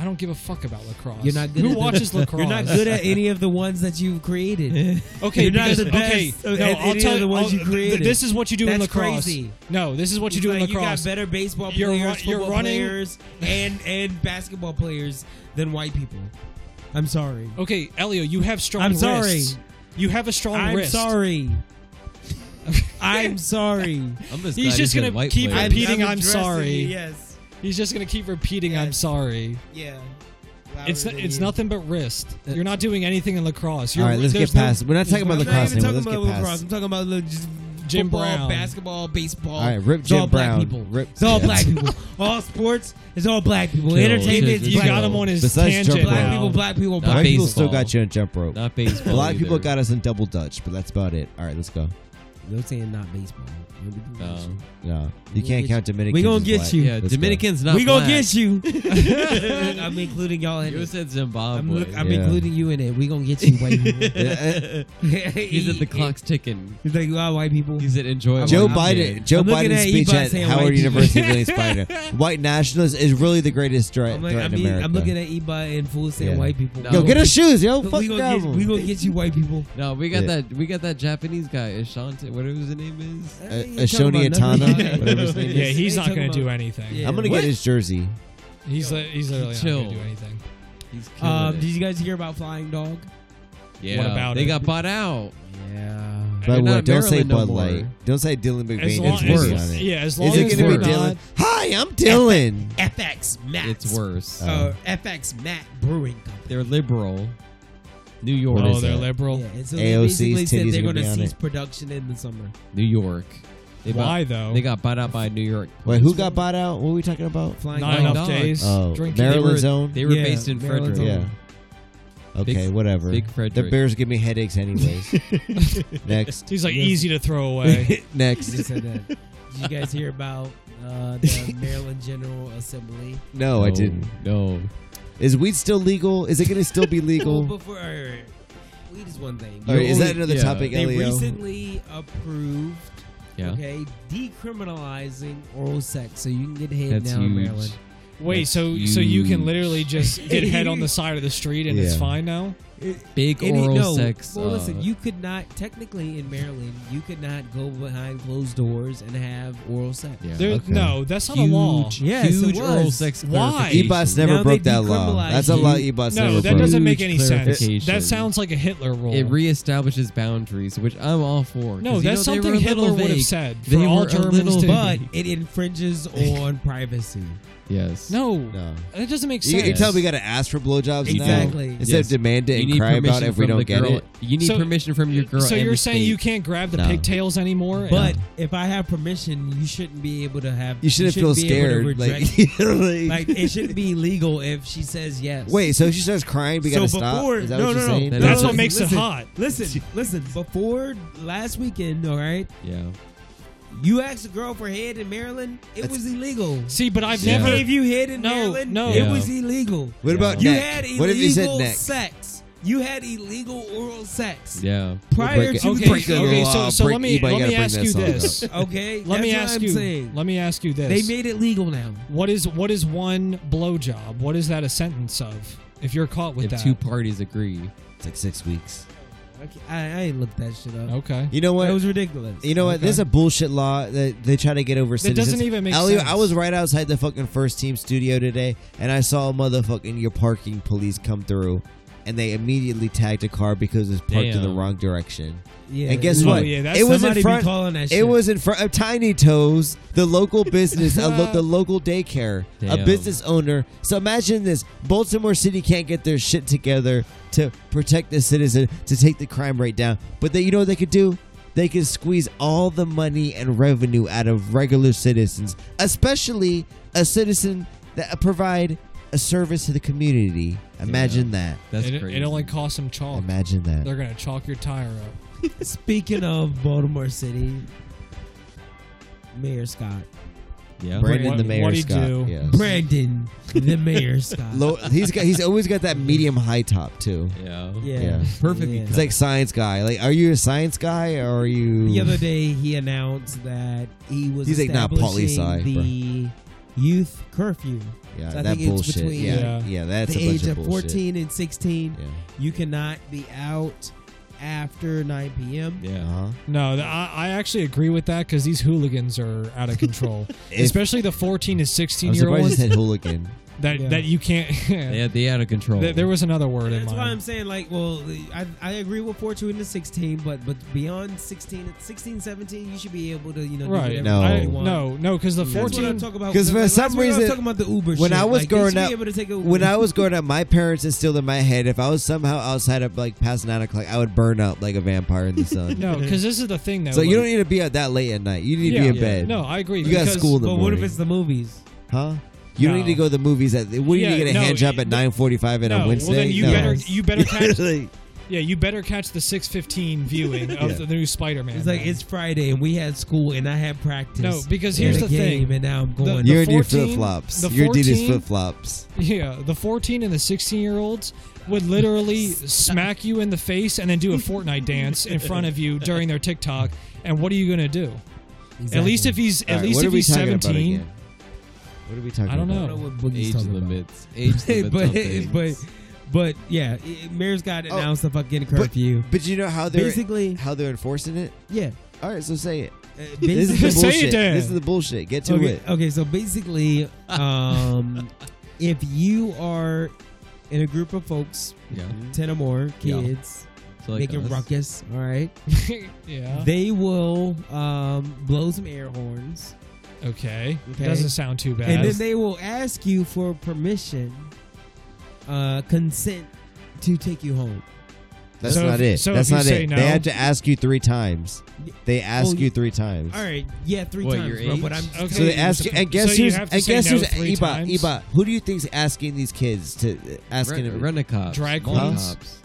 B: I don't give a fuck about lacrosse.
C: You're not good
B: Who
C: at the-
B: watches
C: [LAUGHS]
B: lacrosse?
C: You're not good at any of the ones that you've [LAUGHS] created.
B: [LAUGHS] Okay,
C: You're not
B: because,
C: the best
B: okay,
C: at
B: no,
C: any
B: I'll
C: of
B: tell
C: the
B: you.
C: ones
B: I'll-
C: you
B: th-
C: created.
B: this is what you do in
C: That's
B: lacrosse.
C: crazy.
B: No, this is what you
C: It's
B: do
C: like
B: in lacrosse.
C: You got better baseball
B: You're ru-
C: players,
B: you're
C: football
B: running-
C: players, and and basketball players than white people. I'm sorry.
B: Okay, Elio, you have strong
C: I'm sorry.
B: wrists. You have a strong
C: I'm [LAUGHS]
B: wrist.
C: sorry. I'm sorry.
D: [LAUGHS] I'm
B: He's
D: just glad
B: just
D: he's in
B: gonna
D: white
B: keep
D: player.
B: repeating- Peeing, I'm
C: addressing
B: sorry.
C: you, Yes.
B: He's just gonna keep repeating, "I'm
C: Yes.
B: sorry."
C: Yeah.
B: It's
C: Louder than
B: it's
C: you.
B: nothing but wrist. You're not doing anything in lacrosse.
A: All
B: You're,
A: right, let's get
B: there's no-
A: past. We're not talking about
C: I'm not
A: lacrosse
C: even
A: anymore.
C: talking
A: Let's
C: about
A: get
C: lacrosse.
A: past.
C: I'm talking about li- just
B: Jim
C: football,
B: Brown.
C: basketball, baseball.
A: All right, rip
C: It's all
A: Jim
C: black
A: Brown.
C: people.
A: Rip-
C: It's all
A: yeah.
C: black people. all sports is all black people.
D: Kill,
C: Entertainment is
D: kill,
B: You
C: black
B: got
C: people.
B: him on his
A: Besides
B: tangent.
A: jump
C: Black
A: Brown.
B: now.
C: people, black people,
D: Not
A: Black
C: black
A: people still
D: baseball.
A: got you on jump rope.
D: Not baseball.
A: Black people
D: either.
A: got us in double dutch, but that's about it. All right, let's go.
C: No saying not baseball.
A: [LAUGHS]
D: No.
A: No, you
C: gonna
A: can't
C: get
A: count Dominicans.
C: We gonna
A: as
C: get
A: black.
C: you.
D: Yeah,
A: Let's go.
D: Dominicans not.
C: we gonna
D: black.
C: get you. [LAUGHS] I'm including y'all in
D: You
C: it.
D: said
C: I'm,
D: Zimbabwe.
C: look, I'm
A: Yeah.
C: including you in it. We gonna get you, white people.
A: Yeah,
C: [LAUGHS]
D: He's at the clock's ticking.
C: He's like, wow, white people.
D: He's at enjoy.
A: Joe
C: I'm
A: Biden.
C: dead.
A: Joe
C: I'm looking
A: Biden's
C: at
A: speech
C: Ebot
A: at
C: saying
A: Howard
C: white
A: University of Williams Spider. White nationalist is really the greatest threat,
C: I'm, like,
A: threat
C: I
A: in
C: mean,
A: America.
C: I'm looking at Eba and Fool saying
A: Yeah.
C: white people.
D: No.
A: Yo,
D: Yo,
A: get her shoes, yo.
C: We
A: Fuck
C: gonna,
A: that
C: get, we gonna get you, white people.
D: No, we got
A: Yeah.
D: that. We got that Japanese guy, Ashante, whatever his name is.
C: I ain't
A: Ashoni
C: talking about [LAUGHS] nothing.
A: Atana, Uh, whatever his name
B: Yeah,
A: is.
B: he's
C: Ain't
B: not gonna
C: talking
B: do
C: about-
B: anything.
C: Yeah.
A: I'm gonna
D: What?
A: get his jersey.
B: He's li- he's literally not
D: Chill.
B: gonna do anything.
D: He's killing
C: Um,
D: it.
C: did you guys hear about Flying Dog?
D: yeah,
B: What about
D: they
B: it?
D: got bought out.
C: Yeah.
A: But
D: not
A: what? Don't say
D: Maryland no
A: Bud
D: more.
A: Light. Don't say Dylan
B: As
A: McVeigh.
B: long,
A: It's
D: worse.
A: worse.
B: as,
A: on it.
B: yeah, as long
A: Is it
B: as
A: gonna
B: we're
A: be
B: not,
A: Dylan? Hi, I'm Dylan.
C: FX Max.
D: It's worse.
A: Uh,
C: Uh, FX Matt Brewing Company.
D: they're liberal. New York.
B: oh,
A: is
B: they're
A: that?
B: liberal.
C: Yeah, and so
A: AOC's
C: they basically
A: titties
C: said
A: are
C: they're
A: gonna
C: going to
A: be on
C: cease
A: it.
C: production in the summer.
D: New York. They
B: Why
D: Bought,
B: though?
D: they got bought out by New York.
A: Wait, who got bought out? What were we talking about?
C: Flying
B: not
D: Like
B: enough
D: dogs.
B: days.
A: Oh,
B: drinking.
D: They were,
A: Maryland's own.
D: They were
C: Yeah,
D: based in
C: Maryland's
D: Frederick.
C: own.
A: Yeah. Okay,
D: Big-
A: whatever.
D: Big
A: the
D: Frederick.
A: Bears give me headaches anyways. Next.
B: He's like
C: Yes.
B: easy to throw
A: [LAUGHS]
B: away.
C: You
A: Next.
C: just said that. Did you guys hear about
A: [LAUGHS]
C: uh, the Maryland General Assembly?
A: No, Oh, I didn't.
D: No.
A: Is weed still legal? Is it going to still be
C: Well,
A: legal?
C: before, all right, all right. weed is one thing.
A: All right, is E that
D: only-
A: another
D: yeah.
A: topic,
C: they
A: Elio?
C: recently approved,
D: Yeah.
C: okay, decriminalizing oral sex, so you can get head
D: That's
C: now in
D: huge.
C: Maryland.
B: Wait,
D: That's
B: so so you can
D: huge.
B: literally just get head
A: [LAUGHS]
B: on the side of the street and it's
A: Yeah.
B: fine now.
D: Big
C: Any-
D: oral
C: no,
D: sex.
C: Well,
D: uh,
C: listen, you could not technically in Maryland, you could not go behind closed doors and have oral sex.
D: Yeah.
B: There,
A: Okay.
B: no, that's not
D: huge,
B: a law.
C: Yes, it
D: huge oral
C: was.
D: sex.
B: Why?
D: clarification.
A: Ebot's never
C: Now
A: broke
C: they
A: that law.
C: decriminalize
A: That's a law
C: you.
A: Ebot's
B: No,
A: never
B: that
A: broke.
B: doesn't
D: Huge
B: make any sense.
D: clarification.
B: That sounds like a Hitler rule.
D: It reestablishes boundaries, which I'm all for. 'cause,
B: no,
D: you
B: that's
D: know, they
B: something
D: were a little
B: Hitler would have
D: vague.
B: said for
D: They
B: all
D: were a
B: Germans
D: little
C: [LAUGHS]
B: to
C: But it infringes on
A: [LAUGHS]
C: privacy.
D: Yes.
B: No,
A: No.
B: that doesn't make
A: You,
B: sense.
A: you tell me we got to ask for blowjobs
C: Exactly.
A: now instead
D: Yes.
A: of demand it
D: You
A: and
D: need
A: cry about
D: permission
A: it if we
D: from
A: don't
D: the
A: get
D: girl.
A: it.
D: You need
B: So-
D: permission from your girl.
B: so
D: and
B: you're
D: the
B: saying
D: state.
B: you can't grab the
A: No.
B: pigtails anymore? and-
C: But if I have permission, you shouldn't be able to have.
A: You shouldn't feel
C: be able to
A: scared. Like, [LAUGHS]
C: reject-
A: you know, like-
C: like it shouldn't be legal if she says yes.
A: wait, so if she starts crying, we
C: So
A: got to stop?
C: before-
A: Is that
C: no,
A: what you're
C: no, no.
A: saying?
D: That
B: that's
D: is-
B: what makes
C: listen.
B: it hot.
C: listen, listen. Before last weekend, all right,
D: Yeah.
C: you asked a girl for head in Maryland. It was illegal.
B: See, but I've
D: Yeah.
B: never.
C: If you head in
B: No,
C: Maryland,
B: no.
C: it
D: Yeah.
C: was illegal.
A: What about
C: You
A: neck?
C: had
A: What if he said
C: illegal
A: neck?
C: sex. You had illegal oral sex
D: Yeah.
C: prior
A: Break it-
C: to
B: Okay,
A: break the
C: the
B: okay,
A: law,
B: so- so
A: break-
B: let me-
A: Ebot, you
B: let me
A: gotta bring
B: ask
A: that
B: you
A: song
B: this.
A: up.
C: [LAUGHS] Okay,
B: let
C: that's
B: me
C: what
B: ask
C: I'm
B: you.
C: saying.
B: Let me ask you this.
C: They made it legal now.
B: What is what is one blowjob? What is that a sentence of? If you're caught with
D: if
B: that,
D: two parties agree.
A: It's like six weeks.
C: Okay, I, I ain't looked that shit up.
B: okay.
A: You know what?
C: That was ridiculous.
A: You know what?
B: Okay.
A: This is a bullshit law that they try to get over
B: That
A: citizens.
B: doesn't even make
A: Elliot,
B: sense.
A: I was right outside the fucking first team studio today, and I saw a motherfucking your parking police come through, and they immediately tagged a car because it was parked in the
D: Damn.
A: wrong direction.
C: Yeah,
A: and guess
B: Oh,
A: what?
B: yeah, that's-
A: it was in
C: somebody
A: front.
C: Be calling that shit.
A: It was in front of Tiny Toes, the
B: [LAUGHS]
A: local business, a lo- the local daycare, a
D: Damn.
A: business owner. So imagine this: Baltimore City can't get their shit together to protect the citizen, to take the crime rate down. But they, you know what they could do? They could squeeze all the money and revenue out of regular citizens, especially a citizen that provide a service to the community. Imagine
D: That's
B: it,
D: crazy.
B: it only costs them
A: that.
B: chalk.
A: Imagine that.
B: Oh. They're gonna chalk your tire up.
C: Speaking of Baltimore City,
A: [LAUGHS]
C: Mayor Scott,
D: Yeah.
A: Brandon
B: What-
A: the mayor,
B: what'd he
A: Scott.
B: do?
A: Yes.
C: Brandon, the Mayor Scott.
A: Low, he's got. He's always got that medium high top too.
D: Yeah.
C: yeah,
A: yeah.
D: Perfectly
A: It's like science guy. Like, are you a science guy or are you?
C: The other day, he announced that he was
A: Mm. He's like, nah, poli
C: establishing
A: sci, bro.
C: the youth curfew.
A: yeah,
C: I
A: that
C: think it's
A: bullshit.
C: between
A: yeah, yeah,
B: Yeah.
A: that's
C: the
A: a bunch
C: age
A: of,
C: of
A: bullshit.
C: 14 and 16,
A: Yeah.
C: you cannot be out after 9 p.m.
D: Yeah.
A: Uh-huh.
B: No, th- I, I actually agree with that because these hooligans are out of control,
A: [LAUGHS] If-
B: especially the 14 and 16
A: I'm
B: year
A: surprised you
B: olds. [LAUGHS]
A: said hooligan.
B: that
C: Yeah.
B: that you can't. [LAUGHS]
D: They had the out of control.
B: There there was another word in
C: That's why I'm
B: mind.
C: saying, like, well, I, I agree with Fortune in the 16, but but beyond 16, 16, 17, you should be able to, you know,
B: Right?
C: do whatever
A: No.
B: I-
C: you want.
B: no, no, because the
C: That's what I'm
B: fourteen.
C: talking about.
A: 'Cause for
C: Like,
A: some
C: that's what I was
A: reason,
C: talking about the Uber.
A: when
C: shit.
A: I was
C: Like, you
A: growing
C: should be
A: up-
C: able to take a Uber.
A: When I was growing up, my parents instilled in my head if I was somehow outside of like past nine o'clock, I would burn up like a vampire
B: [LAUGHS]
A: in the sun.
B: [LAUGHS] No, because this is the thing though.
A: so you
B: like-
A: don't need to be out that late at night. You need to be
B: Yeah.
A: in bed.
B: No, I agree.
A: you got
B: because-
A: school in the
C: but
A: morning.
C: what if it's the movies?
A: huh? You don't
B: No.
A: need to go to the movies at. What do you
B: Yeah,
A: need to get a
B: no,
A: hand job at
B: no,
A: nine forty-five on
B: No,
A: a Wednesday?
B: well then you
A: No.
B: better you
A: [LAUGHS]
B: better catch
A: Like,
B: yeah you better catch the six fifteen viewing of
A: Yeah.
B: the new Spider Man.
C: It's like it's Friday and we had school and I had practice.
B: No, because
C: and
B: here's
C: a
B: the
C: game,
B: thing.
C: and now I'm going.
B: The
A: You're in your
B: 14
A: flip flops.
B: the
A: You're Adidas
B: 14
A: flip flops.
B: Yeah, the 14 and the 16 year olds would literally smack you in the face and then do a Fortnite dance in front of you during their TikTok. And what are you going to do? At least if he's at
A: All right,
B: least
A: what
B: if
A: are we
B: he's
A: talking about
B: 17.
A: again? What are we talking
B: I don't
A: about?
C: I
B: know.
C: don't know what Boogie's
D: age
C: talking about.
D: limits.
B: [LAUGHS]
D: Age limits. on things.
C: [LAUGHS] but but but yeah, it, mayor's got to
A: Oh,
C: announce the fucking curfew.
A: But you know how they're
C: Basically,
A: how they're enforcing it.
C: yeah.
A: All right, so say it.
C: Uh,
A: [LAUGHS] This is the
C: basically- [LAUGHS]
B: Say it,
A: bullshit.
B: Dan.
A: This is the bullshit. Get to
C: okay,
A: it.
C: okay, so basically,
A: [LAUGHS]
C: um, if you are in a group of folks,
D: yeah,
C: ten or more
D: Yeah.
C: kids,
D: so like
C: making
D: us.
C: ruckus, all right,
B: [LAUGHS] yeah.
C: they will um, blow some air horns,
B: Okay.
C: Okay.
B: Doesn't sound too bad.
C: and then they will ask you for permission, uh, consent to take you home.
A: That's
B: So if-
A: not it.
B: so
A: That's
B: if you
A: not
B: say
A: it.
B: no-
A: They had to ask you three times. They ask
C: Oh,
A: you three times.
C: All right, yeah, three
D: What,
C: times,
D: your
C: bro,
D: age?
C: but I'm just
B: Okay.
A: So they
C: telling you
A: ask
C: what
A: you,
C: the-
A: and guess
B: So you
A: who's
B: have to
A: and
B: say
A: guess
B: no
A: who's
B: three
A: Eba
B: times?
A: Eba. Who do you think's asking these kids to uh, asking?
D: Run,
A: them?
D: run a cop.
B: Drag
D: Mall
A: queens?
D: cops.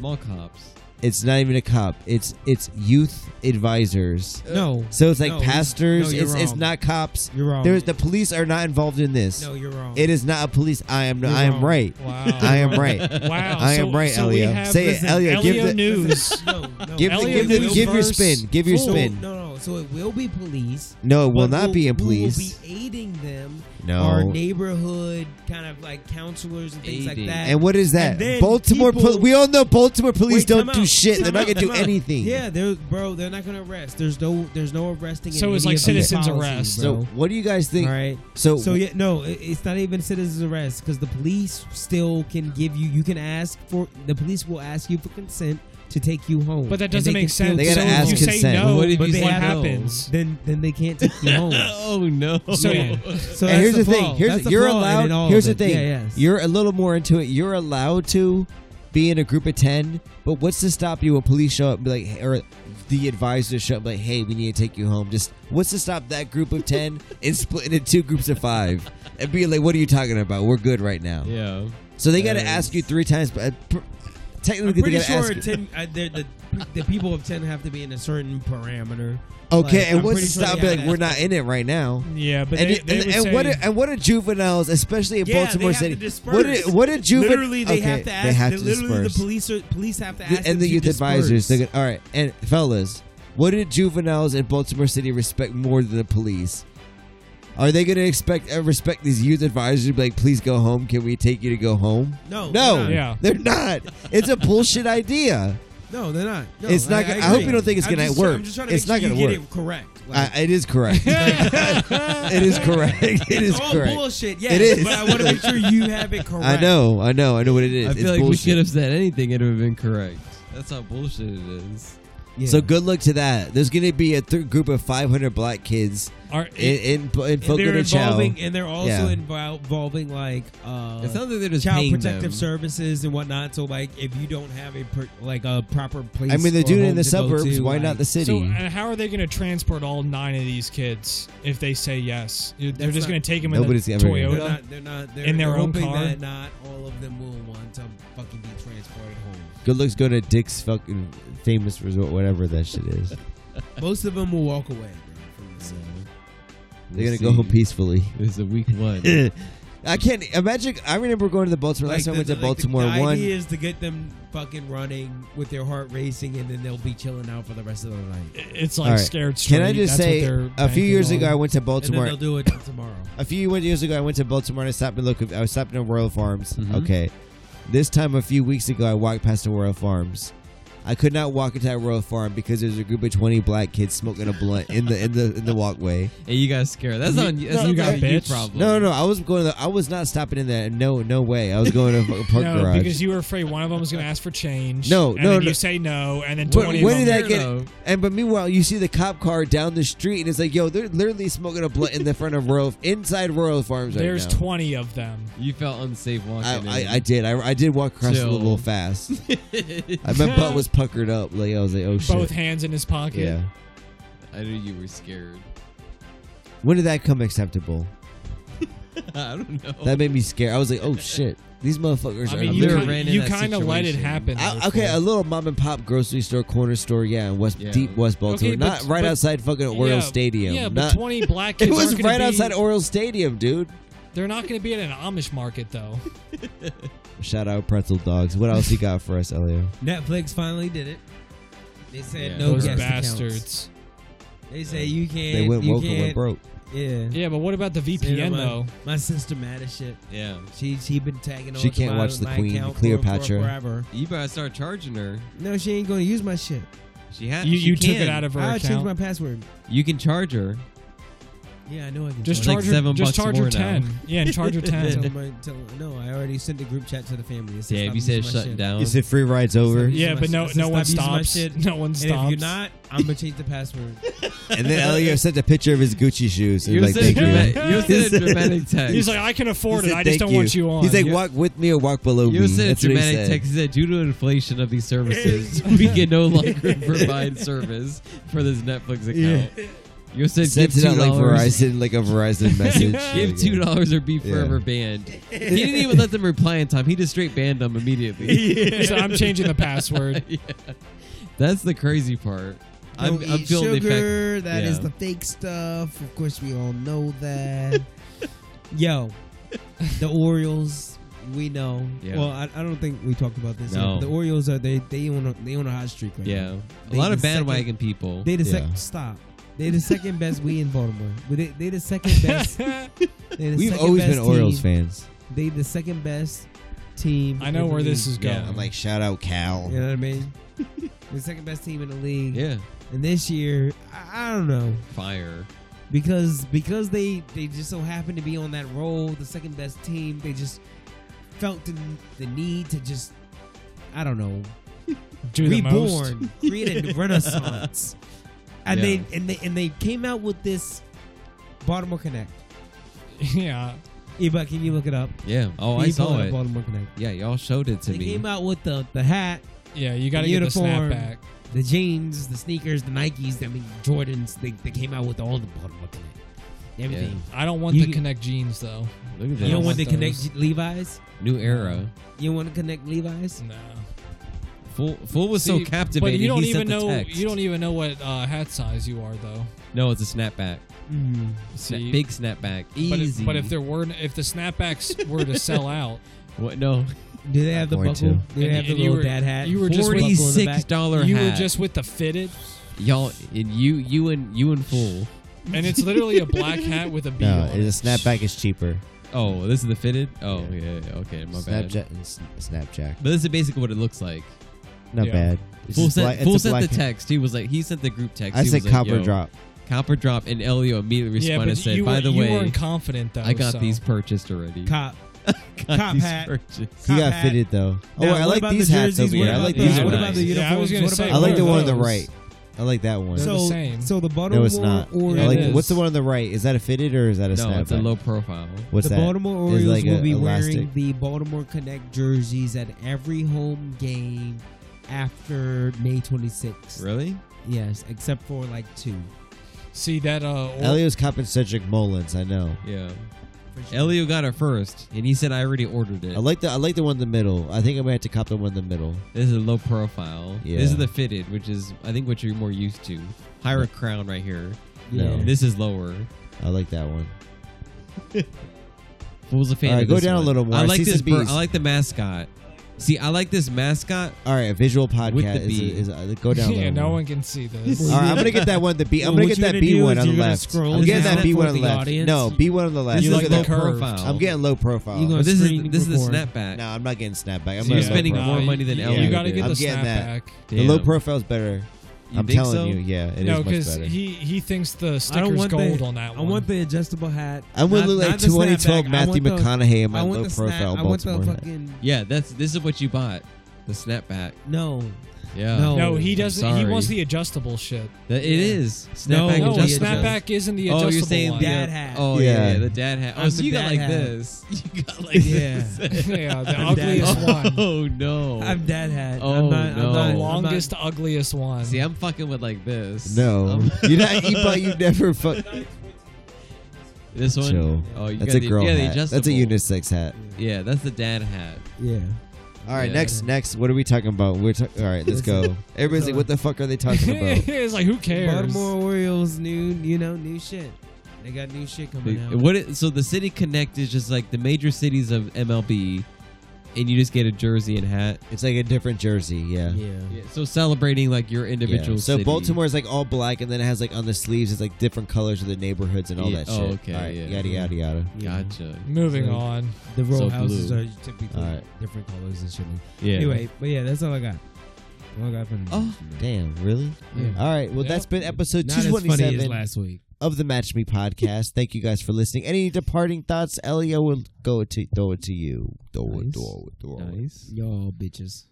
D: Mall cops.
A: It's not even a cop. It's it's youth advisors.
C: no,
B: Uh,
A: So it's like
C: No,
A: pastors.
C: no, you're
A: it's it's
C: wrong.
A: not cops.
C: you're wrong.
A: There's the police are not involved in this.
C: no, you're wrong.
A: It is not a police. I am.
C: You're
A: I am
C: wrong.
A: right.
B: wow.
A: I am
B: [LAUGHS]
A: right.
B: wow.
A: [LAUGHS] I
B: so,
A: am right,
B: so we
A: Elio.
B: have-
A: Say it,
B: listen,
A: Elio, give the- [LAUGHS]
C: [LAUGHS]
B: news.
C: no, no.
A: Give, the, give,
B: Elliot
A: the,
B: will
A: give your
B: verse
A: spin. Give your
B: full.
C: So,
A: spin. No,
C: No, no. So it will be police.
A: it will
C: but
A: not be in
C: we
A: police.
C: will be aiding them. Our
A: no.
C: neighborhood kind of like counselors and things
D: Aiding.
C: like that.
A: And what is that?
C: And then
A: Baltimore.
C: people-
A: poli- we all know Baltimore
C: Wait,
A: police
C: time
A: don't do
C: out,
A: shit. They're
C: time
A: not
C: out,
A: gonna do
C: time out.
A: anything.
C: Yeah, they're bro. They're not gonna arrest. There's no. There's no arresting. in
B: So it's
C: any
B: like
C: of these
B: citizens
C: policies,
B: arrest.
A: So
C: bro.
A: what do you guys think?
C: all right.
A: So,
C: So yeah, no, it- it's not even citizens arrest because the police still can give you. You can ask for the police will ask you for consent to take you home.
B: But that
C: And
B: doesn't
C: they
B: make
C: can still
B: sense.
A: They gotta
B: so
A: ask
B: if you say
A: consent.
B: no,
D: What if
B: what,
C: you say no?
B: happens?
C: Then then they can't take you [LAUGHS] home.
D: Oh no!
B: So
C: Yeah. So
A: and here's
C: that's
A: the, thing.
C: flaw.
A: Here's
C: That's
A: the, you're
C: flaw in it all
A: allowed.
C: of
A: Here's the
C: it.
A: thing.
C: Yeah, yes.
A: You're a little more into it. You're allowed to be in a group of ten. But what's to stop you when police show up? And be like, hey- or the advisors show up. and be Like, hey, we need to take you home. Just what's to stop that group of
C: [LAUGHS]
A: ten and split into two groups of five and be like, what are you talking about? We're good right now.
D: yeah,
A: So they got to
D: Yes.
A: ask you three times. But uh, pr-
C: I'm
A: technically, they
C: pretty
A: got to
C: sure
A: ask. You.
C: ten, uh, they're- the the people of ten have to be in a certain parameter.
A: okay,
C: like,
A: and
C: I'm
A: what's
C: pretty
A: to
C: sure they
A: stop?
C: have
A: Be like,
C: to
A: we're
C: ask
A: not in it right now.
B: Yeah, but
A: and,
B: they,
A: you-
B: they
A: and,
B: would
A: and
B: say,
A: what? Are, and what are juveniles, especially in
C: Yeah, they
A: Baltimore
C: have to
A: City?
C: disperse.
A: what are what are juveniles?
C: literally, they have to ask.
A: They have to
C: literally,
A: disperse.
C: the police are, police have to
A: The-
C: ask. them
A: and the
C: to
A: youth advisors.
C: disperse.
A: They're gonna, all right, and fellas, what did juveniles in Baltimore City respect more than the police? Are they going to expect uh, respect these youth advisors to be like, please go home? Can we take you to go home?
C: no,
A: No,
C: they're not.
B: Yeah.
A: they're not. It's a bullshit idea.
C: no, they're not. No,
A: It's not gonna- I hope
C: agree.
A: you don't think it's
C: I'm
A: gonna
C: just try-
A: work.
C: I'm just trying to
A: It's
C: make
A: not
C: sure
A: gonna
C: you get it correct. Like,
A: I, it is
C: [LAUGHS]
A: correct. it is correct. It is
C: it's all
A: correct.
C: oh, bullshit. Yeah,
A: It is.
C: But I want to make sure you have it
A: [LAUGHS]
C: correct.
A: I know. I know. I know what it is.
D: I
A: it's
D: feel like we
A: bullshit.
D: should have said anything; it would have been correct. That's how bullshit it is.
C: Yeah.
A: So good luck to that. There's going to be a th- group of 500 black kids
B: are,
A: in in, in
C: And
A: Fogo
C: they're
A: de Chao.
C: involving, and they're also
A: Yeah.
C: invol- involving like uh,
D: It sounds like they're just
C: child
D: paying
C: protective
D: them.
C: services and whatnot. So like, if you don't have a per, like a proper place,
A: I mean, they're
C: or
A: doing it in the
C: home to go
A: suburbs.
C: to,
A: Why
C: like,
A: not the city?
B: So,
C: uh,
B: and how are they going to transport all nine of these kids if they say yes? They're
C: That's
B: just
C: not-
B: going to take them
A: Nobody's
B: in
A: ever
B: the
A: gonna-
C: They're
B: Toyota.
C: not. They're not. They're,
B: In their
C: they're
B: own
C: hoping
B: car?
C: that not all of them will want to fucking be transported home.
A: Good looks go to Dick's fucking famous resort, whatever that shit
C: [LAUGHS]
A: is.
C: Most of them will walk away. Bro, from the city.
A: They're gonna
D: We'll
A: go home
D: see.
A: peacefully.
D: [LAUGHS]
A: [LAUGHS]
D: It's a week one.
A: I can't imagine. I remember going to the Baltimore last time I went to Baltimore.
C: The
A: one,
C: idea is to get them fucking running with their heart racing, and then they'll be chilling out for the rest of the night. And
B: It's like
A: All right.
B: scared straight.
A: can I just
B: That's what
A: say, a
B: they're
A: few
B: banking
A: years ago
B: on.
A: I went to
C: then
A: Baltimore.
C: they'll do it tomorrow.
A: A few years ago I went to Baltimore and I stopped and look. I was
B: Mm-hmm.
A: stopping at Royal Farms.
D: Mhm.
A: Okay, this time a few weeks ago I walked past the Royal Farms. I could not walk into that royal farm because there's a group of 20 black kids smoking a blunt in the in the in the walkway.
D: And you got scared. That's on you. That's
B: no,
D: you
B: no,
D: got you
B: bitch.
D: problem.
A: No, no, I was going. To, I was not stopping in there. No, no way. I was going to a fucking park
B: [LAUGHS] no,
A: garage.
B: because you were afraid one of them was going to ask for change.
A: No,
B: and
A: no,
B: then
A: no.
B: You say no, and then
A: Where,
B: twenty.
A: where
B: of
A: did
B: them-
A: that get?
D: Weirdo.
A: And but meanwhile, you see the cop car down the street, and it's like, yo, they're literally smoking a blunt in the front of Royal, inside Royal Farms [LAUGHS] right
B: There's
A: now.
B: twenty of them.
D: You felt unsafe walking in.
A: I, I, I did. I, I did walk across a
D: Chill.
A: little
B: [LAUGHS]
A: fast. I, my butt was puckered up. Like I was like, oh shit.
B: Both hands in his pocket.
A: yeah.
D: I knew you
A: [LAUGHS]
D: were scared.
A: When did that come acceptable?
D: I don't know.
A: That made me scared. I was like, oh shit, these motherfuckers
B: Oh.
A: are.
B: I mean,
A: up
B: you,
A: there.
D: never
B: kind-
D: ran in
B: you
D: that
B: kind of let it
D: situation.
B: happen.
A: I,
B: though,
A: okay, a
B: Cole.
A: little mom and pop grocery store, corner store, yeah, in West
D: Yeah.
A: deep West Baltimore,
B: Okay, but-
A: not right
B: but-
A: outside fucking
B: Yeah,
A: Oriole Stadium.
B: Yeah,
A: Not-
B: but twenty
A: [LAUGHS]
B: black
A: it
B: kids.
A: was
B: aren't gonna
A: right
B: be,
A: outside Oriole Stadium, dude.
B: They're not going to be at an Amish market though.
A: Shout out Pretzel Dogs. What else you got for us,
B: [LAUGHS]
A: Elio?
C: Netflix finally did it. They said
D: Yeah.
C: no
D: Oh,
B: Those
C: guest accounts.
B: bastards.
C: They say you can't.
A: They went
C: you
A: woke and went
C: can't-
A: broke.
C: Yeah.
B: Yeah, but what about the
C: You know,
B: VPN
C: my,
B: though?
C: My sister mad as shit.
D: Yeah.
C: She she been tagging on.
A: She
C: to
A: can't
C: my-
A: watch the
C: my
A: Queen,
C: account for-
A: Cleopatra.
C: for forever.
D: You better start charging her.
C: No, she ain't gonna use my shit.
D: She had.
B: You
D: Uh, she
B: you took
D: can.
B: it out of her
C: I'll change
B: account.
C: my password.
D: You can charge her.
C: Yeah, I know I can.
B: just
D: It's like
B: charge her.
D: seven
B: Just
D: bucks
B: charge her
D: more now.
B: ten. Yeah, and
C: [LAUGHS]
B: charge her
C: tell
B: ten.
C: my, tell, no, I already sent the group chat to the family. It says,
D: Yeah. If
C: "Stop
D: you said
C: using my
D: shutting
C: shit."
D: down.
A: You said free rides over,
C: Yeah.
B: Yeah, but no,
C: Stop
B: no one
C: using my
B: stops.
C: shit.
B: No one
C: And if
B: stops.
C: you're not, I'm gonna change the
D: [LAUGHS]
C: password.
A: and then Elio sent a picture of his Gucci shoes. And
D: You
A: like,
D: said
A: thank you.
D: drama- you
A: [LAUGHS]
D: said a dramatic text.
B: He's like, I can
A: He
B: afford it.
A: said,
B: I just
A: "Thank
B: don't want you on.
A: He's like,
B: Yeah. [LAUGHS]
A: walk with me or walk below me.
D: You said a
A: That's what he
D: dramatic
A: said.
D: text that due to inflation of these
C: [LAUGHS]
D: services, we can no longer [LAUGHS] provide service for this Netflix account. You said give
A: Sent it
D: two
A: out like
D: dollars.
A: Verizon, like a Verizon message.
D: [LAUGHS] Give two dollars or be forever banned. He didn't even let them reply in time. He just straight banned them
C: [LAUGHS]
D: immediately.
B: He's like, I'm changing the
D: [LAUGHS]
B: password.
D: Yeah. That's the crazy part. I'm,
C: Don't
D: I'm
C: eat
D: feeling the effect.
C: sugar. That is
D: yeah.
C: the fake stuff. Of course, we all know
D: [LAUGHS]
C: that. Yo, the Orioles. We know.
D: Yeah.
C: Well, I, I don't think we talked about this.
D: No.
C: yet. The Orioles are they they on a, they on a hot streak right now.
D: Yeah, a
C: They
D: lot of
C: the second-
D: bandwagon people.
C: They the
A: Yeah.
C: second stop. They the
A: [LAUGHS]
C: second best we in Baltimore. But They, they the second best. they the
A: We've
C: second
A: always
C: best
A: been Orioles
C: team.
A: fans.
C: They the second best team.
B: I know
C: in the
B: where this
C: league.
B: is going.
D: Yeah,
A: I'm like, oh. shout out Cal.
C: You know what
A: [LAUGHS]
C: I mean? the second best team in the league.
D: yeah,
C: And this year, I, I don't know.
D: fire.
C: because because they they just so happened to be on that roll, the second best team. They just felt the, the need to just I don't know
B: Do the most. [LAUGHS]
C: reborn, create a renaissance, and
D: Yeah.
C: they and they and they came out with this Baltimore Connect.
B: Yeah.
C: Eva, can you look it up?
D: Yeah. Oh,
C: Can
D: I
C: you pull
D: saw
C: up
D: it.
C: Baltimore Connect.
D: Yeah, y'all showed it to
C: They
D: me.
C: came out with the the hat,
B: Yeah, you got to
C: The
B: get the
C: uniform.
B: snapback.
C: the jeans, the sneakers, the Nikes. I mean Jordans. They, they came out with all the Baltimore Connect. Everything.
B: I don't want
C: You
B: the
C: can-
B: Connect jeans though.
D: Look at
B: Yeah.
C: You
D: that
C: don't want
B: I
C: to
B: want those.
C: connect Levi's.
D: new era.
C: You don't want to connect Levi's.
B: No.
D: Fool, fool was so
B: See,
D: captivated.
B: But you don't
D: he sent
B: even
D: the
B: know.
D: text.
B: You don't even know what uh, hat size you are though.
D: No, it's a snapback.
C: Mm.
D: Sna-
B: See,
D: big snapback.
B: But
D: Easy.
B: if, but if there were, if the snapbacks were to
D: [LAUGHS]
B: sell out,
D: what? No,
C: Do they have the
A: going
C: buckle?
A: to.
C: Do they
B: And-
C: have the
B: and you
C: little
B: were-
C: dad hat?
B: you were just with-
D: forty-six
C: Buckle
D: dollar hat.
B: you were just with the fitted,
D: y'all. And you, you and you and fool.
B: and it's literally a black hat
D: [LAUGHS]
B: with a bead.
A: No,
B: on
A: it-
B: it.
A: the snapback is cheaper.
D: Oh, this is the fitted. Oh, yeah. yeah, okay, my bad.
A: Snapchat and s- Snapjack.
D: But this is basically what it looks like.
A: Not
B: Yeah.
A: bad. It's
D: Fool
A: just
D: sent,
A: black- it's
D: fool
A: a
D: sent the
A: black-
D: text. He was like, he sent the group text.
A: I
D: He
A: said
D: was like,
A: copper
D: yo,
A: drop.
D: Copper drop, and Elio immediately
B: yeah,
D: responded
B: but
D: and said,
B: you
D: "By
B: were,
D: the
B: you
D: way,
B: weren't confident though.
D: I got
B: so.
D: these purchased already.
C: Cop.
D: got
C: cop
D: [LAUGHS] these
C: hat.
D: purchased.
A: He
C: Top
A: got
C: hat.
A: fitted though. Oh,
C: Now,
A: I
C: what
A: like
C: about
A: these
C: the
A: hats
C: jerseys?
A: over
C: What
A: here. I
C: about
A: like
C: the-
A: these
D: what
A: ones.
D: about the
B: Yeah, I
C: uniforms?
B: was gonna
C: What
B: say.
A: I
C: about-
A: like
B: what
A: the
B: are
A: one on the
B: those?
A: right. I like that one.
B: They're the
C: So,
B: same.
C: so the Baltimore
A: no, it's not. I
C: Orioles.
B: Yeah,
A: like
B: it
A: what's the
B: is.
A: one on the right? Is that a fitted or is that a
D: No,
A: snapback?
D: it's a low profile.
A: What's
C: the
A: that?
C: Baltimore
A: It's
C: Orioles
A: like a
C: will be wearing
A: elastic.
C: the Baltimore Connect jerseys at every home game after May 26th.
D: Really?
C: Yes, except for like two.
B: See that? Uh, or-
A: Elio's copping Cedric Mullins. I know.
D: Yeah.
C: For sure.
D: Elio got it first, and he said, "I already ordered it."
A: I like the I like the one in the middle. I think I might have to cop the one in the middle.
D: This is a low profile.
A: Yeah.
D: This is the fitted, which is I think what you're more used to. Higher crown right here.
A: No.
D: This is lower.
A: I like that one.
D: Fool's a fan.
A: All right,
D: of
A: go
D: this
A: down a
D: one.
A: little more.
D: I like
A: C's
D: this.
A: and
D: bir-
A: B's.
D: I like the mascot. See, I like this mascot.
A: All right, a visual podcast is,
D: the B.
A: is, uh, go down. a
B: [LAUGHS] [LAUGHS] yeah,
A: little
B: no
A: more.
B: one can see this.
A: All right, I'm gonna get that one. The B.
G: Well,
A: I'm gonna
G: what
A: get
G: you're
A: that
G: gonna
A: B
G: do
A: one
G: is
A: on the
G: you're gonna
A: left.
G: scroll
A: I'm getting
G: down
A: that B one
G: for
A: on the
G: the
A: left.
G: audience.
A: No, B one on the left.
D: You
A: Look
D: like
A: at
D: low
A: that.
D: curve.
A: I'm getting low profile.
F: You gonna-
D: But this is
F: Screen
D: this is the
F: record.
D: snapback.
A: no, I'm not getting snapback. I'm
D: So
A: gonna low
D: you're spending
A: profile.
D: more money than
A: Yeah,
D: Elliot.
B: you got to
D: did.
B: get
A: I'm
B: the
A: getting that.
B: snapback.
A: The low
D: Damn.
A: profile is better.
D: You
A: I'm
D: think
A: telling
D: so?
A: you, yeah, it is
B: No,
A: much
B: because
A: better.
B: he he thinks the
G: I don't
B: sticker's
G: want
B: gold
G: the,
B: on that
G: I
B: one.
G: want the adjustable hat.
A: I'm gonna
G: Not-
A: look like
G: not the
A: 2012
G: snapback. I
A: Matthew
G: want the-
A: McConaughey in my
F: I want
A: low
F: the snap.
A: profile
F: I want the
A: Baltimore. hat.
F: fucking
D: Yeah, that's this is what you bought. The snapback.
F: no.
A: [LAUGHS]
D: Yeah.
F: No.
B: no,
F: Oh,
B: he
D: I'm
B: doesn't. He
D: sorry.
B: wants the adjustable shit.
D: That- It is
F: No,
B: no,
D: snapback.
F: the
B: a
D: adjustable.
B: snapback isn't the adjustable
D: Oh, you're saying
B: one.
D: the-
F: Dad hat.
D: Oh yeah.
A: Yeah.
D: yeah, the dad hat. Oh,
F: I'm
D: so
F: the
D: you got
F: dad
D: like
F: hat.
D: this. [LAUGHS] You got
A: [LAUGHS]
D: like
F: Yeah.
C: [LAUGHS]
D: this.
B: yeah, the
F: I'm dad
B: ugliest
F: hat.
B: one.
D: Oh no.
F: I'm dad hat.
D: Oh,
F: I'm not,
D: no.
F: I'm not,
B: The
D: I'm
B: longest, ugliest one. [LAUGHS]
D: See, I'm fucking with like
A: [LAUGHS]
D: this. Um,
A: No,
D: I'm-
A: you not. You, but Um, [LAUGHS] you never fuck.
D: this one.
A: Chill.
D: Oh, you
A: That's
D: got
A: a
D: the-
A: girl
D: yeah, the
A: hat. That's a
D: adjustable.
A: unisex hat.
D: Yeah, that's the dad hat.
F: I'm not, yeah.
A: All right,
D: Yeah.
A: next, next. What are we talking about? We're ta- all right. Let's [LAUGHS] go. Everybody's like, "What the fuck are they talking about?"
B: it's like who cares?
F: Baltimore Orioles new, you know, new shit. They got new shit coming out.
D: What? It, so the city connect is just like the major cities of MLB, and you just get a jersey and hat.
A: [LAUGHS] It's like a different jersey. Yeah.
F: Yeah.
D: So celebrating like your individual.
A: Yeah. So
D: city.
A: Baltimore is like all black, and then it has like on the sleeves, it's like different colors of the neighborhoods and all
D: Yeah,
A: that shit.
D: oh, okay,
A: All right.
D: yeah.
A: Yada yada yada.
F: Yeah.
D: Gotcha.
B: Moving
F: So-
B: on.
F: The row
D: So
F: houses
D: blue.
F: are typically
A: All right.
F: different colors and shit.
D: Yeah.
F: Anyway, but yeah, that's all I got. All I got for the
D: Oh.
A: Damn. Really?
F: Yeah.
A: All right. Well,
B: Yep.
A: that's been episode
F: Not as
A: two
F: funny
A: twenty
F: as
A: seven
F: last week.
A: of the Match Me podcast. Thank you guys for listening. Any departing thoughts, Elio will go to throw it to you. Throw it,
D: Nice.
A: throw it, throw it.
D: Nice.
F: Y'all bitches.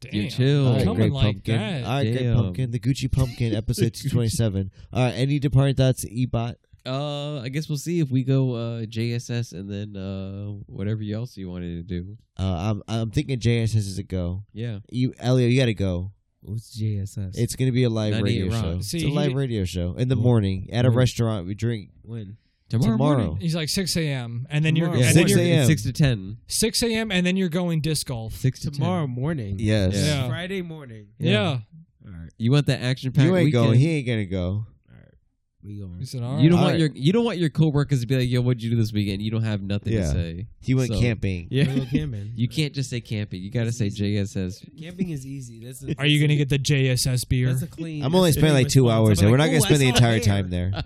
B: Damn.
D: You chill.
A: All right,
B: Coming
A: Oh, Great
B: like
A: pumpkin.
B: that.
A: All right, great
D: Damn.
A: pumpkin. The Gucci pumpkin, episode two twenty seven. All right, any departing thoughts, Ebot?
D: Uh, I guess we'll see if we go uh JSS and then uh whatever else you wanted to do.
A: Uh, I'm I'm thinking JSS is a go.
D: Yeah.
A: You, Elio, you got to go.
F: What's JSS?
A: It's gonna be a live
D: 98
A: radio show.
D: Rocks.
A: it's
B: See,
A: a live
B: he-
A: radio show in the
F: Yeah.
A: morning at a
F: Yeah.
A: restaurant. We drink
F: when
D: Tomorrow.
A: Tomorrow.
D: morning.
B: He's like 6 a.m. and then you're
F: Tomorrow.
B: and then
A: Six
B: you're-
A: 6 a.m.
D: Six to ten.
B: 6 a.m. and then you're going disc golf.
D: Six to
F: tomorrow
D: 10.
F: morning.
A: yes.
B: Yeah.
F: Friday morning.
B: Yeah.
F: All right.
D: You want that action packed
A: You ain't
D: weekend?
A: going. He ain't gonna go.
F: We
B: He
F: going.
B: said, all right.
D: You don't
A: All
D: want
A: right.
D: your you don't want your coworkers to be like, "Yo, what'd you do this weekend?" You don't have nothing
A: Yeah.
D: to say.
A: He went
D: So-
A: camping.
D: Yeah.
F: Hello, [LAUGHS] camping.
D: [LAUGHS] You can't just say camping. You gotta say JSS.
F: Camping is easy. That's a,
B: Are you going to get the JSS beer?
F: That's a clean.
A: I'm only spending like two hours there. We're not gonna spend the entire time there.
D: Get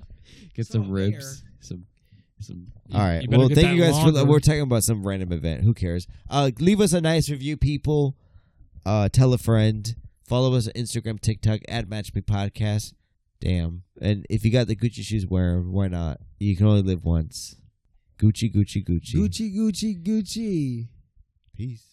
F: It's all
D: some ribs. Some some.
A: All right.
B: you better
A: Well,
B: get
A: thank you
B: that
A: guys for.
B: longer.
A: We're talking about some random event. Who cares? Uh, leave us a nice review, people. Uh, tell a friend. Follow us on Instagram, TikTok at Match Me Podcast. Damn. And if you got the Gucci shoes, wear 'em. Why not? You can only live once. Gucci, Gucci, Gucci.
F: Gucci, Gucci, Gucci.
A: Peace.